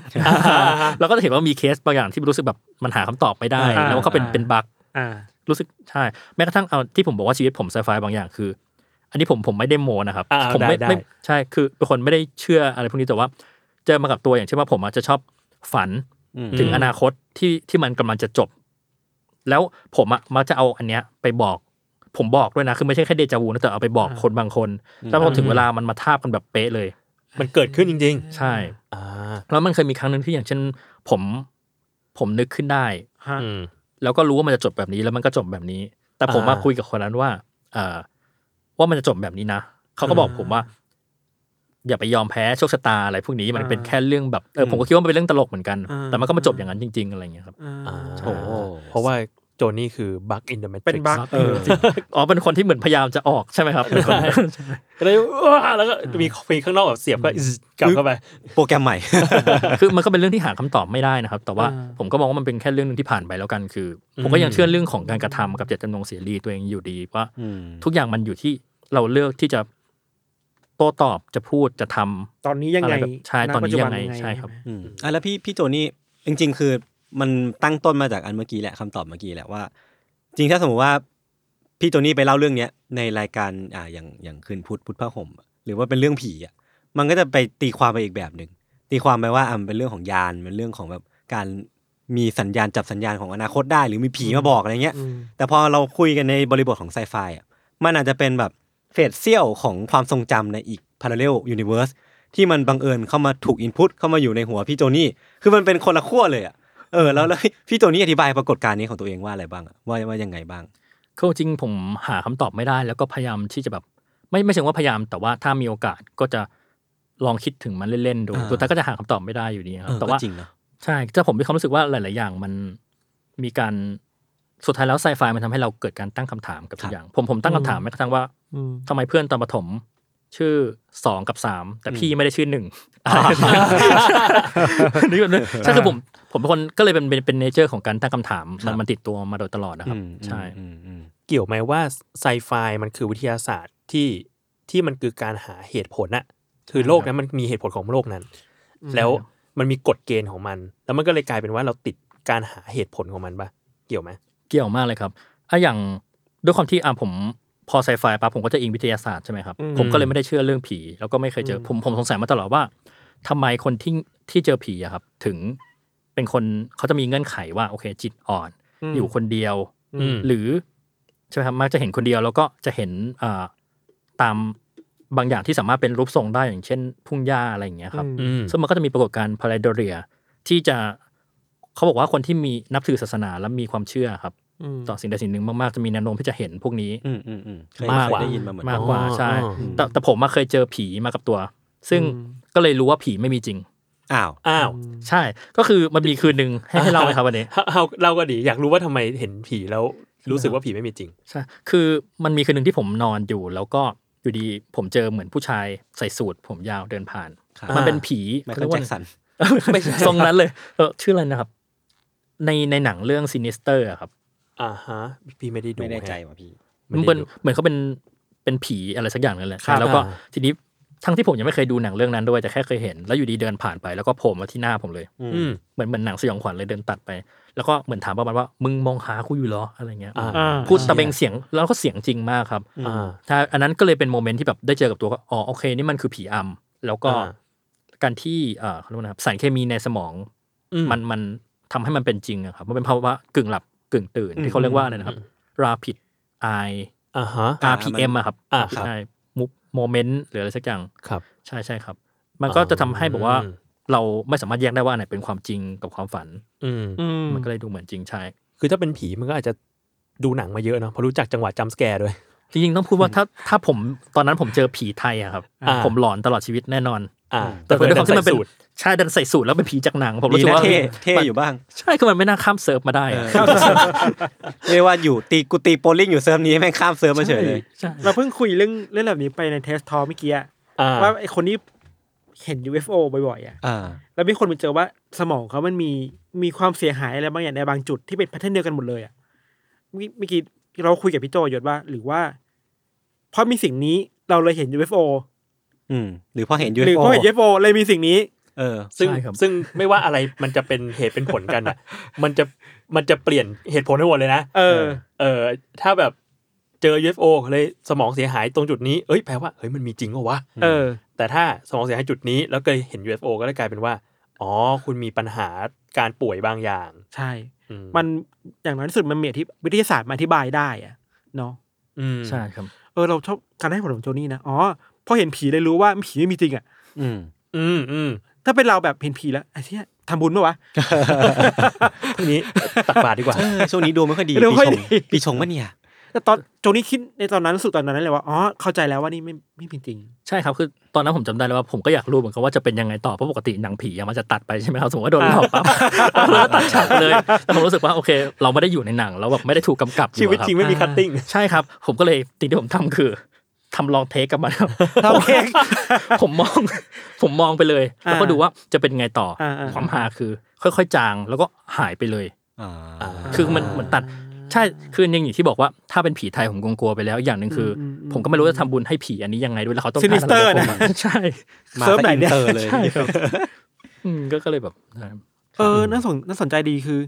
Speaker 4: เราก็จะเห็นว่ามีเคสบางอย่างที่รู้สึกแบบมันหาคำตอบไม่ได้
Speaker 2: อ่า
Speaker 4: แล้วก็เป็นเป็นบั๊ก
Speaker 3: อ่า
Speaker 4: รู้สึกใช่แม้กระทั่งเอาที่ผมบอกว่าชีวิตผมไซไฟบางอย่างคือ อันนี้ผมผมไม่ได้โมนะครับ
Speaker 5: อ่า
Speaker 4: ผมไม่
Speaker 5: ได้ได้
Speaker 4: ไม่ใช่คือเป็นคนไม่ได้เชื่ออะไรพวกนี้แต่ว่า เจอมากับตัวอย่างเช่นว่าผมอาจจะชอบฝัน
Speaker 2: อืม
Speaker 4: ถึงอนาคตที่ที่มันกำลังจะจบ แล้วผมอะมักจะเอาอันเนี้ยไปบอก ผมบอกด้วยนะ คือไม่ใช่แค่เดจาวูนะแต่เอาไปบอก
Speaker 3: อ่า
Speaker 4: คนบางคน แล้วพอถึงเวลามันมาทาบกันแบบเป๊ะเลย
Speaker 5: มันเกิดขึ้นจริง
Speaker 4: ใช่
Speaker 5: ๆ อ่า
Speaker 4: แล้วมันเคยมีครั้งหนึ่งที่อย่างเช่น ผม ผมนึกขึ้นได้
Speaker 3: ฮะ
Speaker 5: อืม
Speaker 4: แล้วก็รู้ว่ามันจะจบแบบนี้แล้วมันก็จบแบบนี้ แต่ผมมา
Speaker 5: อ่า
Speaker 4: คุยกับคนนั้นว่าเอ่อว่ามันจะจบแบบนี้นะเขาก็บอกผมว่า อย่าไปยอมแพ้โชคชะตาอะไรพวกนี้มันเป็นแค่เรื่องแบบเออผมก็คิดว่ามันเป็นเรื่องตลกเหมือนกัน แต่มันก็มาจบอย่างนั้นจริง ๆอะไรอย่างเงี้ยครับ
Speaker 3: อ่า
Speaker 5: อ่า
Speaker 2: โอ้โห
Speaker 5: เพราะว่าโจนี่คือบั g กอินเดอะแมท
Speaker 3: เป็
Speaker 5: ริ
Speaker 3: น
Speaker 5: ก
Speaker 3: บั๊ก
Speaker 4: เอออ๋อเป็นคนที่เหมือนพยายามจะออกใช่ไหมครับเป็นคน
Speaker 5: แล้วว้าแล้วก็มีฟีข้างนอกแบบเสียบก็อิ๊ดกลับเข้าไป
Speaker 2: โปรแกรมใหม่
Speaker 4: คือมันก็เป็นเรื่องที่หาคำตอบไม่ได้นะครับ แต่ว่า
Speaker 3: อ่า
Speaker 4: ผมก็มองว่ามันเป็นแค่เรื่องหนึงที่ผ่านไปแล้วกันคืออ
Speaker 5: ม
Speaker 4: ผมก็ยังเชื่อเรื่องของการกระทำกับเจตจำนงเสรีตัวเองอยู่ดีว่า
Speaker 2: อืม
Speaker 4: ทุกอย่างมันอยู่ที่เราเลือกที่จะโต้ตอบจะพูดจะทำ
Speaker 3: ตอนนี้ยังไง
Speaker 4: อะไรแบบใช่
Speaker 3: ณ
Speaker 4: ตอนนี้
Speaker 3: ปัจจุบั
Speaker 4: ยังไงใช่ครับ
Speaker 3: ไหม
Speaker 2: อืมอ่ะแล้วพี่พี่โจนี่จริง ๆ คือมันตั้งต้นมาจากอันเมื่อกี้แหละคำตอบเมื่อกี้แหละว่า จริงถ้าสมมติว่าพี่โจนี่ไปเล่าเรื่องเนี้ยในรายการอ่าอย่างอย่างคืนพุธพุธพระห่มอะหรือว่าเป็นเรื่องผีอ่ะมันก็จะไปตีความไปอีกแบบหนึ่งตีความไปว่าอ่ะมันเป็นเรื่องของยานมันเรื่องของแบบการมีสัญญาณจับสัญญาณของอนาคตได้ หรือมีผีมาบอกอะไรเงี้ย
Speaker 3: อืม
Speaker 2: แต่พอเราคุยกันในบริบทของไซไฟอ่ะมันอาจจะเป็นแบบเฟสเซี่ยวของความทรงจำในอีกพาราเรลยูนิเวอร์ส ที่มันบังเอิญเข้ามาถูกอินพุตเข้ามาอยู่ในหัวพี่โจนี่ คือมันเป็นคนละขั้วเลยอ่ะ เออแล้วแล้วพี่พี่โจนี่อธิบายปรากฏการณ์นี้ของตัวเองว่าอะไรบ้างอะว่าว่ายังไงบ้าง
Speaker 4: คือจริงๆผมหาคำตอบไม่ได้ แล้วก็พยายามที่จะแบบ ไม่ไม่เชิงว่าพยายาม แต่ว่าถ้ามีโอกาสก็จะลองคิดถึงมันเล่นๆดู
Speaker 2: อ่า
Speaker 4: สุดท้ายก็จะหาคำตอบไม่ได้อยู่ดีครั
Speaker 2: เอบ อ
Speaker 4: แต่ว่า
Speaker 2: ก็จริงเนอะ
Speaker 4: ใช่แต่ผมมีความรู้สึกว่าหลาย ๆ อย่างมันมีการสุดท้ายแล้วไซไฟมันทำให้เราเกิดการตั้งคำถามกับทุกอย่าง ผมผมตั้งคำถามแม้กระทั่งว่า
Speaker 3: อืม
Speaker 4: ทำไมเพื่อนตอนประถม ชื่อสองกับสามแต่พี่ไม่ได้ชื่อหนึ่ง <laughs> นี่แบบนี้ใช่คือผม ผมเป็นคนก็เลยเป็นเป็นเป็นเนเจอร์ของการตั้งคำถามมันมันติดตัวมาโดยตลอดนะครับ
Speaker 2: อืม
Speaker 4: ใช่
Speaker 2: อืมอืม
Speaker 5: เกี่ยวไหมว่าไซไฟมันคือวิทยาศาสตร์ที่ที่มันคือการหาเหตุผลอะคือโลกนั้นมันมีเหตุผลของโลกนั้น แล้วมันมีกฎเกณฑ์ของมัน แล้วมันก็เลยกลายเป็นว่าเราติดการหาเหตุผลของมันปะเกี่ยวไหม
Speaker 4: เกี่ยวมากเลยครับอะอย่างด้วยความที่อ่ะผมพอไซไฟปั๊บผมก็จะอิงวิทยาศาสตร์ใช่ไหมครับ
Speaker 3: อืม
Speaker 4: ผมก็เลยไม่ได้เชื่อเรื่องผี แล้วก็ไม่เคยเจออ
Speaker 3: ม
Speaker 4: ผมผมสงสัยมาตลอดว่าทำไมคนที่ที่เจอผีอะครับ ถึงเป็นคนเขาจะมีเงื่อนไขว่าโอเค จิตอ่อน
Speaker 3: ม
Speaker 4: อยู่คนเดียว
Speaker 5: อืม
Speaker 4: หรือใช่ไหมครับมักจะเห็นคนเดียวแล้วก็จะเห็นเอ่อตาม บางอย่างที่สามารถเป็นรูปทรงได้อย่างเช่น ทุ่งหญ้าอะไรอย่างเงี้ยครับ
Speaker 5: อืม
Speaker 4: ซึ่งมันก็จะมีปรากฏการณ์พาราโดเรียที่จะเขาบอกว่าคนที่มีนับถือศาสนาและมีความเชื่อครับ
Speaker 3: อืม
Speaker 4: ต่อสิ่งใดสิ่งหนึ่งมากๆจะมีแนวโน้มที่จะเห็นพวกนี้
Speaker 2: อืมอืมอืมเคย
Speaker 4: มาก
Speaker 2: เค
Speaker 4: ก
Speaker 2: ย
Speaker 4: ว่า
Speaker 2: ได้ยินมาเหมือน
Speaker 4: มา
Speaker 2: น
Speaker 4: กกว่าใช่แต่แต่ผมมาเคยเจอผีมากับตัว ซึ่งก็เลยรู้ว่าผีไม่มีจริง
Speaker 2: อ้าว
Speaker 5: อ้าว
Speaker 4: ใช่ ก็คือมันมีคืนหนึ่งให้ให้เล่าไหมครับ
Speaker 5: <laughs>
Speaker 4: วันนี้
Speaker 5: เฮาเฮาเราก็ดี อยากรู้ว่าทำไมเห็นผีแล้วรู้สึกว่าผีไม่มีจริง
Speaker 4: ใช่ คือมันมีคืนหนึ่งที่ผมนอนอยู่ แล้วก็อยู่ดีผมเจอเหมือนผู้ชายใส่สูทผมยาวเดินผ่าน
Speaker 2: ครับ
Speaker 4: มัน
Speaker 5: อ่า
Speaker 4: เป็นผี
Speaker 2: ไม
Speaker 4: เขา
Speaker 2: เคิล
Speaker 4: เรียก
Speaker 2: แจ็
Speaker 4: ว่า
Speaker 2: คสัน
Speaker 4: <laughs> ไม่ใช่ทรงนั้นเลยเออชื่ออะไรนะครับ ในในหนังเรื่องซินิสเตอร์ครับ
Speaker 5: อ่าฮะพี่ไม่ได้ดู
Speaker 2: ไม่แน่ใจ
Speaker 5: ฮะ
Speaker 2: ว่ะพี่
Speaker 4: มันเป็นเหมือนเขาเป็นเป็นผีอะไรสักอย่างนั่นแหละ
Speaker 5: ครับ
Speaker 4: แล้วก็
Speaker 5: อ่า
Speaker 4: ทีนี้ทั้งที่ผมยังไม่เคยดูหนังเรื่องนั้นด้วยแต่แค่เคยเห็น แล้วอยู่ดีเดินผ่านไปแล้วก็โผล่มาที่หน้าผมเลย
Speaker 5: อืม
Speaker 4: เหมือนเหมือนหนังสยองขวัญเลยเดินตัดไป แล้วก็เหมือนถามประมาณว่ามึงมองหากูอยู่เหรออะไรเงี้ย
Speaker 5: อ่า
Speaker 3: อ่า
Speaker 4: พูดตะเบงเสียงแล้วก็เสียงจริงมากครับ
Speaker 5: อ่า
Speaker 4: ถ้าอันนั้นก็เลยเป็นโมเมนต์ที่แบบได้เจอกับตัวก็อ๋อโอเคนี่มันคือผีอำแล้วก็
Speaker 5: อ่า
Speaker 4: การที่เอ่อเขาเรียกว่านะครับสารเคมีในสมอง
Speaker 5: อื
Speaker 4: มันมันทำให้มันเป็นจริงอะครับ มันเป็นภาวะกึ่งหลับกึ่งตื่น ที่เขาเรียกว่าอะไรนะครับ rapid eye
Speaker 5: อ่าฮะ
Speaker 2: อ่า
Speaker 4: RPM อะครับ
Speaker 5: อ่า
Speaker 4: rapid
Speaker 5: ครับ
Speaker 4: eye move moment หรืออะไรสักอย่าง
Speaker 5: ครับ
Speaker 4: ใช่ใช่ครับ มันก็จะทำให้แบบว่า
Speaker 5: อืม
Speaker 4: เราไม่สามารถแยกได้ว่าอันไหนเป็นความจริงกับความฝัน
Speaker 5: อืม
Speaker 3: อืม
Speaker 4: มันก็เลยดูเหมือนจริงใช่
Speaker 5: คือถ้าเป็นผีมันก็อาจจะดูหนังมาเยอะเนาะเพราะรู้จักจังหวะจัมสแกร์ด้วย
Speaker 4: จริงๆต้องพูดว่าถ้าถ้าผมตอนนั้นผมเจอผีไทยอะครับ
Speaker 5: อ่า
Speaker 4: ผมหลอนตลอดชีวิตแน่นอน
Speaker 5: อ่า
Speaker 4: แต่ด้วยความที่มันเป็น
Speaker 5: ใส่สูตร
Speaker 4: ใช่ดันใส่สูตรแล้วเป็นผีจากหนัง ผม
Speaker 2: ดี
Speaker 4: รู้สึก
Speaker 2: นะ
Speaker 4: ว่า
Speaker 2: เท่เท่
Speaker 4: มัน
Speaker 2: อยู่บ้าง
Speaker 4: ใช่คือมันไม่น่าข้ามเซิร์ฟมาได้อะ
Speaker 2: เออเรียกว่าอยู่ตีกูตีโปลลิงอยู่เซิร์ฟนี้แม่งข้ามเซิร์ฟมาเฉยเลย
Speaker 4: ใช่
Speaker 3: เราเพิ่งคุยเรื่องเรื่องแบบนี้ไปในเทสทอเมื่อกี้อะ
Speaker 5: อ่า
Speaker 3: ว่าไอคนที่เห็น UFO บ่อยๆอ่ะ
Speaker 2: อ่า
Speaker 3: แล้วมีคนไปเจอว่าสมองเขามันมีมีความเสียหายอะไรบางอย่างในบางจุดที่เป็นแพทเทิร์นเดียวกันหมดเลยอ่ะเมื่อเมื่อกี้เราคุยกับพี่โจหยศว่า หรือว่าเพราะมีสิ่งนี้เราเลยเห็น UFO
Speaker 2: อืม หรือพอเห็นยู
Speaker 3: หรือ
Speaker 2: โอ
Speaker 3: เพราะเห็น UFO เลยมีสิ่งนี้
Speaker 2: เออ
Speaker 5: ซึ่ง
Speaker 4: ใช่ครับ
Speaker 5: ซึ่งไม่ว่าอะไรมันจะเป็นเหตุเป็นผลกันอ่ะ <laughs> มันจะมันจะเปลี่ยนเหตุผลทั้งหมดเลยนะ
Speaker 3: เออ
Speaker 5: เออถ้าแบบเจอ UFO เลยสมองเสียหายตรงจุดนี้เอ้ยแปลว่าเฮ้ยมันมีจริงเหรอวะ
Speaker 3: เออ
Speaker 5: แต่ถ้าสมองเสียหายจุดนี้แล้วเคยเห็น UFO ก็เลยกลายเป็นว่าอ๋อคุณมีปัญหาการป่วยบางอย่าง
Speaker 3: ใช่
Speaker 5: อื
Speaker 3: มันอย่างน้อยที่สุดมันมีที่วิทยาศาสตร์มาอธิบายได้อ่ะเนาะ
Speaker 5: อืม
Speaker 4: ใช่ครับ
Speaker 3: เออเราชอบการให้ผลของโจนี่นะอ๋อพอเห็นผีเลยรู้ว่าผีไม่มีจริงอ่ะ
Speaker 2: อืม
Speaker 5: อืมอืม
Speaker 3: ถ้าเป็นเราแบบเห็นผีแล้วไอ้ที่ทำบุญปะวะ
Speaker 5: ทีนี้ตักบาตรดีกว่า
Speaker 2: เออ ช่วงนี้ดวงไม่ค่อยดี
Speaker 3: ด
Speaker 2: ปี
Speaker 3: วงไม่
Speaker 2: ช
Speaker 3: ค่อย
Speaker 2: ง
Speaker 3: ดี
Speaker 2: ปีชงปะเนี่ย
Speaker 3: แต่ตอนโจนี่คิดในตอนนั้นรู้สึกตอนนั้นเลยว่าอ๋อเข้าใจแล้วว่านี่ไม่ไม่เป็นจริง
Speaker 4: ใช่ครับคือตอนนั้นผมจำได้เลยว่าผมก็อยากรู้เหมือนกันว่าจะเป็นยังไงต่อเพราะปกติหนังผีอะมันจะตัดไปใช่ไหมครับสมมติว่าโดนหลอกปั๊บ แล้วก็ตัดฉากไปเลยแต่ผมรู้สึกว่าโอเค เราไม่ได้อยู่ในหนังเราแบบไม่ได้ถูกกำกับอยู่
Speaker 5: ชีวิต
Speaker 4: อะครับ
Speaker 5: จริงไม่มีคัตติ้ง
Speaker 4: ใช่ครับ ผมก็เลยสิ่งที่ผมทำคือทำลองเทคกับมันครับ
Speaker 3: ลองเทค
Speaker 4: ผมมอง <laughs> ผมมองไปเลยแล้วก็
Speaker 3: อ่า
Speaker 4: ดูว่าจะเป็นไงต่ออา ความหาคือ ค่อยๆจางแล้วก็หายไปเลย
Speaker 2: อ่า
Speaker 4: คือมันเหมือนตัด ใช่คืออย่างที่บอกว่าถ้าเป็นผีไทยผมกลัวๆไปแล้วอย่างหนึ่งคือ
Speaker 3: มอ
Speaker 4: อ
Speaker 3: ืม
Speaker 4: ผมก็ไม่รู้จะทำบุญให้ผีอันนี้ยังไงด้วยแล้วเขาต้องการอะไร
Speaker 3: Sinister
Speaker 4: จากผม
Speaker 3: นะ
Speaker 4: อะ <laughs> ใช่
Speaker 2: มา
Speaker 3: เซิร์ฟไหน
Speaker 2: ซะอิน
Speaker 3: เนี่ย
Speaker 2: เตอร์เลย
Speaker 4: ใช่ครับ อืมก็ก็เลยแบบ
Speaker 3: เออน่าสนน่าสนใจดีคือ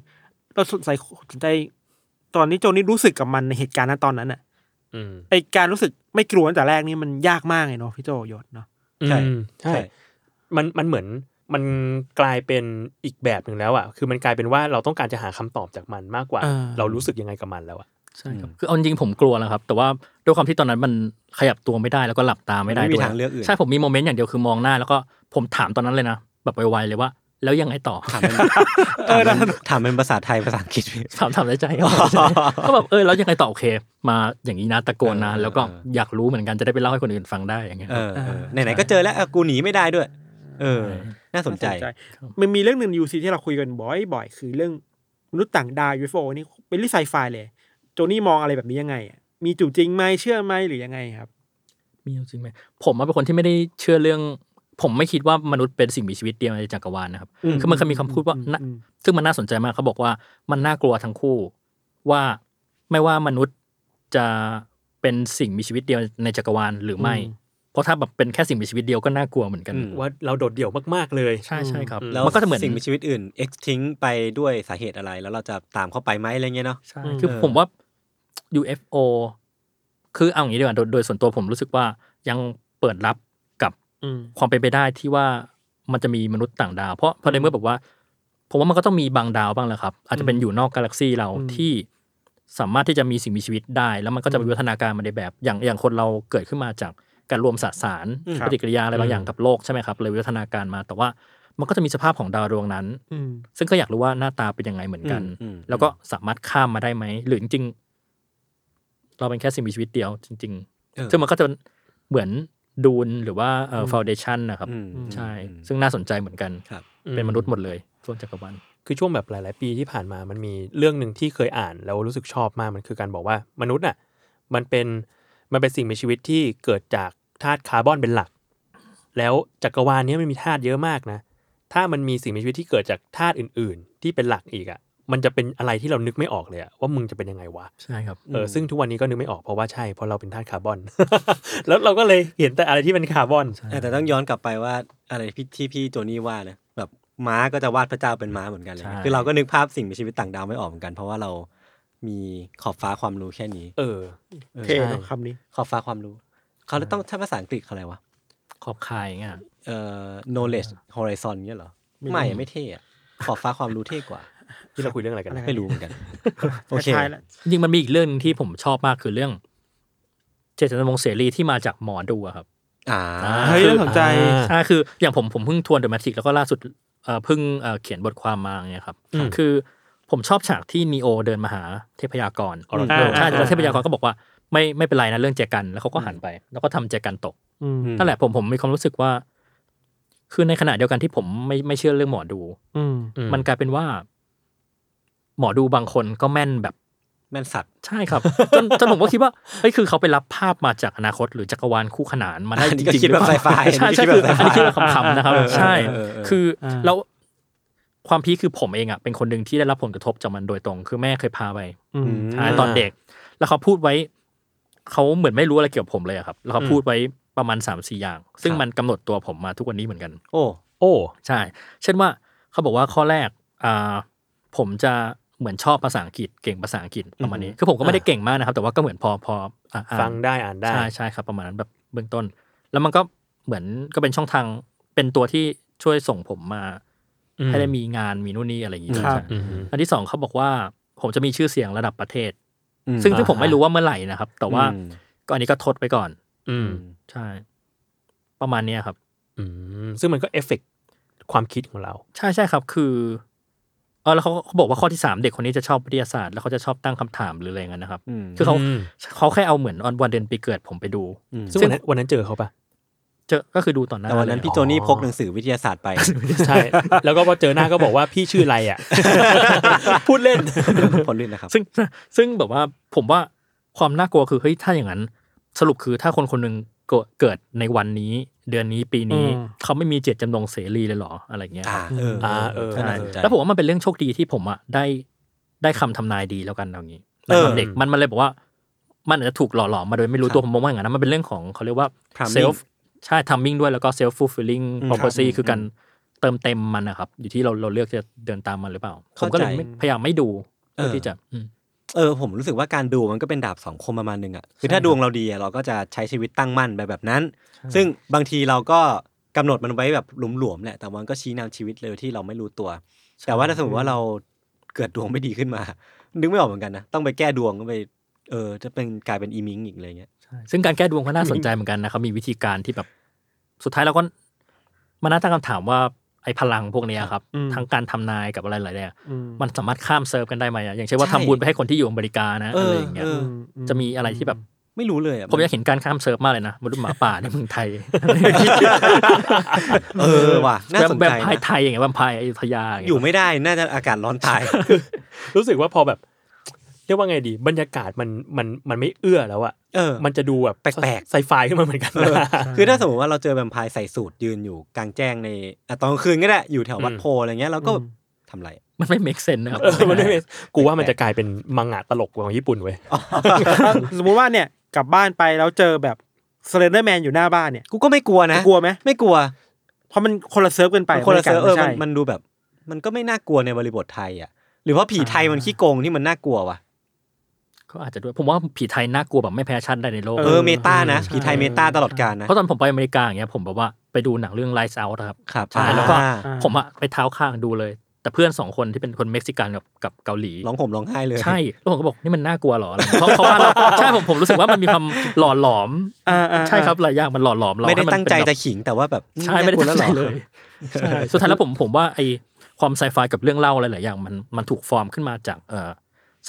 Speaker 3: เราสนใจสนใจ ตอนนี้โจนี่รู้สึกกับมันในเหตุการณ์ณตอนนั้นน่ะ
Speaker 5: อืม
Speaker 3: ไอการรู้สึกไม่กลัวตั้งแต่แรกนี่มันยากมากเลยเนาะพี่โจยศเนาะ
Speaker 2: ใช่
Speaker 5: อืมใช่ มันมันเหมือนมันกลายเป็นอีกแบบหนึ่งแล้วอ่ะ คือมันกลายเป็นว่าเราต้องการจะหาคำตอบจากมันมากกว่า
Speaker 3: อ่า
Speaker 5: เรารู้สึกยังไงกับมันแล้วอ่ะ
Speaker 4: ใช่ครับคือเอาจริงๆผมกลัวแล้วครับ แต่ว่าด้วยความที่ตอนนั้นมันขยับตัวไม่ได้แล้วก็หลับตาไม่ได้
Speaker 2: มันไม่มี
Speaker 4: ด้วย
Speaker 2: ทางเลือกอื่น
Speaker 4: ใช่ผมมีโมเมนต์อย่างเดียวคือมองหน้า แล้วก็ผมถามตอนนั้นเลยนะแบบไวๆเลยว่า แล้วยังไงต่อ <laughs>
Speaker 2: ถามเป็นถามเป็นถามเป็นภาษาไทยภาษาอังกฤษพี่
Speaker 4: ถามถามในใจ <laughs> ครับก็แบบเออแล้วยังไงต่อโอเค มาอย่างนี้นะตะโกน
Speaker 2: เอ
Speaker 4: นะ
Speaker 2: อเออ
Speaker 4: แล้วก็อยากรู้เหมือนกันจะได้ไปเล่าให้คนอื่นฟังได้อย่างเงี้ย
Speaker 2: เออเออไหนๆก็เจอแล้วเออกูหนีไม่ได้ด้วย เออ น่าสนใจ
Speaker 3: มันมีเรื่องหนึ่งยูซีที่เราคุยกันบ่อยบ่อยๆคือเรื่องมนุษย์ต่างดาว UFO นี่เป็นเรื่องไซไฟเลย โจนี่มองอะไรแบบนี้ยังไงอะมีจู่จริงไหมเชื่อไหมหรือยังไงครับ
Speaker 4: มีจริงไหมผมอะเป็นคนที่ไม่ได้เชื่อเรื่อง ผมไม่คิดว่ามนุษย์เป็นสิ่งมีชีวิตเดียวในจักรวาลนะครับ
Speaker 3: อืม
Speaker 4: คือมันเคยมีคำพูดว่า
Speaker 3: อืม
Speaker 4: นะ
Speaker 3: อืม
Speaker 4: ซึ่งมันน่าสนใจมากเขาบอกว่ามันน่ากลัวทั้งคู่ ว่าไม่ว่ามนุษย์จะเป็นสิ่งมีชีวิตเดียวในจักรวาลหรือไม่ เพราะถ้าแบบเป็นแค่สิ่งมีชีวิตเดียวก็น่ากลัวเหมือนกัน
Speaker 2: อืม
Speaker 5: ว่าเราโดดเดี่ยวมากๆเลย
Speaker 4: ใช่ใช่ครับ
Speaker 5: อืม
Speaker 2: แล้ว
Speaker 4: มันก็จะเหมือน
Speaker 2: สิ่งมีชีวิตอื่น e x t i n c t ไปด้วยสาเหตุอะไร แล้วเราจะตามเข้าไปไหมอะไรเงี้ยเนาะ
Speaker 4: ใช่
Speaker 3: อืม
Speaker 4: คือผมว่า UFO คือเอาอย่างนี้ดีกว่าโดยโดยส่วนตัวผมรู้สึกว่ายังเปิดรับกับ
Speaker 3: อืม
Speaker 4: ความเป็นไปได้ที่ว่ามันจะมีมนุษย์ต่างดาว เพราะเพราะในเมื่อแบบว่า ผมว่ามันก็ต้องมีบางดาวบ้างแหละครับ อาจจะเป็นอยู่นอกกาแล็กซีเรา
Speaker 3: อืม
Speaker 4: ที่สามารถที่จะมีสิ่งมีชีวิตได้ แล้วมันก็จะมีวัฒนาการมาในแบบ อย่างอย่างคนเราเกิดขึ้นมาจาก การรวมสสาร
Speaker 2: อืม
Speaker 4: ปฏิกิริยาอะไรบางอย่างกับโลกใช่ไหมครับเลยวิวัฒนาการมา แต่ว่ามันก็จะมีสภาพของดาวดวงนั้น
Speaker 3: อืม
Speaker 4: ซึ่งก็อยากรู้ว่าหน้าตาเป็นยังไงเหมือนกัน
Speaker 2: อืมอืม
Speaker 4: แล้วก็สามารถข้ามมาได้ไหม หรือจริงๆ เราเป็นแค่สิ่งมีชีวิตเดียวจริง
Speaker 2: เออ
Speaker 4: ๆ ซึ่งมันก็จะเหมือนดูนหรือว่าเอ่อฟาวเดชันนะครับ
Speaker 2: อืม
Speaker 4: ใช่ ซึ่งน่าสนใจเหมือนกัน
Speaker 2: ครับ
Speaker 4: เป็นมนุษย์หมดเลยทั่วจักรวาล
Speaker 5: คือช่วงแบบหลาย ๆ ปีที่ผ่านมามันมีเรื่องหนึ่งที่เคยอ่าน แล้วรู้สึกชอบมากมันคือการบอกว่ามนุษย์น่ะมันเป็นมันเป็นสิ่งมีชีวิตที่เกิดจากธาตุคาร์บอนเป็นหลัก แล้วจักรวาลเนี้ยมันมีธาตุเยอะมากนะ ถ้ามันมีสิ่งมีชีวิตที่เกิดจากธาตุอื่น ๆ ที่เป็นหลักอีกอ่ะมันจะเป็นอะไรที่เรานึกไม่ออกเลยอะว่ามึงจะเป็นยังไงวะ
Speaker 4: ใช่ครับ
Speaker 5: เออซึ่งทุกวันนี้ก็นึกไม่ออกเพราะว่าใช่เพราะเราเป็นธาตุคาร์บอน <laughs> แล้วเราก็เลยเห็นแต่อะไรที่เป็นคาร์บอน
Speaker 2: เออแต่ต้องย้อนกลับไปว่าอะไรพี่ที่พี่โจนี่ว่านะแบบม้าก็จะวาดพระเจ้าเป็นม้าเหมือนกันเลย
Speaker 4: ใช่
Speaker 2: คือเราก็นึกภาพสิ่งมีชีวิตต่างดาวไม่ออกเหมือนกัน เพราะว่าเรามีขอบฟ้าความรู้แค่นี้
Speaker 5: เออ
Speaker 2: เออ
Speaker 3: เท่
Speaker 2: ใช่
Speaker 3: เนอะคำนี้
Speaker 2: ขอบฟ้าความรู้ เขาต้องใช้ภาษาอังกฤษเขาอะไรวะ
Speaker 4: ขอบคายอย่างเงี้ย
Speaker 2: เอ่อ knowledge horizon เนี่ยเหรอไม่ไม่เท่อะขอบฟ้าความรู้เท่กว่า
Speaker 5: ที่เราคุยเรื่องอะไรกันนะ
Speaker 2: <laughs> ไม่รู้เหมือนกัน <laughs> โอเค
Speaker 3: ท้ายๆแล้ว
Speaker 4: จริงๆมันมีอีกเรื่องหนึ่งที่ผมชอบมากคือเรื่อง เจตจำนงเสรีที่มาจากหมอดูอะครับ
Speaker 2: อ่า
Speaker 3: เฮ้ยน่าสนใจ
Speaker 5: อ่า
Speaker 4: ใช่คืออย่างผมผมเพิ่งทวนเดอะแมทริกแล้วก็ล่าสุดเอ่อเพิ่งเอ่อเขียนบทความมาเนี่ยครับ
Speaker 5: อืม
Speaker 4: คือผมชอบฉากที่นีโอเดินมาหาเทพยากร
Speaker 5: อ๋อเหรอ
Speaker 4: เออใช่
Speaker 3: อ่า
Speaker 4: แล้วเทพยากรก็บอกว่าไม่ไม่เป็นไรนะเรื่องแจกันแล้วเขาก็หันไป แล้วก็ทำแจกันตก
Speaker 3: อืม
Speaker 4: นั่นแหละผมผมมีความรู้สึกว่า คือในขณะเดียวกันที่ผมไม่ไม่เชื่อเรื่องหมอดู
Speaker 3: อืม
Speaker 5: อื
Speaker 4: มันกลายเป็นว่า หมอดูบางคนก็แม่นแบบ
Speaker 2: แม่นสัตว์
Speaker 4: ใช่
Speaker 2: <laughs>
Speaker 4: ครับ จนจนผมก็คิดว่าเฮ้ยคือเขาไปรับภาพมาจากอนาคตหรือจักรวาลคู่ขนานมาได้
Speaker 2: อัน
Speaker 4: จ
Speaker 2: นี้ก็
Speaker 4: ริงๆ
Speaker 2: คิดแบบ
Speaker 4: หรือเปล่
Speaker 2: sci-fi
Speaker 4: ใช่
Speaker 2: อันนี้
Speaker 4: ใช่
Speaker 2: คิด
Speaker 4: คือ
Speaker 2: แบบ
Speaker 4: อันนี้คิดแบบ
Speaker 2: sci-fi
Speaker 4: คำๆนะครับ ใช่
Speaker 2: เออเออ
Speaker 4: คือ
Speaker 3: เออ
Speaker 4: แล้วความพีคคือผมเองอ่ะเป็นคนหนึ่งที่ได้รับผลกระทบจากมันโดยตรง คือแม่เคยพาไป
Speaker 3: อืม
Speaker 4: ใช่ตอนเด็ก แล้วเขาพูดไว้เขาเหมือนไม่รู้อะไรเกี่ยวกับผมเลยอะครับ แล้วเขาพูดไว้ประมาณสามสี่อย่าง ซึ่งมันกำหนดตัวผมมาทุกวันนี้เหมือนกัน
Speaker 2: โอ้
Speaker 5: โอ้
Speaker 4: ใช่ เช่นว่าเขาบอกว่าข้อแรกอ่าผมจะเหมือนชอบภาษาอังกฤษ เก่งภาษาอังกฤษประมาณนี้ คือผมก็ไม่ได้เก่งมากนะครับ แต่ว่าก็เหมือนพอพออ่ะอ่าน
Speaker 5: ฟังได้อ่านได้
Speaker 4: ใช่ใช่ครับประมาณนั้นแบบเบื้องต้น แล้วมันก็เหมือนก็เป็นช่องทางเป็นตัวที่ช่วยส่งผมมา
Speaker 5: อืม
Speaker 4: ให้ได้มีงานมีนู่นนี่อะไรอย่างนี้
Speaker 3: ครับ
Speaker 4: ใช่
Speaker 5: อืม
Speaker 4: อันที่สองเขาบอกว่าผมจะมีชื่อเสียงระดับประเทศ
Speaker 2: อื
Speaker 4: ซึ่งซึ่ง
Speaker 5: อ่า
Speaker 4: ผมไม่รู้ว่าเมื่อไหร่นะครับ แต่ว่า
Speaker 2: อืม
Speaker 4: ก็อันนี้ก็ทดไปก่อน
Speaker 5: อืม
Speaker 4: ใช่ ประมาณเนี้ยครับ
Speaker 5: อืมซึ่งมันก็เอฟเฟกต์ความคิดของเรา
Speaker 4: ใช่ใช่ครับคือเออแล้วเขาเขาบอกว่าข้อที่สามเด็กคนนี้จะชอบวิทยาศาสตร์ แล้วเขาจะชอบตั้งคำถามหรืออะไรเงี้ยนะครับ
Speaker 2: อืม
Speaker 4: คือเขา
Speaker 5: อืม
Speaker 4: เขาแค่เอาเหมือนวันเดือนปีเกิดผมไปดู
Speaker 5: ซึ่งวันนั้นวันนั้นเจอเขาปะ
Speaker 4: เจอก็คือดูต่อหน้า
Speaker 2: แต่วันนั้น
Speaker 4: เลย
Speaker 2: พี่โจนี่พกหนังสือวิทยาศา
Speaker 4: <laughs>
Speaker 2: สตร์ไป
Speaker 5: ใช่ แล้วก็พอเจอหน้าก็บอกว่าพี่ชื่ออะไรอ่ะ พูดเล่น
Speaker 2: คน <laughs> ลื่นนะครับ
Speaker 4: ซึ่ง <laughs> ซึ่งแบบว่าผมว่าความน่ากลัวคือเฮ้ยถ้าอย่างนั้น สรุปคือถ้าคนคนหนึ่งเกิดเกิดในวันนี้เดือนนี้ปีนี้
Speaker 3: อืม
Speaker 4: เขาไม่มีเจตจำนงเสรีเลยเหรออะไรเงี้ยค
Speaker 2: อ่า
Speaker 4: รับ
Speaker 2: เออ
Speaker 5: อ่าเออ
Speaker 2: ก็น่าสนใจ
Speaker 4: แล้วผมว่ามันเป็นเรื่องโชคดีที่ผมอ่ะได้ได้คำทำนายดีแล้วกันเอางี้
Speaker 2: เออ
Speaker 4: ตอนเด็กมันมันเลยบอกว่า มันอาจจะถูกหล่อหลอมมาโดยไม่รู้ตัวผมมองว่าอย่างนั้นนะมันเป็นเรื่องของเขาเรียกว่า
Speaker 2: Priming
Speaker 4: เซลฟ์ใช่ทัมมิ่งด้วยแล้วก็เซลฟ์ฟูลฟิลลิ่ง
Speaker 2: อืม
Speaker 4: พอพอซี
Speaker 2: ครับ
Speaker 4: คือการเติมเต็มมันนะครับ อยู่ที่เราเราเลือกจะเดินตามมันหรือเปล่าผมก็เลยไม่
Speaker 2: เข้าใจ
Speaker 4: พยายามไม่ดู
Speaker 2: เอ
Speaker 4: เพื่อ
Speaker 2: อ
Speaker 4: ที่จะอืม
Speaker 2: เออผมรู้สึกว่าการดูมันก็เป็นดาบสองคมประมาณหนึ่งอ่ะคือถ้าดวงเราดีอะเราก็จะใช้ชีวิตตั้งมั่นไปแบบนั้น ซึ่งบางทีเราก็กำหนดมันไว้แบบหลวมๆแหละแต่มันก็ชี้นำชีวิตเลยที่เราไม่รู้ตัว แต่ว่าถ้าสมมติว่าเราเกิดดวงไม่ดีขึ้นมา นึกไม่ออกเหมือนกันนะต้องไปแก้ดวงก็ไปเออจะเป็นกลายเป็นอีมิงอีกเลยเงี้ย
Speaker 4: ใช่ซึ่งการแก้ดวงก็น่าสนใจเหมือนกันนะครับ มีวิธีการที่แบบสุดท้ายเราก็มานั่งตั้งคำถามว่าไอ้พลังพวกเนี้ยครับ
Speaker 3: อืม
Speaker 4: ทั้งการทำนายกับอะไรหลายๆอย่าง
Speaker 3: อืม
Speaker 4: มันสามารถข้ามเซิร์ฟกันได้ไหมอะอย่างเช่นว่า
Speaker 2: ใช่
Speaker 4: ทำบุญไปให้คนที่อยู่อเมริกานะ
Speaker 2: เอออ
Speaker 4: อะไรอย่างเงี้ย
Speaker 2: เออ
Speaker 3: อืมอื
Speaker 4: จะมีอะไรที่แบบ
Speaker 2: ไม่รู้เลยอ่ะ
Speaker 4: ผมอยากเห็นการข้ามเซิร์ฟมากเลยนะมนุษย์หมาป่าในเมืองไทย
Speaker 2: <laughs> เออว่ะน่าสน
Speaker 4: แบบ
Speaker 2: ใจ
Speaker 4: แวมไพาย
Speaker 2: นะ
Speaker 4: ไทยอย่างเงี้ยแวมไพายอยุธยาาง
Speaker 2: อ
Speaker 4: เงี้
Speaker 2: ยู่ไม่ได้น่าจะอากาศร้อน
Speaker 4: <laughs>
Speaker 2: ตาย
Speaker 5: รู้สึกว่าพอแบบ เรียกว่าไงดี บรรยากาศมันมันมันไม่เอื้อแล้วอ่ะ
Speaker 2: เออ
Speaker 5: มันจะดูแบบ
Speaker 2: แปลกๆ
Speaker 5: ไซไฟขึ้นมาเหมือนกันนะ
Speaker 2: คือถ้าสมมติว่าเราเจอแวมไพร์ใส่สูตรยืนอยู่กลางแจ้งในอ่ะตอนกลางคืนก็ได้อยู่แถววัด
Speaker 5: อืม
Speaker 2: โพอะไรเงี้ยเราก็ทำไร
Speaker 4: มันไม่ make sense นะครับ
Speaker 5: เออมันไม่เป็นกูว่ามันจะกลายเป็นมังงะตลกของญี่ปุ่นเว้ย
Speaker 3: ถ้าสมมุติว่าเนี่ยกลับบ้านไปแล้วเจอแบบสเลนเดอร์แมนอยู่หน้าบ้านเนี่ย
Speaker 2: กูก็ไม่กลัวนะ
Speaker 3: กลัวไหม
Speaker 2: ไม่กลัว
Speaker 3: เพราะมันคนละเซิร์ฟกันไป
Speaker 2: มันคนละเซอร์เออ
Speaker 3: ใช่
Speaker 2: มันมันดูแบบ มันก็ไม่น่ากลัวในบริบทไทยอ่ะ หรือว่าผีไทยมันขี้โกงที่มันน่ากลัววะ
Speaker 4: ก็อาจจะด้วยผมว่าผีไทยน่ากลัวแบบไม่แพ้ชาติใดในโลก
Speaker 2: เออเมตานะผีไทยเมตาตลอดกาลนะ
Speaker 4: เพราะตอนผมไปอเมริกาอย่างเงี้ยผมแบบว่าไปดูหนังเรื่อง Lights Out อะครับ
Speaker 2: ครับ
Speaker 4: ใช่แล้วก็
Speaker 2: อ่า
Speaker 3: อ่า
Speaker 4: ผมอะไปเท้าข้างดูเลย แต่เพื่อนสองคนที่เป็นคนเม็กซิกันกับกับเกาหลี
Speaker 2: ร้องห่มร้องไห้เลย
Speaker 4: ใช่แล้วผมก็บอกนี่มันน่ากลัวเหรออะไรเงี้ยเพราะเพราะว่าเราใช่ผมผมรู้สึกว่ามันมีความหล่อหลอม
Speaker 3: อ่าอ่า
Speaker 4: ใช่ครับหลายอย่างมันหล่อหลอมเรา
Speaker 2: ไม่ได้
Speaker 4: ให้น
Speaker 2: ตั้งใจ
Speaker 4: เป็นแบบ
Speaker 2: จะขิงแต่ว่าแบบ
Speaker 4: ใช่ไม่ได้ตั้งใจ
Speaker 2: น่ากวหรอ
Speaker 4: เลยใช่สุดท้ายแล้วผมผมว่าไอความไซไฟกับเรื่องเล่าอะไรหลายอย่างมันมันถูกฟอร์มขึ้นมาจากเอ่อ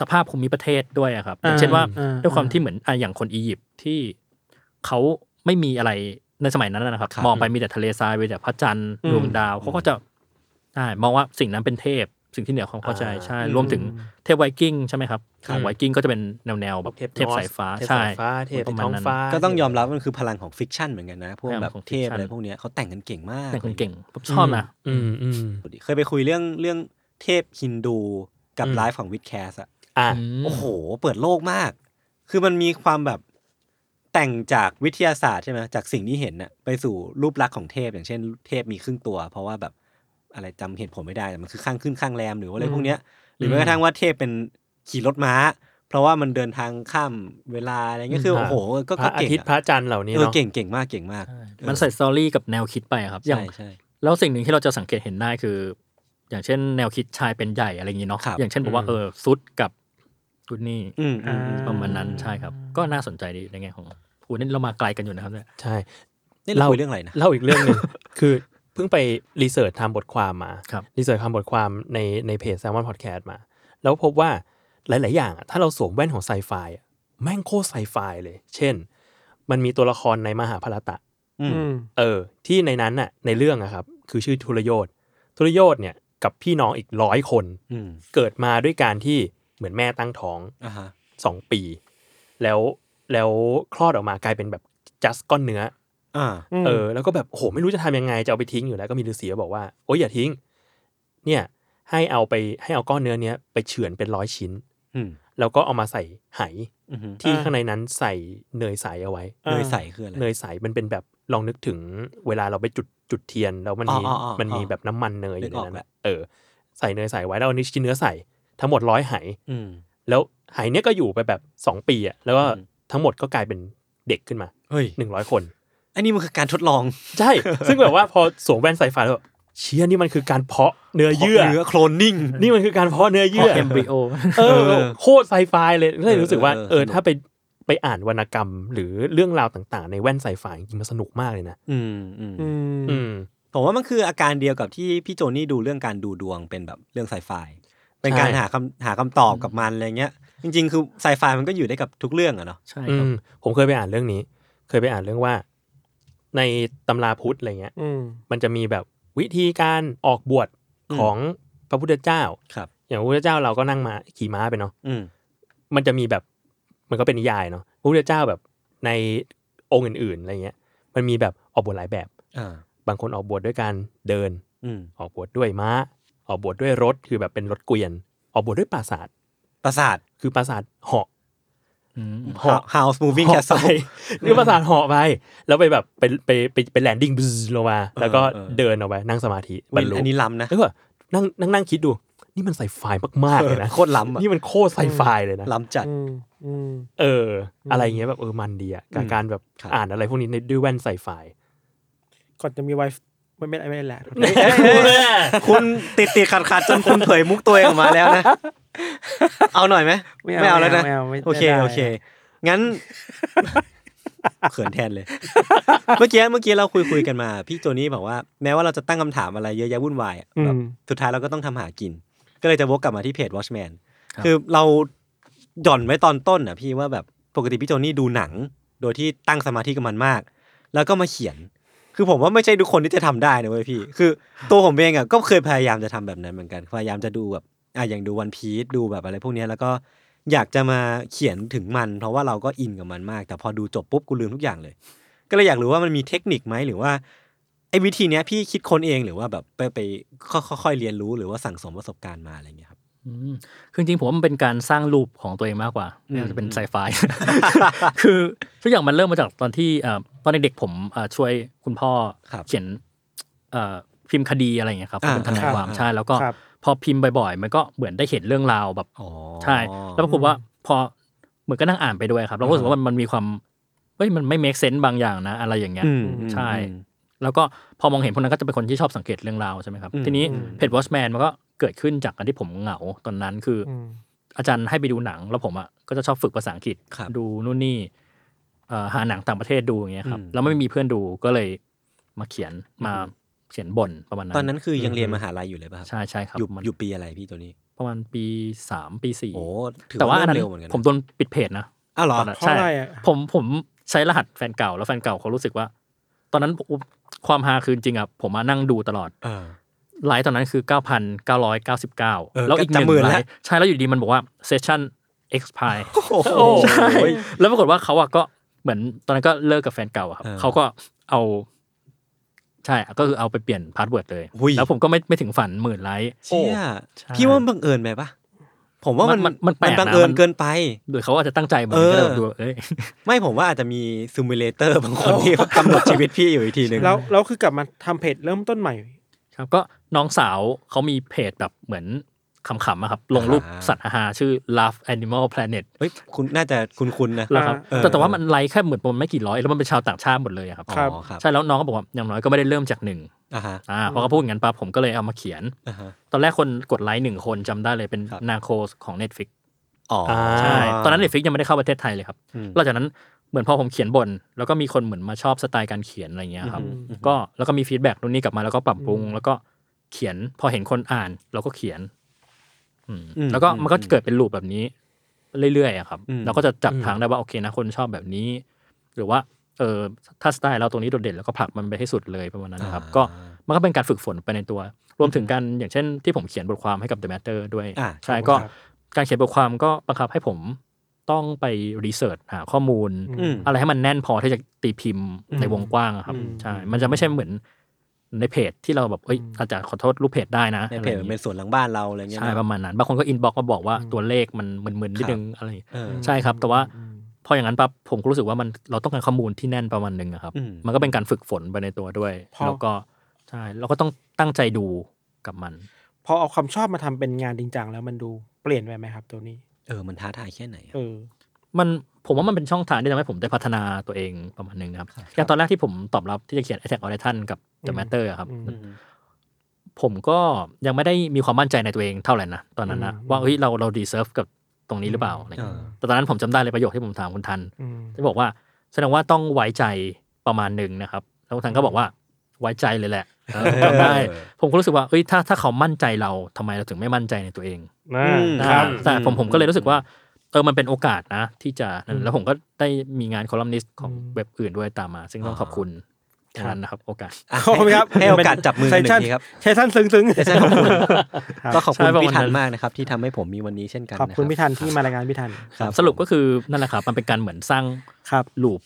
Speaker 4: สภาพภูมิประเทศด้วยอะครับอย่างเช่นว่า
Speaker 3: อ่
Speaker 4: ด้วยความที่เหมือนอ่ะอย่างคนอียิปต์ที่เขาไม่มีอะไรในสมัยนั้นนะนะครับ มองไปมีแต่ทะเลทรายมีแต่พระจันทร์ดวงดาวเขาก็จะใช่มองว่าสิ่งนั้นเป็นเทพ สิ่งที่เหนือความเข้าใจใช่รวมถึงเทพไวกิ้งใช่ไหมครับของไวกิ้งก็จะเป็นแนวแนวๆแบบ
Speaker 5: เทพ
Speaker 4: เทพสายฟ้า
Speaker 5: เทพ
Speaker 4: ใช่
Speaker 5: สายฟ้าเทพ
Speaker 4: ป
Speaker 5: ใน
Speaker 4: ระมา
Speaker 5: ท้
Speaker 4: ณ
Speaker 5: อง
Speaker 4: นั้น
Speaker 5: ฟ้า
Speaker 2: ก็ต้องยอมรับมันคือพลังของฟิกชันเหมือนกันนะพวก
Speaker 4: พลัง
Speaker 2: แบบ
Speaker 4: ของ
Speaker 2: เทพอะไร
Speaker 4: fiction
Speaker 2: พวกเนี้ยเขาแต่งกันเก่งมาก
Speaker 4: แต่งคนเก่งผมชอบนะ
Speaker 5: อืมอืม
Speaker 2: เคยไปคุยเรื่องเรื่องเทพฮินดูกับ
Speaker 5: อืม
Speaker 2: ไลฟ์ของวิดแคสอะ
Speaker 5: อ่ะ
Speaker 4: อืม
Speaker 2: โอ้โห เปิดโลกมาก คือมันมีความแบบแต่งจากวิทยาศาสตร์ใช่ไหมจากสิ่งที่เห็นน่ะไปสู่รูปลักษณ์ของเทพ อย่างเช่น เทพมีครึ่งตัว เพราะว่าแบบอะไรจำเหตุผลไม่ได้แต่มันคือข้างขึ้นข้างแรมหรือว่าอะไรพวกเนี้ย หรือแม้กระทั่งว่าเทพเป็นขี่รถม้า เพราะว่ามันเดินทางข้ามเวลาอะไรเงี้ยคือ
Speaker 5: อืม
Speaker 2: โอ้โห ก็ก็
Speaker 5: พระอา
Speaker 2: เก่ง
Speaker 5: ทิตย์พ
Speaker 2: อะ
Speaker 5: ระจันทร์เหล่านี้
Speaker 2: เออ
Speaker 5: เนาะ
Speaker 2: เก่งเก่งมากเก่งมาก
Speaker 4: มันใส่สตอรี่กับแนวคิดไปครับอย่า
Speaker 2: ใช่
Speaker 4: ง
Speaker 2: ใช่
Speaker 4: แล้วสิ่งหนึ่งที่เราจะสังเกตเห็นได้คือ อย่างเช่นแนวคิดชายเป็นใหญ่อะไรอย่างนี้เนาะ
Speaker 2: ครับ
Speaker 4: อย่างเช่นบอกว่าเออซุดกับกุดนี่
Speaker 2: อืมอืมอืม
Speaker 4: ประมาณนั้นใช่ครับ ก็น่าสนใจดีในแง่ของโหนี่เรามาไกลกันอยู่นะครับเนี่ย
Speaker 5: ใช่
Speaker 2: นี่เราคุยเรื่องอะไรนะ
Speaker 5: เล่าอีกเรื่อง <laughs> หนึ่ง คือเพิ่งไปรีเสิร์ชทำบทความมา
Speaker 4: ครับ
Speaker 5: รีเสิร์ชทำบทความในในเพจ Salmon Podcast มา แล้วพบว่าหลาย ๆ อย่างอะถ้าเราสวมแว่นของไซไฟอะแม่งโคตรไซไฟเลย เช่น มันมีตัวละครในมหาภารตะ
Speaker 2: อืม
Speaker 3: อืม
Speaker 5: เออ ที่ในนั้นน่ะในเรื่องอะครับ คือชื่อทุรโยธทุรโยธเนี่ยกับพี่น้องอีกร้อยคน
Speaker 2: อืม
Speaker 5: เกิดมาด้วยการที่เหมือนแม่ตั้งท้อง
Speaker 2: อ่าฮะ
Speaker 5: สองปี แล้วแล้วคลอดออกมากลายเป็นแบบจัสก้อนเนื้อ
Speaker 2: อ่า
Speaker 5: เออแล้วก็แบบโอ้โหไม่รู้จะทำยังไงจะเอาไปทิ้งอยู่แล้วก็มีฤาษีมาบอกว่าโอ้ยอย่าทิ้ง เนี่ยให้เอาไปให้เอาก้อนเนื้อเนี้ยไปเฉือนเป็นร้อยชิ้น
Speaker 2: อืม
Speaker 5: แล้วก็เอามาใส่ไห
Speaker 2: อือฮึ
Speaker 5: ที่
Speaker 3: อ่า
Speaker 5: ข้างในนั้นใส่เนยใสเอาไว้
Speaker 3: อ่า
Speaker 2: เนยใสคืออะไร
Speaker 5: เนยใสมันเป็นแบบลองนึกถึงเวลาเราไปจุดจุดเทียน แล้วมันมี
Speaker 2: อ๋ออ๋ออ๋อ
Speaker 5: มันมีแบบน้ำมันเนยอยู่ในนั้น
Speaker 2: นึกออกแล้ว
Speaker 5: อะเออ ใส่เนยใสไว้แล้วเอานิ้วชิ้นเนื้อใส่ทั้งหมดร้อยไห
Speaker 2: อืม
Speaker 5: แล้วไหเนี้ยก็อยู่ไปแบบสองปีอะแล้วก็
Speaker 2: อืม
Speaker 5: ทั้งหมดก็กลายเป็นเด็กขึ้นมา
Speaker 2: เฮ้ย
Speaker 5: หนึ่งร้อยคน
Speaker 2: อันนี้มันคือการทดลอง
Speaker 5: ใช่ ซึ่งแบบว่าพอสวมแว่นสายฟ้าแล้วเชี่ยนี่มันคือการเพาะเนื้อเยื่อ
Speaker 2: เนื้อโคลนนิ่ง
Speaker 5: นี่มันคือการเพาะเนื้อ
Speaker 4: พอ
Speaker 5: เยื่อ
Speaker 4: เอมบริโอ <laughs>
Speaker 5: เออ โคตรไซไฟเลยก็เลยรู้สึกว่า
Speaker 2: เออเออ
Speaker 5: เอ
Speaker 2: ส
Speaker 5: อ
Speaker 2: นุก
Speaker 5: ถ้าไปไปอ่านวรรณกรรม หรือเรื่องราวต่างๆ ในแว่นไซไฟจริงๆมันสนุกมากเลยนะ
Speaker 2: อืมอืม
Speaker 3: อืม
Speaker 5: อืม
Speaker 2: ผมว่ามันคืออาการเดียวกับที่พี่โจนี่ดูเรื่องการดูดวงเป็นแบบเรื่องไซไฟ เป็นการ
Speaker 5: ใช่
Speaker 2: หาคำหาคำตอบกับมันอะไรเงี้ย จริง ๆ คือไซไฟมันก็อยู่ได้กับทุกเรื่องอะเนาะ
Speaker 4: ใช่
Speaker 5: อื
Speaker 4: ครับ
Speaker 5: มผมเคยไปอ่านเรื่องนี้ เคยไปอ่านเรื่องว่า ในตำราพุทธอะไรเงี้ย
Speaker 3: อืม
Speaker 5: มันจะมีแบบวิธีการออกบวชของพระพุทธเจ้า
Speaker 2: ครับ
Speaker 5: อย่างพระพุทธเจ้าเราก็นั่งมาขี่ม้าไปเนาะ
Speaker 2: อืม
Speaker 5: มันจะมีแบบมันก็เป็นนิยายเนาะพระพุทธเจ้าแบบในองค์อื่นๆอะไรเงี้ย มันมีแบบออกบวชหลายแบบ
Speaker 2: อ่า
Speaker 5: บางคนออกบวชด้วยการเดิน
Speaker 2: อืม
Speaker 5: ออกบวชด้วยม้า ออกบวชด้วยรถคือแบบเป็นรถเกวียน ออกบวชด้วยปราสาท
Speaker 2: ประสาท
Speaker 5: คือปราสาทเหาะ
Speaker 4: อืม
Speaker 5: เหาะ
Speaker 2: house moving
Speaker 5: เหาะ
Speaker 2: castle
Speaker 5: ไปคือปราสาทเหาะไป แล้วไปแบบไปไปไปไปแลนดิ้งลงมาแล้วก็
Speaker 2: เออ
Speaker 5: เดินออกไปนั่งสมาธิบร
Speaker 2: วิ
Speaker 5: ร
Speaker 2: น
Speaker 5: ลุ
Speaker 2: อันนี้ล้ำนะ
Speaker 5: แล้วก็นั่งนั่งนั่งคิดดู นี่มันไซไฟมากๆเลยนะ
Speaker 2: เออโคตรล้ำอะ
Speaker 5: นี่มันโคตรไซไฟเลยนะ
Speaker 2: ล้ำจัด
Speaker 3: อืมอืม
Speaker 5: เออ อะไรเงี้ยแบบเออมันดีอะกับ
Speaker 2: อืม
Speaker 5: การแบบ
Speaker 2: ครับ
Speaker 5: อ่านอะไรพวกนี้ในด้วยแว่นใส่ไฟ
Speaker 3: ก่อนจะมีไวฟ์ไม่ไม่ไม่แหละ
Speaker 2: คุณติดติดขัดขัดจนคุณเผยมุกตัวเองออกมาแล้ว
Speaker 5: <laughs>
Speaker 2: นะ เอาหน่อยไหม
Speaker 3: ไม่เอา
Speaker 2: แล้วนะ
Speaker 3: ไม่เอาไม่เอาไม่
Speaker 2: โอเค
Speaker 3: ไม่ได้
Speaker 2: โอเค
Speaker 3: <laughs>
Speaker 2: งั้น เขินแทนเลย เมื่อกี้เมื่อกี้เราคุยคุยกันมา พี่โจนี่บอกว่าแม้ว่าเราจะตั้งคำถามอะไรเยอะแยะวุ่นวายอะ
Speaker 3: อืม
Speaker 2: แบบสุดท้ายเราก็ต้องทำหากิน ก็เลยจะวกกลับมาที่เพจ Watchman
Speaker 4: ครับ
Speaker 2: คือเราหย่อนไว้ตอนต้นนะพี่ว่าแบบปกติพี่โจนี่ดูหนัง โดยที่ตั้งสมาธิกับมันมาก แล้วก็มาเขียน คือผมว่าไม่ใช่ทุกคนที่จะทำได้นะเว้ยพี่ คือ ตัวผมเองอ่ะก็เคยพยายามจะทำแบบนั้นเหมือนกัน พยายามจะดูแบบอ่ะอย่างดูวันพีซดูแบบอะไรพวกเนี้ยแล้วก็อยากจะมาเขียนถึงมัน เพราะว่าเราก็อินกับมันมาก แต่พอดูจบปุ๊บกูลืมทุกอย่างเลย ก็เลยอยากรู้ว่ามันมีเทคนิคไหมหรือว่าไอ้วิธีเนี้ยพี่คิดคนเองหรือว่าแบบไปไปค่อยๆเรียนรู้หรือว่าสั่งสมประสบการณ์มาอะไรเงี้ยครับ
Speaker 4: อืมคือจริงๆผมว่ามันเป็นการสร้างรูปของตัวเองมากกว่า
Speaker 2: อืม
Speaker 4: ไม่ว่าจะเป็นไซไฟ <laughs> คือทุกอย่างมันเริ่มมาจากตอนที่เอ่อตอนเด็กๆผมเอ่อช่วยคุณพ่อ
Speaker 2: ครับ
Speaker 4: เขียนเอ่อพิมพ์คดีอะไรอย่างเงี้ยครับ
Speaker 2: อ่า
Speaker 4: เป็นทนาย
Speaker 3: ครับ
Speaker 4: ความใช่แล้วก็
Speaker 3: ครับ
Speaker 4: พอพิมพ์บ่อยๆ มันก็เหมือนได้เห็นเรื่องราวแบบ
Speaker 2: อ๋อ
Speaker 4: ใช่แล้วปรากฏว่าพอเหมือนก็นั่งอ่านไปด้วยครับเราก็รู้สึก
Speaker 2: อ่าฮะ
Speaker 4: ว่ามันมันมีความเฮ้ยมันไม่ make sense บางอย่างนะ อะไรอย่างเงี้ย
Speaker 2: อืม
Speaker 4: ใช่
Speaker 2: อืม
Speaker 4: แล้วก็พอมองเห็นพวกนั้นก็จะเป็นคนที่ชอบสังเกตเรื่องราวใช่ไหมครับ
Speaker 2: อืม
Speaker 4: ทีนี้
Speaker 3: อืม
Speaker 4: เพจ Watchman มันก็ เกิดขึ้นจากการที่ผมเหงาตอนนั้นคืออ
Speaker 3: อืม
Speaker 4: อาจารย์ให้ไปดูหนัง แล้วผมอ่ะก็จะชอบฝึกภาษาอังกฤษ
Speaker 2: ครับ
Speaker 4: ดูนู่นนี่เอ่อหาหนังต่างประเทศดูอย่างเงี้ยครับ
Speaker 2: อืม
Speaker 4: แล้วไม่มีเพื่อนดูก็เลยมาเขียนมาเขียนบ่นประมาณนั้น
Speaker 2: ตอนนั้นคือยังเรียนมหาลัยอยู่เลยป่ะครับ
Speaker 4: ใช่ใช่ครับ
Speaker 2: อยู่
Speaker 4: มัน
Speaker 2: อยู่ปีอะไรพี่ตัวนี้
Speaker 4: ประมาณปีสามปีสี่
Speaker 2: โอ้ถือ
Speaker 4: แต่ว่า
Speaker 2: ว่า
Speaker 4: อัน
Speaker 2: เริ่มเร็
Speaker 4: นั้น
Speaker 2: วเหมือนกันนะ
Speaker 4: ผมโดนปิดเพจนะ
Speaker 2: อ้าวเหรอ
Speaker 4: ตอนนั้น
Speaker 3: เพราะ
Speaker 4: ใช่
Speaker 3: อะไรอะ
Speaker 4: ผมผมใช้รหัสแฟนเก่าแล้วแฟนเก่าเขารู้สึกว่า ตอนนั้นผมความฮาคือจริงๆอ่ะผมมานั่งดูตลอด
Speaker 2: เออ
Speaker 4: ไลฟ์ตอนนั้นคือ
Speaker 2: เออ
Speaker 4: 9,999 แล้วอีกห
Speaker 2: จะ
Speaker 4: นึ่ง
Speaker 2: หมื่น
Speaker 4: ไล
Speaker 2: ละ
Speaker 4: ฟ์ใช่แล้วอยู่ดีมันบอกว่าเซสชั่น expire
Speaker 2: โอ้โห
Speaker 4: ใช่แล้วปรากฏว่าเขาอะก็เหมือนตอนนั้นก็เลิกกับแฟนเก่าอะครับ
Speaker 2: เออ
Speaker 4: เขาก็เอา ใช่ก็คือเอาไปเปลี่ยนพาสเวิร์ดเลย
Speaker 2: หุ้ย
Speaker 4: แล้วผมก็ไม่ไม่ถึงฝันหมื่นไลค์
Speaker 2: เชี่ย
Speaker 4: ใช่
Speaker 2: พี่ว่ามันบังเอิญไหมปะผมว่ามัน
Speaker 4: มันมันมันแปลกนะ
Speaker 2: บังเอิญ
Speaker 4: มัน
Speaker 2: เกินไป
Speaker 4: หรือเขาอาจจะตั้งใจเหมือน
Speaker 2: เออ
Speaker 4: ก็เลยแบบดูเอ้ย <laughs>
Speaker 2: ไม่ผมว่าอาจจะมีซูมิเลเตอร์บางคนที่เขากำหนดชีวิตพี่อยู่อีกทีหนึ่ง
Speaker 3: แล้วแล้วคือกลับมาทำเพจเริ่มต้นใหม่
Speaker 4: ครับก็น้องสาวเขามีเพจแบบเหมือนขำๆอะครับ ลงรูปสัตว์อาหารชื่อ Love Animal Planet
Speaker 2: เฮ้ยคุณน่าจะคุ้นๆนะ
Speaker 4: แล้วครับ
Speaker 3: อ่า
Speaker 4: แต่แต่ว่ามันไลค์แค่เหมือนมันไม่กี่ร้อยแล้วมันเป็นชาวต่างชาติหมดเลยอะครับ
Speaker 3: ครับ
Speaker 2: อ๋อครับ
Speaker 4: ใช่แล้วน้องก็บอกว่าอย่างน้อยก็ไม่ได้เริ่มจากหนึ่ง
Speaker 2: อ่าฮะ
Speaker 4: อ่าพอเขาพูดอย่างนั้นปั๊บผมก็เลยเอามาเขียน
Speaker 2: อ่าฮะ
Speaker 4: ตอนแรกคนกดไลค์หนึ่งคนจำได้เลยเป็น
Speaker 2: ครับ
Speaker 4: นาโคสของ Netflix
Speaker 2: อ๋อ
Speaker 5: อ่า
Speaker 4: ใช่ ตอนนั้น Netflix ยังไม่ได้เข้าประเทศไทยเลยครับ
Speaker 2: อืม
Speaker 4: หลังจากนั้นเหมือนพอผมเขียนบน แล้วก็มีคนเหมือนมาชอบสไตล์การเขียนอะไรเงี้ยครับ
Speaker 3: อืม
Speaker 4: ก็แล้วก็มีฟีดแบ็กนู่นนี่กลับมาแล้วก็ปรับปรุง แล้วก็เขียนพอเห็นคนอ่านเราก็เขียนอืม
Speaker 2: อืม
Speaker 4: แล้วก็
Speaker 2: อืม
Speaker 4: มันก็เกิดเป็นลูปแบบนี้ เรื่อยๆอะครับ
Speaker 2: อืม
Speaker 4: เราก็จะจับ
Speaker 5: อืม
Speaker 4: ทางได้ว่าโอเคนะคนชอบแบบนี้ หรือว่าเออถ้าสไตล์เราตรงนี้โดดเด่นแล้วก็ผลักมันไปให้สุดเลยประมาณนั้นนะครับก็ มันก็เป็นการฝึกฝนไปในตัว รวมถึงการอย่างเช่นที่ผมเขียนบทความให้กับ The Matter ด้วย
Speaker 2: อ่า
Speaker 4: ใช่
Speaker 2: ครับ
Speaker 4: ก็การเขียนบทความก็บังคับให้ผมต้องไปรีเสิร์ชหาข้อมูล
Speaker 2: อืม
Speaker 4: อะไรให้มันแน่นพอที่จะตีพิมพ์
Speaker 3: อืม
Speaker 4: ในวงกว้างอะครับ
Speaker 3: อืม
Speaker 4: ใช่ มันจะไม่ใช่เหมือนในเพจที่เราแบบเอ้ยอาจารย์ขอโทษรูปเพจได้นะ
Speaker 2: ใน
Speaker 4: อะไร
Speaker 2: เพ
Speaker 4: อ
Speaker 2: จ
Speaker 4: ย่าง
Speaker 2: มัน
Speaker 4: เงี้
Speaker 2: เป็น
Speaker 4: ย
Speaker 2: ส่วนหลังบ้านเราอะไรเงี้ย
Speaker 4: ใช่
Speaker 2: นะ
Speaker 4: ประมาณนั้น บางคนก็อินบ็อกมาบอกว่าตัวเลขมันมึนๆนิ
Speaker 2: ค
Speaker 4: ด
Speaker 2: รับ
Speaker 4: นึงอะไรอย่างเงี้ย
Speaker 2: เออ
Speaker 4: ใช่ครับแต่ว่า พออย่างนั้นปั๊บผมก็รู้สึกว่ามันเราต้องการข้อมูลที่แน่นประมาณหนึงอะครับ
Speaker 2: อืม
Speaker 4: มันก็เป็นการฝึกฝนไปในตัวด้วย
Speaker 3: พอ
Speaker 4: แล้วก็ใช่เราก็ต้องตั้งใจดูกับมัน
Speaker 3: พอเอาความชอบมาทำเป็นงานจริงจังแล้วมันดูเปลี่ยนไปไหมครับ ตัวนี้
Speaker 2: เออมันท้าทายแค่ไหนอะ
Speaker 3: เออ
Speaker 4: มันผมว่ามันเป็นช่องทางที่ทำให้ผมได้พัฒนาตัวเองประมาณหนึงนะครับ
Speaker 2: ครับ
Speaker 4: อย่างตอนแรกที่ผมตอบรับที่จะเขียน Attack on Titan กับ The
Speaker 3: อืม
Speaker 4: Matter อะครับ
Speaker 3: อืม
Speaker 2: อืม
Speaker 4: ผมก็ยังไม่ได้มีความมั่นใจในตัวเองเท่าไหร่นะตอนนั้นนะ
Speaker 3: อืม
Speaker 4: ว่าเฮ้ยเราเราดีเซิร์ฟกับตรงนี้หรือเปล่าอะไรเงี้ย
Speaker 2: อ่า
Speaker 4: แต่ตอนนั้นผมจำได้เลยประโยคที่ผมถามคุณทัน
Speaker 3: อืม
Speaker 4: จะบอกว่าแสดงว่าต้องไว้ใจประมาณหนึ่งนะครับ แล้วทางก็บอกว่าไว้ใจเลยแหละเออผมจำได้
Speaker 2: เออ
Speaker 4: ผมก็รู้สึกว่าเอ้ยถ้าถ้าเขามั่นใจเราทำไมเราถึงไม่มั่นใจในตัวเอง
Speaker 3: นะ
Speaker 2: อืม
Speaker 3: ครับ
Speaker 4: นะแต่ผมผมก็เลยรู้สึกว่าเออมันเป็นโอกาสนะ ที่จะนั่น
Speaker 3: อืม
Speaker 4: แล้วผมก็ได้มีงานคอลัมนิสต์ของ
Speaker 3: อืม
Speaker 4: เว็บอื่นด้วยตามมา ซึ่งต้องขอบคุณทางนั้นนะครับ โอกาส
Speaker 2: อ่ะ
Speaker 3: ขอบคุณครับ
Speaker 2: ให้โอกาสจับมือกันหนึ่งทีครับ
Speaker 3: ใช่ท่านซึ้งซึ้งๆ
Speaker 2: เซสชั่นขอบคุณ
Speaker 3: ครับ
Speaker 2: ก็ขอบคุณ
Speaker 4: ใช่ประมาณ
Speaker 2: พี่ทัน
Speaker 4: นั้น
Speaker 2: มากนะครับ ที่ทำให้ผมมีวันนี้เช่นกัน
Speaker 3: ขอบคุณพี่ทันที่มารายงานพี่ทัน
Speaker 2: ครับ
Speaker 4: สรุปก็คือนั่นแหละครับมันเป็นการเหมือนสร้าง
Speaker 3: ครับ
Speaker 4: ลูป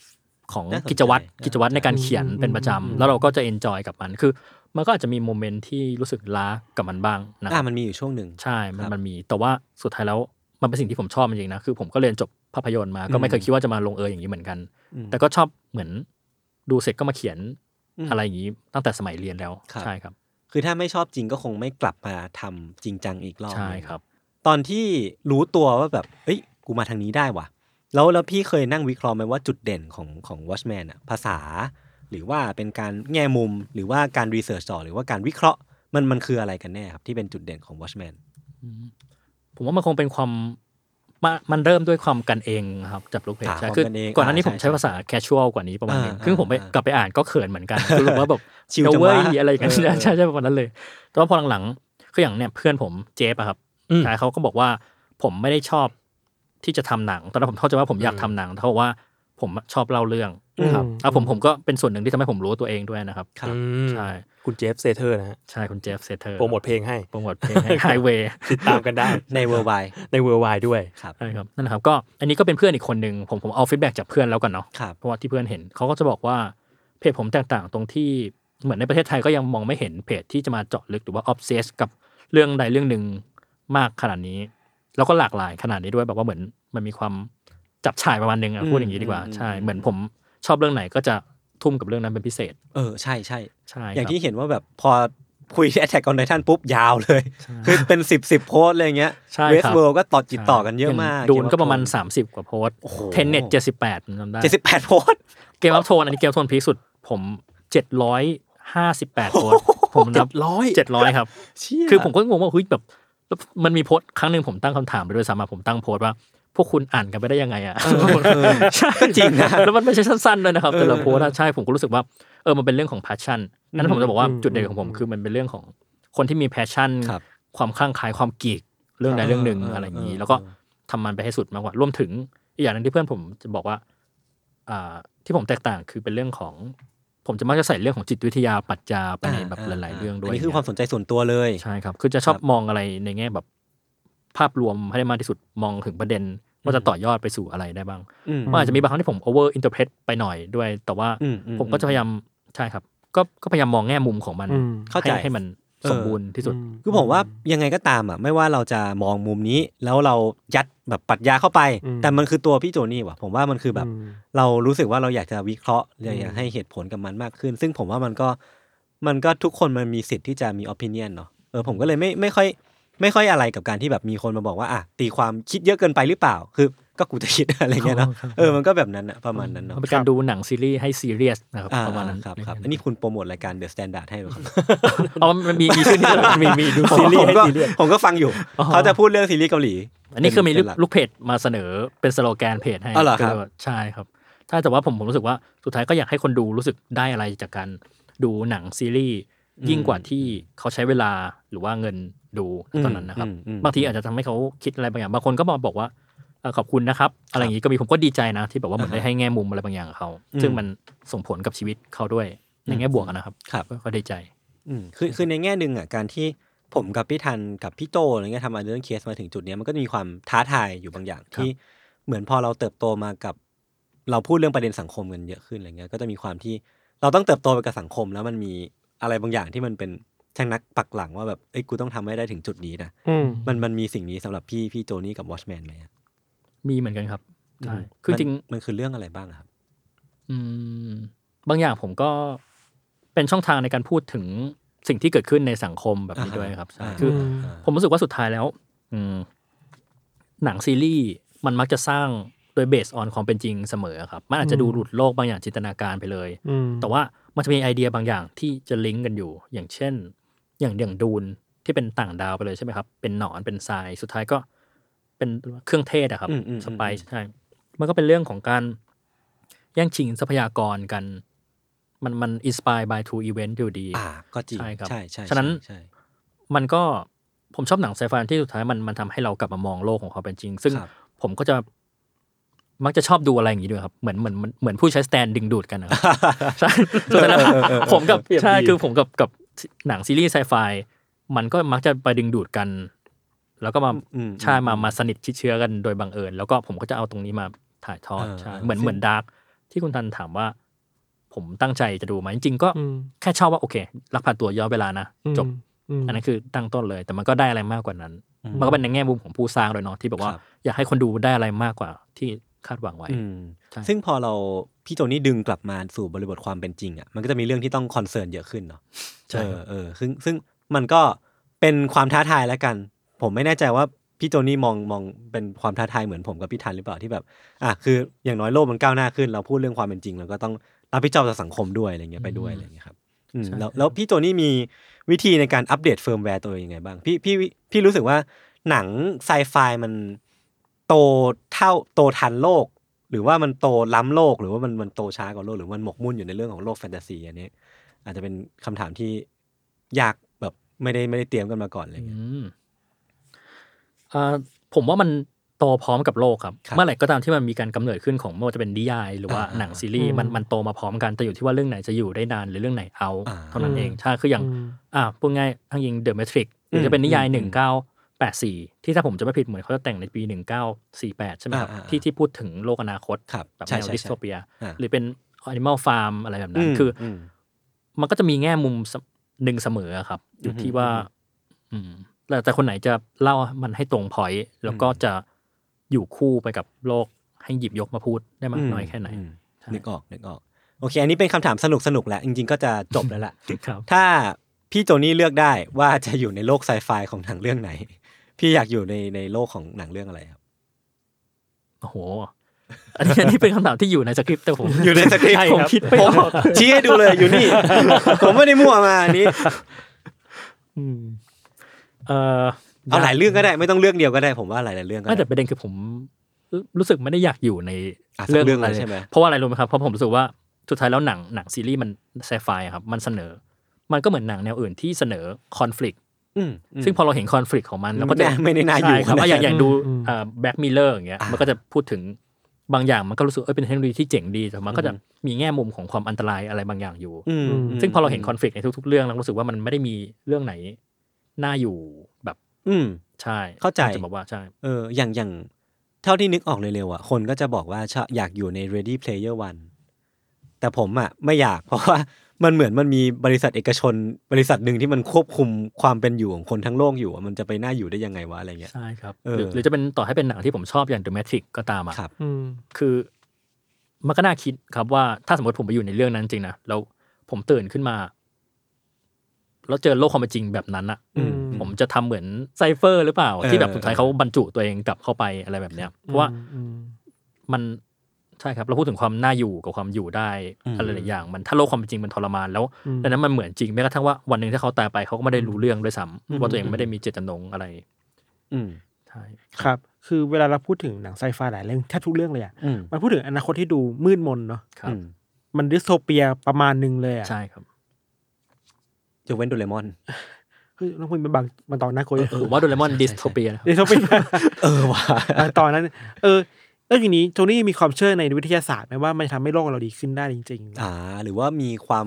Speaker 4: ของ
Speaker 2: น่าสนใจ
Speaker 4: กิจวัตรกิจวัตรในการเขียน
Speaker 3: อืม
Speaker 4: เป็นประ
Speaker 3: อื
Speaker 4: จำ
Speaker 3: ม
Speaker 4: แล้วเราก็จะเอนจอยกับมันคือ มันก็อาจจะมีโมเมนต์ที่รู้สึกล้ากับมันบ้างนะค
Speaker 2: อ่า
Speaker 4: รับ
Speaker 2: มันมีอยู่ช่วงหนึ่ง
Speaker 4: ใช่ มั
Speaker 2: คนรับ
Speaker 4: มันมี แต่ว่าสุดท้ายแล้วมันเป็นสิ่งที่ผมชอบจริงๆนะ คือผมก็เรียนจบภาพยนตร์มา ก็ไม่เคยคิดว่าจะมาลงเอยอย่างนี้เหมือนกัน
Speaker 2: อืม
Speaker 4: แต่ก็ชอบเหมือนดูเสร็จก็มาเขียน
Speaker 2: อืม
Speaker 4: อะไรอย่างนี้ตั้งแต่สมัยเรียนแล้ว
Speaker 2: ครับ
Speaker 4: ใช่ครับ
Speaker 2: คือถ้าไม่ชอบจริงก็คงไม่กลับมาทำจริงจังอีกรอบ
Speaker 4: ใช่
Speaker 2: หนึ่ง
Speaker 4: ครับ
Speaker 2: ตอนที่รู้ตัวว่าแบบ เอ้ย กูมาทางนี้ได้ว่ะ แล้วแล้วพี่เคยนั่งวิเคราะห์ไหมว่าจุดเด่นของของ Watchman อะภาษา หรือว่าเป็นการแง่มุม หรือว่าการรีเสิร์ชต่อ หรือว่าการวิเคราะห์ มันมันคืออะไรกันแน่ครับ ที่เป็นจุดเด่นของ Watchman
Speaker 4: ผมว่ามันคงเป็นความมามันเริ่มด้วยความกันเองครับจับลูกเพจ
Speaker 2: อ่า
Speaker 4: ใช่
Speaker 2: ความ
Speaker 4: คือ
Speaker 2: กันเอง
Speaker 4: ก่อนหน้านี้
Speaker 2: อ่า
Speaker 4: ผมใช้
Speaker 2: ใช่
Speaker 4: ภาษาแคชชวลกว่านี้ประมาณนึง
Speaker 2: อ่า
Speaker 4: คือผมไป
Speaker 2: อ่าก
Speaker 4: ลับไปอ่านก็เขินเหมือนกัน คือรู้ว่าแบบ
Speaker 2: ชิลจังวะ
Speaker 4: เนะเว้ยอะไรกัน
Speaker 2: เออเออ
Speaker 4: ใช่ใช่ประมาณนั้นเลย แต่ว่าพอหลังๆคืออย่างเนี่ยเพื่อนผมเจฟอะครับ
Speaker 5: อืม
Speaker 4: ใช่เขาก็บอกว่าผมไม่ได้ชอบที่จะทำหนังตอนนั้นผมเข้าใจว่าผมอยากทำหนังแต่เขาบอกว่าผมชอบเล่าเรื่องครับ
Speaker 3: อืม
Speaker 4: อ่ะผมผมก็เป็นส่วนหนึ่งที่ทำให้ผมรู้ตัวเองด้วยนะครับ
Speaker 5: อืม
Speaker 4: ใช่
Speaker 5: คุณเจฟเซเทอร์นะฮะ
Speaker 4: ใช่คุณเจฟเซเทอร์
Speaker 5: โปรโมทเพลงให้
Speaker 4: โปรโมทเพลง <laughs> ไฮเวย์
Speaker 5: ติดตามกันได้
Speaker 2: ในเวอร์ไว
Speaker 5: ในเวอร์ไวด้วย
Speaker 2: ครับ
Speaker 4: ใช่ครับนั่นแหละครับก็อันนี้ก็เป็นเพื่อนอีกคนหนึ่งผมผมเอาฟีดแบ็จากเพื่อนแล้วกันเนาะ
Speaker 2: ครับ
Speaker 4: เพราะว่าที่เพื่อนเห็นเขาก็จะบอกว่าเพจผมแตกต่างตรงที่เหมือนในประเทศไทยก็ยังมองไม่เห็นเพจที่จะมาเจาะลึกหรือว่าออฟเซสกับเรื่องใดเรื่องหนึ่งมากขนาดนี้ แล้วก็หลากหลายขนาดนี้ด้วยแบบว่าเหมือนมันมีความจับฉ่ายประมาณนึงอะ
Speaker 2: อืม
Speaker 4: พูดอย่างนี้ดีกว่า
Speaker 2: อืม
Speaker 4: ใช่
Speaker 2: อืม
Speaker 4: เหมือนผมชอบเรื่องไหนก็จะทุ่มกับเรื่องนั้นเป็นพิเศษ
Speaker 2: เออ ใช่ใช่
Speaker 4: ใช่
Speaker 2: อย่าง
Speaker 4: ครับ
Speaker 2: ที่เห็นว่าแบบพอคุยแอทแทกออนไททันปุ๊บยาวเลย คือเป็นสิบสิบโพสอะไรเงี้ย
Speaker 4: ใช่ครับ
Speaker 2: เวสเวิร์ก็ต่อจิตต่อกันเยอะมาก
Speaker 4: ดูนก็ประมาณ 30 กว่าโพส
Speaker 2: โอ้โห
Speaker 4: เทนเน็ตเจ็ดสิบแปดผมจำได้
Speaker 2: เจ็ดสิบแปดโพส
Speaker 4: เกมอัพโทนอันนี้เกมอัพโทนพีคสุดผมเจ็ดร้อยห้าสิบแปดโพสต์ ผมนับ
Speaker 5: ร้อย
Speaker 4: เจ็ดร้อยครับ
Speaker 5: เชี่ย
Speaker 4: คือผมก็งงว่าเฮ้ยแบบแล้วมันมีโพสต์ครั้งหนึ่งผมตั้งคำถามไปด้วยซ้ำอะผมตั้งโพสต์ว่า พวกคุณอ่านกันไปได้ยังไงอะใช่จริงนะแล้วมันไม่ใช่สั้นๆด้วยนะครับ แต่ละโพสต์อะใช่ผมก็รู้สึกว่าเออมันเป็นเรื่องของแพชชั่นนั้นผมจะบอกว่า
Speaker 3: อืม
Speaker 4: จุดเด่นของผม
Speaker 3: อืม
Speaker 4: คือมันเป็นเรื่องของคนที่มีแพชชั่น
Speaker 2: ครับ
Speaker 4: ความคลั่งไคล้ความกีกเรื่องใดเรื่องหนึ่ง
Speaker 2: เอออ
Speaker 4: อะไรอย่างนี้
Speaker 2: เออ
Speaker 4: แล้วก็ทำมันไปให้สุดมากกว่ารวมถึงอีกอย่างหนึงที่เพื่อนผมจะบอกว่าอ่าที่ผมแตกต่างคือเป็นเรื่องของ ผมจะมักจะใส่เรื่องของจิตวิทยาปรัชญาไปในแบบหลาย ๆ เรื่องด้วย
Speaker 2: นนี่คือ
Speaker 4: เนี่ย
Speaker 2: ความสนใจส่วนตัวเลย
Speaker 4: ใช่ครับ คือจะชอบ
Speaker 2: ครับ
Speaker 4: มองอะไรในแง่แบบภาพรวมให้ได้มากที่สุด มองถึงประเด็น ว่าจะต่อยอดไปสู่อะไรได้บ้าง
Speaker 2: อืม
Speaker 4: มันอาจจะมีบางครั้งที่ผม over interpret ไปหน่อยด้วย แต่ว่า
Speaker 2: อืมอืม
Speaker 4: ผมก็จะพยายาม ใช่ครับ ก็ก็พยายามมองแง่มุมของมัน
Speaker 3: อืม
Speaker 2: เข้าใจ
Speaker 4: ห้ให้มันสมบูรณ์ที่สุด
Speaker 2: คือผมว่ายังไงก็ตามอ่ะไม่ว่าเราจะมองมุมนี้ แล้วเรายัดแบบปรัชญาเข้าไป
Speaker 3: อืม
Speaker 2: แต่มันคือตัวพี่โจนี่ว่ะผมว่ามันคือแบบ
Speaker 3: อืม
Speaker 2: เรารู้สึกว่าเราอยากจะวิเคราะห์เลย
Speaker 3: อืม
Speaker 2: ให้เหตุผลกับมันมากขึ้น ซึ่งผมว่ามันก็มันก็ทุกคนมันมีสิทธิ์ที่จะมี opinion เนาะเออผมก็เลยไม่ไม่ค่อย ไม่ค่อยอะไรกับการที่แบบมีคนมาบอกว่าอ่ะตีความคิดเยอะเกินไปหรือเปล่า คือ ก็กูจะคิด <laughs> อะไรเงี้ยเนาะ
Speaker 4: ครับ
Speaker 2: เออมันก็แบบนั้นอะประมาณนั้นเนาะ
Speaker 4: มันเป็นการดูหนังซีรีส์ให้ซีเรียสนะครับ
Speaker 2: อ่า
Speaker 4: ประมาณนั้น
Speaker 2: ครับครับอันนี้คุณโปรโมทรายการ The Standard ให้เหรอครับ
Speaker 4: เอามันมีมีชื่อนี้ด้วยมีมีดู
Speaker 2: ผม
Speaker 4: ซีรี
Speaker 2: ผ
Speaker 4: ส์
Speaker 2: ม
Speaker 4: ให้
Speaker 2: ก็
Speaker 4: ซีเรียส
Speaker 2: ผมก็ฟังอยู่
Speaker 4: อ๋อ
Speaker 2: เขาจะพูดเรื่องซีรีส์เกาหลี
Speaker 4: อันนี้คือมี
Speaker 2: เป็หลัก
Speaker 4: ลูกเพจมาเสนอเป็นสโลแกนเพจให้
Speaker 2: อ๋อเหรอครับ
Speaker 4: ก็ใช่ครับ ถ้าแต่ว่าผมผมรู้สึกว่าสุดท้ายก็อยากให้คนดูรู้สึกได้อะไรจากการดูหนังซีรีส์ยิ่งกว่าที่เขาใช้เวลาหรือว่าเงินดูตอนนั้นนะครับ
Speaker 2: อืมอืม
Speaker 4: บางทีอาจจะทำให้เขาคิดอะไรบางอย่างบางคนก็มาบอกว่าเอ่อขอบคุณนะครับ อะไรอย่างนี้ก็มีผมก็ดีใจนะ ที่แบบว่าเหมือนได้ให้แง่มุมอะไรบางอย่างกับเขา
Speaker 2: อืม
Speaker 4: ซึ่งมันส่งผลกับชีวิตเขาด้วยในแง่บวกอะนะครับ
Speaker 2: ครับ
Speaker 4: ก็ก็ดีใจ
Speaker 2: อืมคือคือในแง่หนึ่งอ่ะการที่ผมกับพี่ทันกับพี่โตอะไรเงี้ยทำมาเรื่องเคสมาถึงจุดเนี้ยมันก็จะมีความท้าทายอยู่บางอย่าง ที่เหมือนพอเราเติบโตมากับ เราพูดเรื่องประเด็นสังคมกันเยอะขึ้นอะไรเงี้ยก็จะมีความที่เราต้องเติบโตไปกับสังคม แล้วมันมีอะไรบางอย่างที่มันเป็นช่างนักปักหลังว่าแบบเอ้ยกูต้องทำให้ได้ถึงจุดนี้นะ
Speaker 3: อืม
Speaker 2: มันมันมีสิ่งนี้สำหรับพี่พี่โจนี่กับวอชแมนไหมอะ
Speaker 4: มีเหมือนกันครับใช่คือจริง
Speaker 2: มันมันคือเรื่องอะไรบ้างอะครับ
Speaker 4: อืมบางอย่างผมก็เป็นช่องทางในการพูดถึงสิ่งที่เกิดขึ้นในสังคมแบบ
Speaker 2: อ่า
Speaker 4: นี้
Speaker 2: ฮะ
Speaker 4: ด้วยครับใช่
Speaker 2: อ่า
Speaker 4: คืออ
Speaker 3: ม
Speaker 2: อ่า
Speaker 4: ผมรู้สึกว่าสุดท้ายแล้ว อืมหนังซีรีส์มันมักจะสร้างโดยเบสออนความเป็นจริงเสมอครับมันอาจจะดูหลุดโลกบางอย่างจินตนาการไปเลย
Speaker 3: อืม
Speaker 4: แต่ว่ามันจะมีไอเดียบางอย่างที่จะลิงก์กันอยู่ อย่างเช่น อย่างอย่างดูนที่เป็นต่างดาวไปเลยใช่ไหมครับ เป็นหนอนเป็นทรายสุดท้ายก็เป็นเครื่องเทศอะครับ
Speaker 2: อืมอืม
Speaker 4: สไปซ์ใช่มันก็เป็นเรื่องของการแย่งชิงทรัพยากรกัน มันมันอินสปายบายทูอีเวนต์อยู่ดี
Speaker 2: อ่าก็จริง
Speaker 4: ใช่ครับ
Speaker 2: ใช่ใช่
Speaker 4: ฉะนั้น
Speaker 2: ใช่
Speaker 4: มันก็ผมชอบหนังไซไฟที่สุดท้ายมันมันทำให้เรากลับมามองโลกของเขามเป็นจริง ซึ่ง
Speaker 2: ครับ
Speaker 4: ผมก็จะมักจะชอบดูอะไรอย่างนี้ด้วยครับ เหมือนเหมือนเหมือนเหมือนผู้ใช้สแตนดึงดูดกันนะครับ ใช่ <laughs> สุดท้ายแล้วผมกับใช่คือผมกับกับหนังซีรีส์ไซไฟมันก็มักจะไปดึงดูดกัน แล้วก็มา
Speaker 2: อืม
Speaker 4: ใช่มามาสนิทชิดเชื้อกันโดยบังเอิญ แล้วก็ผมก็จะเอาตรงนี้มาถ่ายทอด
Speaker 2: เออ
Speaker 4: ใช่
Speaker 2: เออ
Speaker 4: เหมือน
Speaker 2: ซึ่ง
Speaker 4: เหมือนดาร์กที่คุณทันถามว่า ผมตั้งใจจะดูไหมจริงๆก็
Speaker 3: อืม
Speaker 4: แค่ชอบว่าโอเค รักพาตัวย้อนเวลานะจบ
Speaker 3: ม
Speaker 4: อันนั้นคือตั้งต้นเลย แต่มันก็ได้อะไรมากกว่านั้น
Speaker 2: อืม
Speaker 4: มันก็เป็นในแง่มุมของผู้สร้างเลยเนาะที่แบบว่า
Speaker 2: ครับ
Speaker 4: อยากให้คนดูได้อะไรมากกว่าที่คาดหวังไว้
Speaker 2: อืม
Speaker 4: ใช่
Speaker 2: ซึ่งพอเราพี่โจนี่ดึงกลับมาสู่บริบทความเป็นจริงอ่ะมันก็จะมีเรื่องที่ต้องคอนเซิร์นเยอะขึ้นเนาะ
Speaker 4: ใช่
Speaker 2: เออเออซึ่งซึ่งมันก็เป็นความท้าทายแล้วกัน ผมไม่แน่ใจว่าพี่โจนี่มองมองเป็นความท้าทายเหมือนผมกับพี่ทันหรือเปล่าที่แบบอ่ะคืออย่างน้อยโลกมันก้าวหน้าขึ้น เราพูดเรื่องความเป็นจริงเราก็ต้องรับผิดชอบต่อสังคมด้วยอะไรเงี้ยไปด้วยอะไรเงี้ยครับอืมแล้วแล้วพี่โจนี่มีวิธีในการอัปเดตเฟิร์มแวร์ตัวเองยังไงบ้างพี่พี่พี่รู้สึกว่าหนังไซไฟมันโตเท่าโตทันโลก หรือว่ามันโตล้ำโลกหรือว่ามันมันโตช้ากว่าโลกหรือมันหมกมุ่นอยู่ในเรื่องของโลกแฟนตาซีอันนี้ อาจจะเป็นคำถามที่ยากแบบไม่ได้ไม่ได้เตรียมกันมาก่อนอะไร
Speaker 4: อื
Speaker 2: เงี้ย
Speaker 4: มอ่าผมว่ามันโตพร้อมกับโลกครับ
Speaker 2: ครับ
Speaker 4: เมื่อไหร่ก็ตามที่มันมีการกำเนิดขึ้นของไม่ว่าจะเป็นดิยาย หรือว่า
Speaker 2: อ่า
Speaker 4: หนังซีรีส์
Speaker 3: อืม
Speaker 4: มันมันโตมาพร้อมกันแต่อยู่ที่ว่าเรื่องไหนจะอยู่ได้นานหรือเรื่องไหนเอา
Speaker 2: อ่า
Speaker 4: เท่านั้นเองใช่คืออย่าง อ่าพูดง่ายทางยิงเดอะแมทริกหรือ
Speaker 2: ม
Speaker 4: จะเป็นนิยาย
Speaker 2: อืม
Speaker 4: 1984 ที่ถ้าผมจะไม่ผิดเหมือนเขาจะแต่งในปี 1948 ใช่ไหมครับ
Speaker 2: อ่าอ่าอ่า
Speaker 4: ที่ที่พูดถึงโลกอนาคต
Speaker 2: ครับ
Speaker 4: แบบ
Speaker 2: ใช่
Speaker 4: แนว
Speaker 2: ใช่
Speaker 4: ดิสโทเปีย
Speaker 2: อ่า
Speaker 4: หรือเป็น Animal Farm อะไรแบบนั้น
Speaker 2: ม
Speaker 4: คืออ
Speaker 2: ม
Speaker 4: มันก็จะมีแง่มุมสหนึ่งเสมอครับ อยู่
Speaker 2: อือฮึ
Speaker 4: ที่ว่า อืมแล้วแต่คนไหนจะเล่ามันให้ตรงพอยต์แล้วก็
Speaker 2: อืม
Speaker 4: จะอยู่คู่ไปกับโลกให้หยิบยกมาพูดได้มาก
Speaker 2: ม
Speaker 4: น้อยแค่ไหน
Speaker 2: อืม
Speaker 4: ใช่
Speaker 2: นึกออกนึกออก โอเค อันนี้เป็นคำถามสนุกสนุกๆแหละจริงๆก็จะจบแล้วล่ะ <coughs>
Speaker 4: ครับ
Speaker 2: ถ้าพี่โจนี่เลือกได้ว่าจะอยู่ในโลกไซไฟของหนังเรื่องไหน พี่อยากอยู่ในในโลกของหนังเรื่องอะไรครับ
Speaker 4: โอ้โห อันนี้อันนี้เป็นคำถามที่อยู่ในสคริปต์แต่ผม
Speaker 2: อยู่ในสคริปต์
Speaker 4: ผมคิดไม่ออก
Speaker 2: ชี้ให้ดูเลย
Speaker 4: <laughs>
Speaker 2: อยู่นี่ ผมไม่ได้มั่วมาอันนี้
Speaker 4: อืมเออ
Speaker 2: เอาหลายเรื่องก็ได้ไม่ต้องเรื่องเดียวก็ได้ผมว่าหลายๆเรื่องก็
Speaker 4: ไม่แต่
Speaker 2: ได้
Speaker 4: ประเด็นคือผมรู้สึกไม่ได้อยากอยู่ใน
Speaker 2: อ่ะสักเรื่องเลยใช่ไหม
Speaker 4: เพราะว่าอะไรรู้ไหมครับเพราะผมรู้สึกว่าสุดท้ายแล้วหนังหนังซีรีส์มันไซไฟครับ มันเสนอ มันก็เหมือนหนังแนวอื่นที่เสนอคอน FLICT
Speaker 2: อืมอืม
Speaker 4: ซึ่งพอเราเห็นคอน FLICT ของมันเราก็จะ
Speaker 2: ไม่ไม่ได้น่าอยู่
Speaker 4: ใช่ครับ
Speaker 2: ขนาดนั้น
Speaker 4: อะอย่างอย่างดู
Speaker 3: อืม
Speaker 4: แบ็กมิเลอร์อย่างเงี้ย
Speaker 2: อ่ามั
Speaker 4: มันก็จะพูดถึงบางอย่างมันก็รู้สึกเออเป็นเทคโนโลยีที่เจ๋งดีแต่มันก็จะ
Speaker 2: อืม
Speaker 4: มีแง่มุมของความอันตรายอะไรบางอย่างอยู่
Speaker 2: อืม
Speaker 4: ซึ่งพอเราเห็นคอน FLICT ในทุกๆเรื่องเรารู้สึกว่ามันไม่ได้มีเรื่องไหนน่าอยู่แบบ
Speaker 2: อืม
Speaker 4: ใช่
Speaker 2: เข้าใจ
Speaker 4: จะบอกว่าใช่
Speaker 2: เอออย่างอย่างเท่าที่นึกออกเร็วๆอ่ะคนก็จะบอกว่าชอบอยากอยู่ใน Ready Player One แต่ผมอ่ะไม่อยากเพราะว่ามันเหมือนมันมีบริษัทเอกชน บริษัทหนึ่งที่มันควบคุมความเป็นอยู่ของคนทั้งโลกอยู่อะมันจะไปน่าอยู่ได้ยังไงวะอะไรเงี้ย
Speaker 4: ใช่ครับ
Speaker 2: เออ
Speaker 4: หรือหรือจะเป็นต่อให้เป็นหนังที่ผมชอบอย่าง The Matrix ก็ตามอ่ะ
Speaker 2: ครับ
Speaker 3: อืม
Speaker 4: คือมันก็น่าคิดครับว่าถ้าสมมติผมไปอยู่ในเรื่องนั้นจริงนะแล้วผมตื่นขึ้นมา แล้วเจอโลกความเป็นจริงแบบนั้นอ่ะ
Speaker 3: อืม
Speaker 4: ผมจะทำเหมือนไซเฟอร์หรือเปล่า
Speaker 2: เออ
Speaker 4: ที่แบบสุดท้ายเขาบรรจุตัวเองกลับเข้าไปอะไรแบบเนี้ยเพราะว่า
Speaker 3: อืม
Speaker 4: มันใช่ครับ เราพูดถึงความน่าอยู่กับความอยู่ได้อะไรหลายอย่าง มันถ้าโลกความเป็นจริงมันทรมานแล้ว
Speaker 3: อืม
Speaker 4: ดังนั้นมันเหมือนจริงแม้กระทั่งว่าวันหนึ่งถ้าเขาตายไปเขาก็ไม่ได้รู้เรื่องด้วยซ้ำว่าตัวเองไม่ได้มีเจตจำนงอะไร
Speaker 2: อืม
Speaker 4: ใช่
Speaker 3: ครับ คือเวลาเราพูดถึงหนังไซไฟหลายเรื่องแทบทุกเรื่องเลยอ่ะ
Speaker 2: อืม
Speaker 3: มันพูดถึงอนาคตที่ดูมืดมนเนาะ
Speaker 4: ครับ
Speaker 3: มันดิสโทเปียประมาณหนึ่งเลยอ่ะ
Speaker 4: ใช่ครับ
Speaker 2: จะเว้นโดเรมอน
Speaker 3: คือน้องคุณเป็นบางบางตอนน่ากลัวอยู่
Speaker 4: เออผมว่าโดเรมอนดิสโทเปียนะครับ
Speaker 3: ดิสโทเปีย
Speaker 2: เออว่ะ
Speaker 3: อ่ะตอนนั้น เออแล้วอย่างนี้โทนี่มีความเชื่อในวิทยาศาสตร์ไหมว่ามันจะทำให้โลกเราดีขึ้นได้จริงๆ
Speaker 2: อ่า หรือว่ามีความ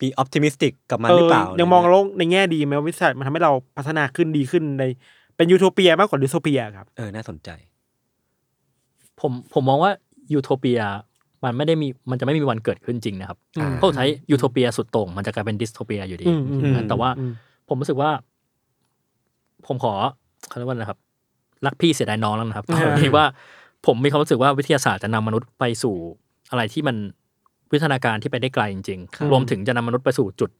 Speaker 2: มีออพติมิสติกกับมัน
Speaker 3: เอ
Speaker 2: หรือ
Speaker 3: อ
Speaker 2: เปล่า
Speaker 3: ยังมองโลกในแง่ดีไหมว่าวิทยาศาสตร์มันทำให้เราพัฒนาขึ้นดีขึ้นในเป็นยูโทเปียมากกว่าดิสโทเปียครับ
Speaker 2: เออน่าสนใจ
Speaker 4: ผมผมมองว่ายูโทเปียมันไม่ได้มีมันจะไม่มีวันเกิดขึ้นจริงนะครับ
Speaker 2: อ่า
Speaker 4: เพราะสุดท้ายยูโทเปียสุดโต่งมันจะกลายเป็นดิสโทเปียอยู่ดี
Speaker 3: อืมอืม
Speaker 4: นะแต่ว่าผมรู้สึกว่า ผมขอเขาเรียกว่าอะไรนะครับ รักพี่เสียดายน้องแล้วนะครับตอนนี้ว่าผมมีความรู้สึกว่าวิทยาศาสตร์จะนำมนุษย์ไปสู่อะไรที่มันวิทยาการที่ไปได้ไกลจริง ๆ รวมถึงจะนำมนุษย์ไปสู่จุด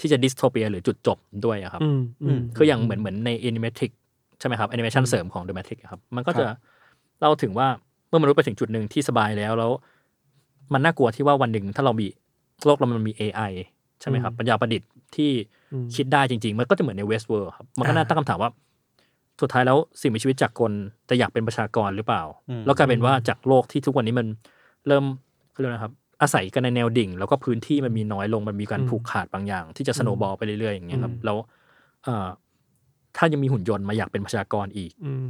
Speaker 4: ที่จะดิสโทเปียหรือจุดจบด้วยอะครับ
Speaker 3: อืมอืม
Speaker 4: คืออย่างเหมือนเหมือนใน Animatrix ใช่ไหมครับ Animation เสริมของ The Matrix อะครับ มันก็จะ
Speaker 3: ครับ
Speaker 4: เล่าถึงว่าเมื่อมนุษย์ไปถึงจุดหนึ่งที่สบายแล้วแล้ว มันน่ากลัวที่ว่าวันหนึ่งถ้าเรามีโลกเรามันมี AI ใช่ไหมครับ ปัญญาประดิษฐ์ที่คิดได้จริง ๆ มันก็จะเหมือนใน Westworld ครับ มันก็น่าตั้งคำถามว่า สุดท้ายแล้วสิ่งมีชีวิตจากกลจะอยากเป็นประชากรหรือเปล่า แล้วกลายเป็นว่าจากโลกที่ทุกวันนี้มันเริ่มเขาเรียกนะครับ อาศัยกันในแนวดิ่ง แล้วก็พื้นที่มันมีน้อยลงมันมีการผูกขาดบางอย่าง ที่จะสโนบอลไปเรื่อยๆอย่างเงี้ยครับแล้ว เอ่อถ้ายังมีหุ่นยนต์มาอยากเป็นประชากรอีก
Speaker 3: อืม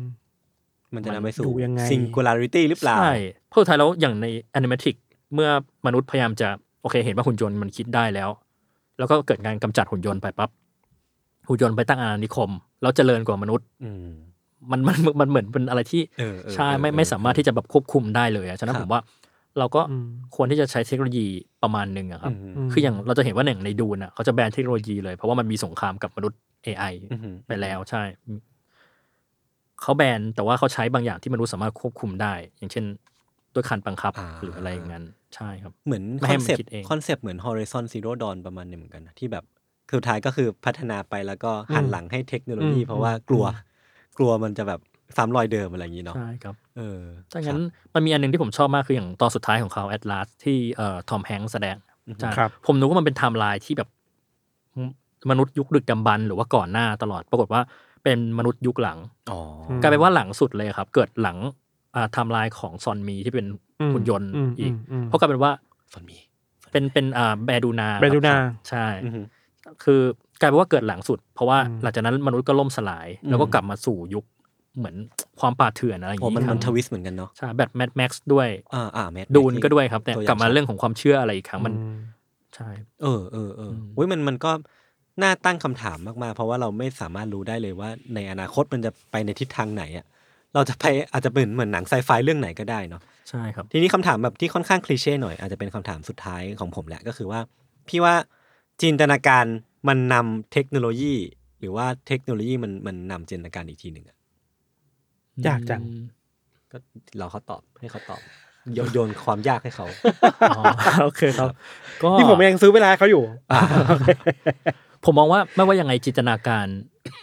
Speaker 2: มันจะนำไปสู่
Speaker 3: ดูยังไง
Speaker 2: ซิงคูลาริตี้หรือเปล่า
Speaker 4: ใช่เพราะสุดท้ายแล้วอย่างในแอนิเมติกเมื่อมนุษย์พยายามจะโอเคเห็นว่าหุ่นยนต์มันคิดได้แล้ว แล้วก็เกิดการกำจัดหุ่นยนต์ไปปั๊บหุ่นยนต์ไปตั้งอาณานิคม แล้วเจริญกว่ามนุษย์
Speaker 2: อืม
Speaker 4: มัน <laughs> มันมันมันเหมือนเป็นอะไรที่
Speaker 2: เออเออ
Speaker 4: ใช่ไม่
Speaker 2: เออ
Speaker 4: ไม่สามารถที่จะแบบควบคุมได้เลยอะฉะนั้น
Speaker 2: ครับ
Speaker 4: ผมว่าเราก็
Speaker 3: อืม
Speaker 4: ควรที่จะใช้เทคโนโลยีประมาณหนึ่งอะครับ
Speaker 3: ม
Speaker 4: คืออย่างเราจะเห็นว่าหนึ่งในดูนอะเขาจะแบนเทคโนโลยีเลยเพราะว่ามันมีสงครามกับมนุษย์ AI
Speaker 2: อือหือ
Speaker 4: ไปแล้วใช่ เขาแบนแต่ว่าเขาใช้บางอย่างที่มนุษย์สามารถควบคุมได้ อย่างเช่นด้วยคันบังคับ
Speaker 2: อ่า
Speaker 4: หรืออะไรอย่างนั้น ใช่ครับ
Speaker 2: เหมือนค
Speaker 4: ไม่ให้
Speaker 2: อน
Speaker 4: มัน
Speaker 2: เซป
Speaker 4: คิ
Speaker 2: ต์
Speaker 4: ดเอง
Speaker 2: คอนเซปต์เหมือน Horizon Zero Dawn ประมาณหนึงเหมือนกันนะที่แบบคือสุดท้ายก็คือพัฒนาไปแล้วก็หันหลังให้เทคโนโลยี
Speaker 3: อืม
Speaker 2: เพราะว่ากลัว กลัวมันจะแบบซ้ำรอยเดิมอะไรอย่างนี้เนาะ
Speaker 4: ใช่ครับ
Speaker 2: เออ
Speaker 4: ถ้างั้นมันมีอันหนึ่งที่ผมชอบมากคืออย่างตอนสุดท้ายของเขาแอตลาสที่เอ่อทอมแฮงค์แสดงใช่
Speaker 3: ครับ
Speaker 4: ผมนึกว่ามันเป็นไทม์ไลน์ที่แบบมมนุษย์ยุคดึกดำบรรพ์หรือว่าก่อนหน้าตลอด ปรากฏว่าเป็นมนุษย์ยุคหลัง
Speaker 2: อ๋อ
Speaker 3: ม
Speaker 4: กลายเป็นว่าหลังสุดเลยครับ เกิดหลังอ่าไทม์ไลน์ของซอนมีที่เป็นหุ่นยนต์
Speaker 3: ม
Speaker 4: อีก
Speaker 3: ม
Speaker 4: เพราะกลายเป็นว่า
Speaker 2: ส่วนมี
Speaker 4: เป็นเป็นอ่าแบดูนาครับ
Speaker 3: แบดูนา
Speaker 4: ใช่
Speaker 2: อือฮึ
Speaker 4: คือกลายเป็นว่าเกิดหลังสุด เพราะว่า
Speaker 3: อืม
Speaker 4: หลังจากนั้นมนุษย์ก็ล่มสลาย แล้วก็กลับมาสู่ยุคเหมือนความป่าเถื่อนอะไรอย่าง
Speaker 2: โอ้
Speaker 4: นี้
Speaker 2: มัน
Speaker 4: ค
Speaker 2: มั
Speaker 4: รั้
Speaker 2: น
Speaker 4: ง
Speaker 2: ทวิสต์เหมือนกันเนาะ
Speaker 4: ใช่แบบแมดแม็กซ์ด้วย
Speaker 2: อ่าอ่าแมท
Speaker 4: ดูนก็ด้วยครับเนี่ย
Speaker 2: ตัวอย่าง
Speaker 4: กลับมาเรื่องของความเชื่ออะไรอีกครั้งมัน
Speaker 3: อืม
Speaker 4: ใช่
Speaker 2: เออเออเออเว้ยมันมันก็น่าตั้งคำถามมากๆ เพราะว่าเราไม่สามารถรู้ได้เลยว่า ในอนาคตมันจะไปในทิศทางไหนอะเราจะไปอาจจะเป็นเหมือนหนังไซไฟเรื่องไหนก็ได้เนาะ
Speaker 4: ใช่ครับ
Speaker 2: ทีนี้คำถามแบบที่ค่อนข้างคลีเช่หน่อยอาจจะเป็นคำถามสุดท้ายของผมแหละก็คือว่า พี่ว่าจินตนาการมันนำเทคโนโลยี หรือว่าเทคโนโลยีมันมันนำจินตนาการอีกทีหนึ่งอะ
Speaker 3: ยากจัง
Speaker 2: ก็เราเขาตอบให้เขาตอบโยนโยนความยากให้เขา
Speaker 4: อ๋อ <laughs> โอเคครับ ก็
Speaker 3: นี่ผมยังซื้อเวลาเขาอยู่
Speaker 4: ผมมองว่าไม่ว่ายังไงจินตนาการ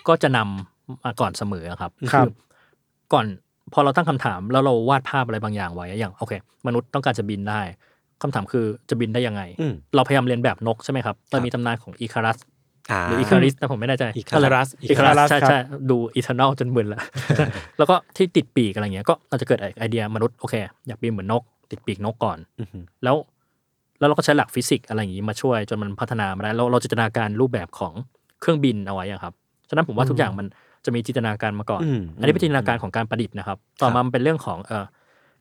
Speaker 4: ก็จะนำมาก่อนเสมอครับ
Speaker 3: ครับ
Speaker 4: ก่อน พอเราตั้งคำถามแล้วเราวาดภาพอะไรบางอย่างไว้อะอย่างโอเค มนุษย์ต้องการจะบินได้คำถามคือจะบินได้ยังไง
Speaker 2: อืม
Speaker 4: เราพยายามเรียนแบบนกใช่ไหมครับมันมีตำนานของอีคารัส หรืออีคาริสนะผมไม่แน่ใจ
Speaker 2: Icarus
Speaker 4: อีคารัส
Speaker 3: Icarus
Speaker 4: ใช่
Speaker 3: ครับ
Speaker 4: ใช่ดูอีเทอร์นอลจนมึนละ <laughs> แล้วก็ที่ติดปีกอะไรเงี้ยก็เราจะเกิดไอเดียมนุษย์โอเค อยากบินเหมือนนก ติดปีกนกก่อน
Speaker 2: อือหือ
Speaker 4: แล้ว แล้วเราก็ใช้หลักฟิสิกส์อะไรอย่างนี้มาช่วยจนมันพัฒนามาได้เราเราจินตนาการรูปแบบของเครื่องบินเอาไว้อะครับฉะนั้นผมว่าทุกอย่างมันจะมีจินตนาการมาก่อน
Speaker 2: อืม
Speaker 4: อันนี้เป็นจินตนาการของการประดิษฐ์นะครับ ต่อมามันเป็นเรื่องของเออ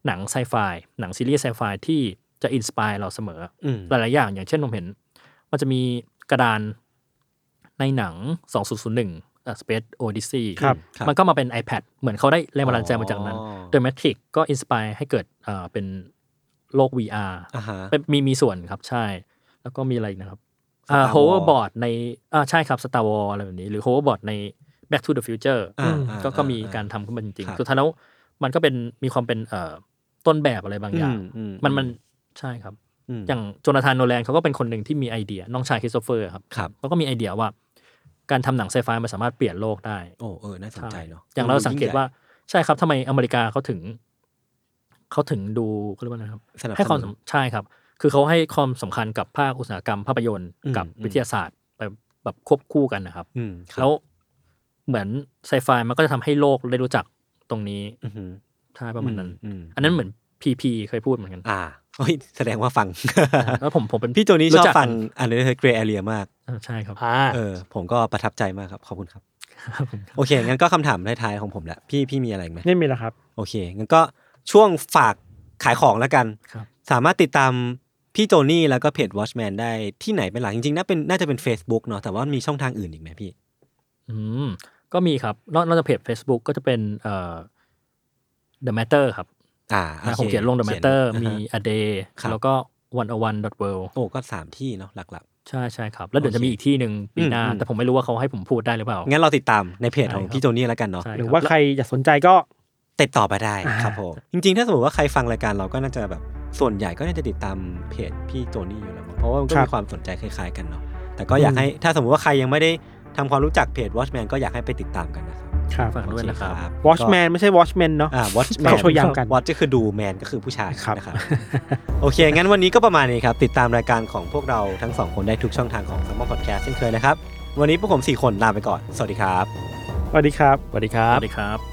Speaker 4: หนังไซไฟหนังซีรีส์ไซไฟที่จะอินสปายเราเสมออ
Speaker 2: ม
Speaker 4: หลายๆอย่างอย่างเช่นผมเห็น มันจะมีกระดานในหนัง 2001อ่ะ Space Odyssey
Speaker 3: ครับ
Speaker 2: ครับ
Speaker 4: มันก็มาเป็น iPad เหมือนเขาได้แรงบันดาลใจมาจากนั้น
Speaker 2: อ๋อ
Speaker 4: The Matrix ก็อินสปายให้เกิดเอ่อเป็นโลก VR
Speaker 2: อ่าฮะ
Speaker 4: เป็นมีมีส่วนครับใช่ แล้วก็มีอะไรอีกนะครับอ่า
Speaker 2: Star Wars
Speaker 4: hoverboard ในอ่าใช่ครับ Star Wars อะไรแบบนี้ หรือ hoverboard ใน Back to the Future
Speaker 2: อ่า
Speaker 4: ก็
Speaker 2: อ่า
Speaker 4: ก็มี
Speaker 2: อ่า
Speaker 4: การทำขึ้นมาจริง
Speaker 2: ครับ
Speaker 4: ๆสุดท้ายแล้วมันก็เป็นมีความเป็นเอ่อต้นแบบอะไรบางอย่าง
Speaker 2: อื
Speaker 4: มันมันใช่ครับ
Speaker 2: ม
Speaker 4: อย่างโจนาธานโนแลนเขาก็เป็นคนหนึ่งที่มีไอเดีย น้องชายคริสโตเฟอร์ครับ
Speaker 2: ครับ
Speaker 4: เขาก็มีไอเดียว่า การทำหนังไซไฟมันสามารถเปลี่ยนโลกได้
Speaker 2: โอ้เออน่าสนใจเนาะ
Speaker 4: อย่างเราสังเกตว่าใช่ครับทำไมอเมริกาเขาถึงเขาถึงดูเขาเรียกว่าอะไรครับ
Speaker 2: สนับสนุน
Speaker 4: ให้ความสำใช่ครับ คือเขาให้ความสำคัญกับภาคอุตสาหกรรมภาพยนตร์
Speaker 2: อืม
Speaker 4: กับ
Speaker 2: อืม
Speaker 4: วิทยาศาสตร์ไปแบบควบคู่กันนะครับ
Speaker 2: อืมครั
Speaker 4: แล้
Speaker 2: บ
Speaker 4: วเหมือนไซไฟมันก็จะทำให้โลกได้รู้จักตรงนี้
Speaker 2: อือหือ
Speaker 4: ใช่ประมาณนั้น
Speaker 2: อืม
Speaker 4: อันนั้นเหมือนพีพีเคยพูดเหมือนกัน
Speaker 2: อ่าเฮ้ยแสดงว่าฟัง
Speaker 4: แล้วผมผมเป็น
Speaker 2: พี่โจนี่ช
Speaker 4: รู้
Speaker 2: อบ
Speaker 4: จัก
Speaker 2: ฟังอันนี้เกรย์แอเรียมาก
Speaker 4: อ่าใช่ครับ
Speaker 5: อ่า
Speaker 2: เออ ผมก็ประทับใจมากครับ ขอบคุณครับ โอเค งั้นก็คำถามท้ายๆของผมแหละ พี่พี่มีอะไรอีกไหม
Speaker 3: นี่มีแล้วครับ
Speaker 2: โอเค งั้นก็ช่วงฝากขายของแล้วกัน
Speaker 4: ครับ
Speaker 2: สามารถติดตามพี่โจนี่แล้วก็เพจ Watchman ได้ที่ไหนเป็นหลักจริงๆน่าเป็นน่าจะเป็น Facebook เนาะ แต่ว่ามีช่องทางอื่นอีกไหมพี่
Speaker 4: อืมก็มีครับนอกนอกจากเพจ Facebook ก็จะเป็นเอ่อ The Matter ครับ
Speaker 2: อ่า
Speaker 4: อ่า
Speaker 2: โอค
Speaker 4: ผมเขียนลง The
Speaker 2: ขี
Speaker 4: Matter
Speaker 2: อ่าฮะ
Speaker 4: มี A Day
Speaker 2: ครับ
Speaker 4: แล้วก็ one o one dot world
Speaker 2: โอ้ก็สามที่เนาะหลัก
Speaker 4: ใช่ใช่ครับ แล้วเดี๋ยวจะมีอีกที่หนึ่งปีหน้า
Speaker 2: อืมอืม
Speaker 4: แต่ผมไม่รู้ว่าเขาให้ผมพูดได้หรือเปล่า
Speaker 2: ๆ งั้นเราติดตามในเพจของ
Speaker 4: ใช่ครับ
Speaker 2: พี่โจนี่แล้วกันเนาะ
Speaker 4: ใช่คบ
Speaker 3: หรือว่า
Speaker 4: แล้
Speaker 3: ใครอยากสนใจก็
Speaker 2: ติดต่อไปได้
Speaker 3: อ่า
Speaker 2: ครับผม จริงๆ ถ้าสมมติว่าใครฟังรายการเราก็น่าจะแบบส่วนใหญ่ก็น่าจะติดตามเพจพี่โจนี่อยู่แล้วมั้งเพราะว่ามันก็มีความสนใจคล้ายๆกันเนาะแต่ก็อยากให้ถ้าสมมติว่าใครยังไม่ได้ทำความรู้จักเพจ Watchman ก็อยากให้ไปติดตามกันนะครับ
Speaker 3: ครับ
Speaker 4: ฝากด้วยนะครับ
Speaker 2: โอเ
Speaker 3: Watchman ไม่ใช่ Watchman เนาะ
Speaker 2: อ่า Watchman
Speaker 3: เขาช่วยย้ำกัน
Speaker 2: Watch ก็คือดูแมนก็คือผู้ชาย
Speaker 3: ครับ
Speaker 2: นะครับ โอเค งั้นวันนี้ก็ประมาณนี้ครับ ติดตามรายการของพวกเราทั้งสองคนได้ทุกช่องทางของ s ัมมอนพอดแคสต์เช่นเคยนะครับวันนี้พวกผมสี่คนลาไปก่อนสวัสดีครับ
Speaker 3: สวัสดีครับ
Speaker 5: สวัสดีครั
Speaker 4: ส
Speaker 5: บ
Speaker 4: วัสดีครับ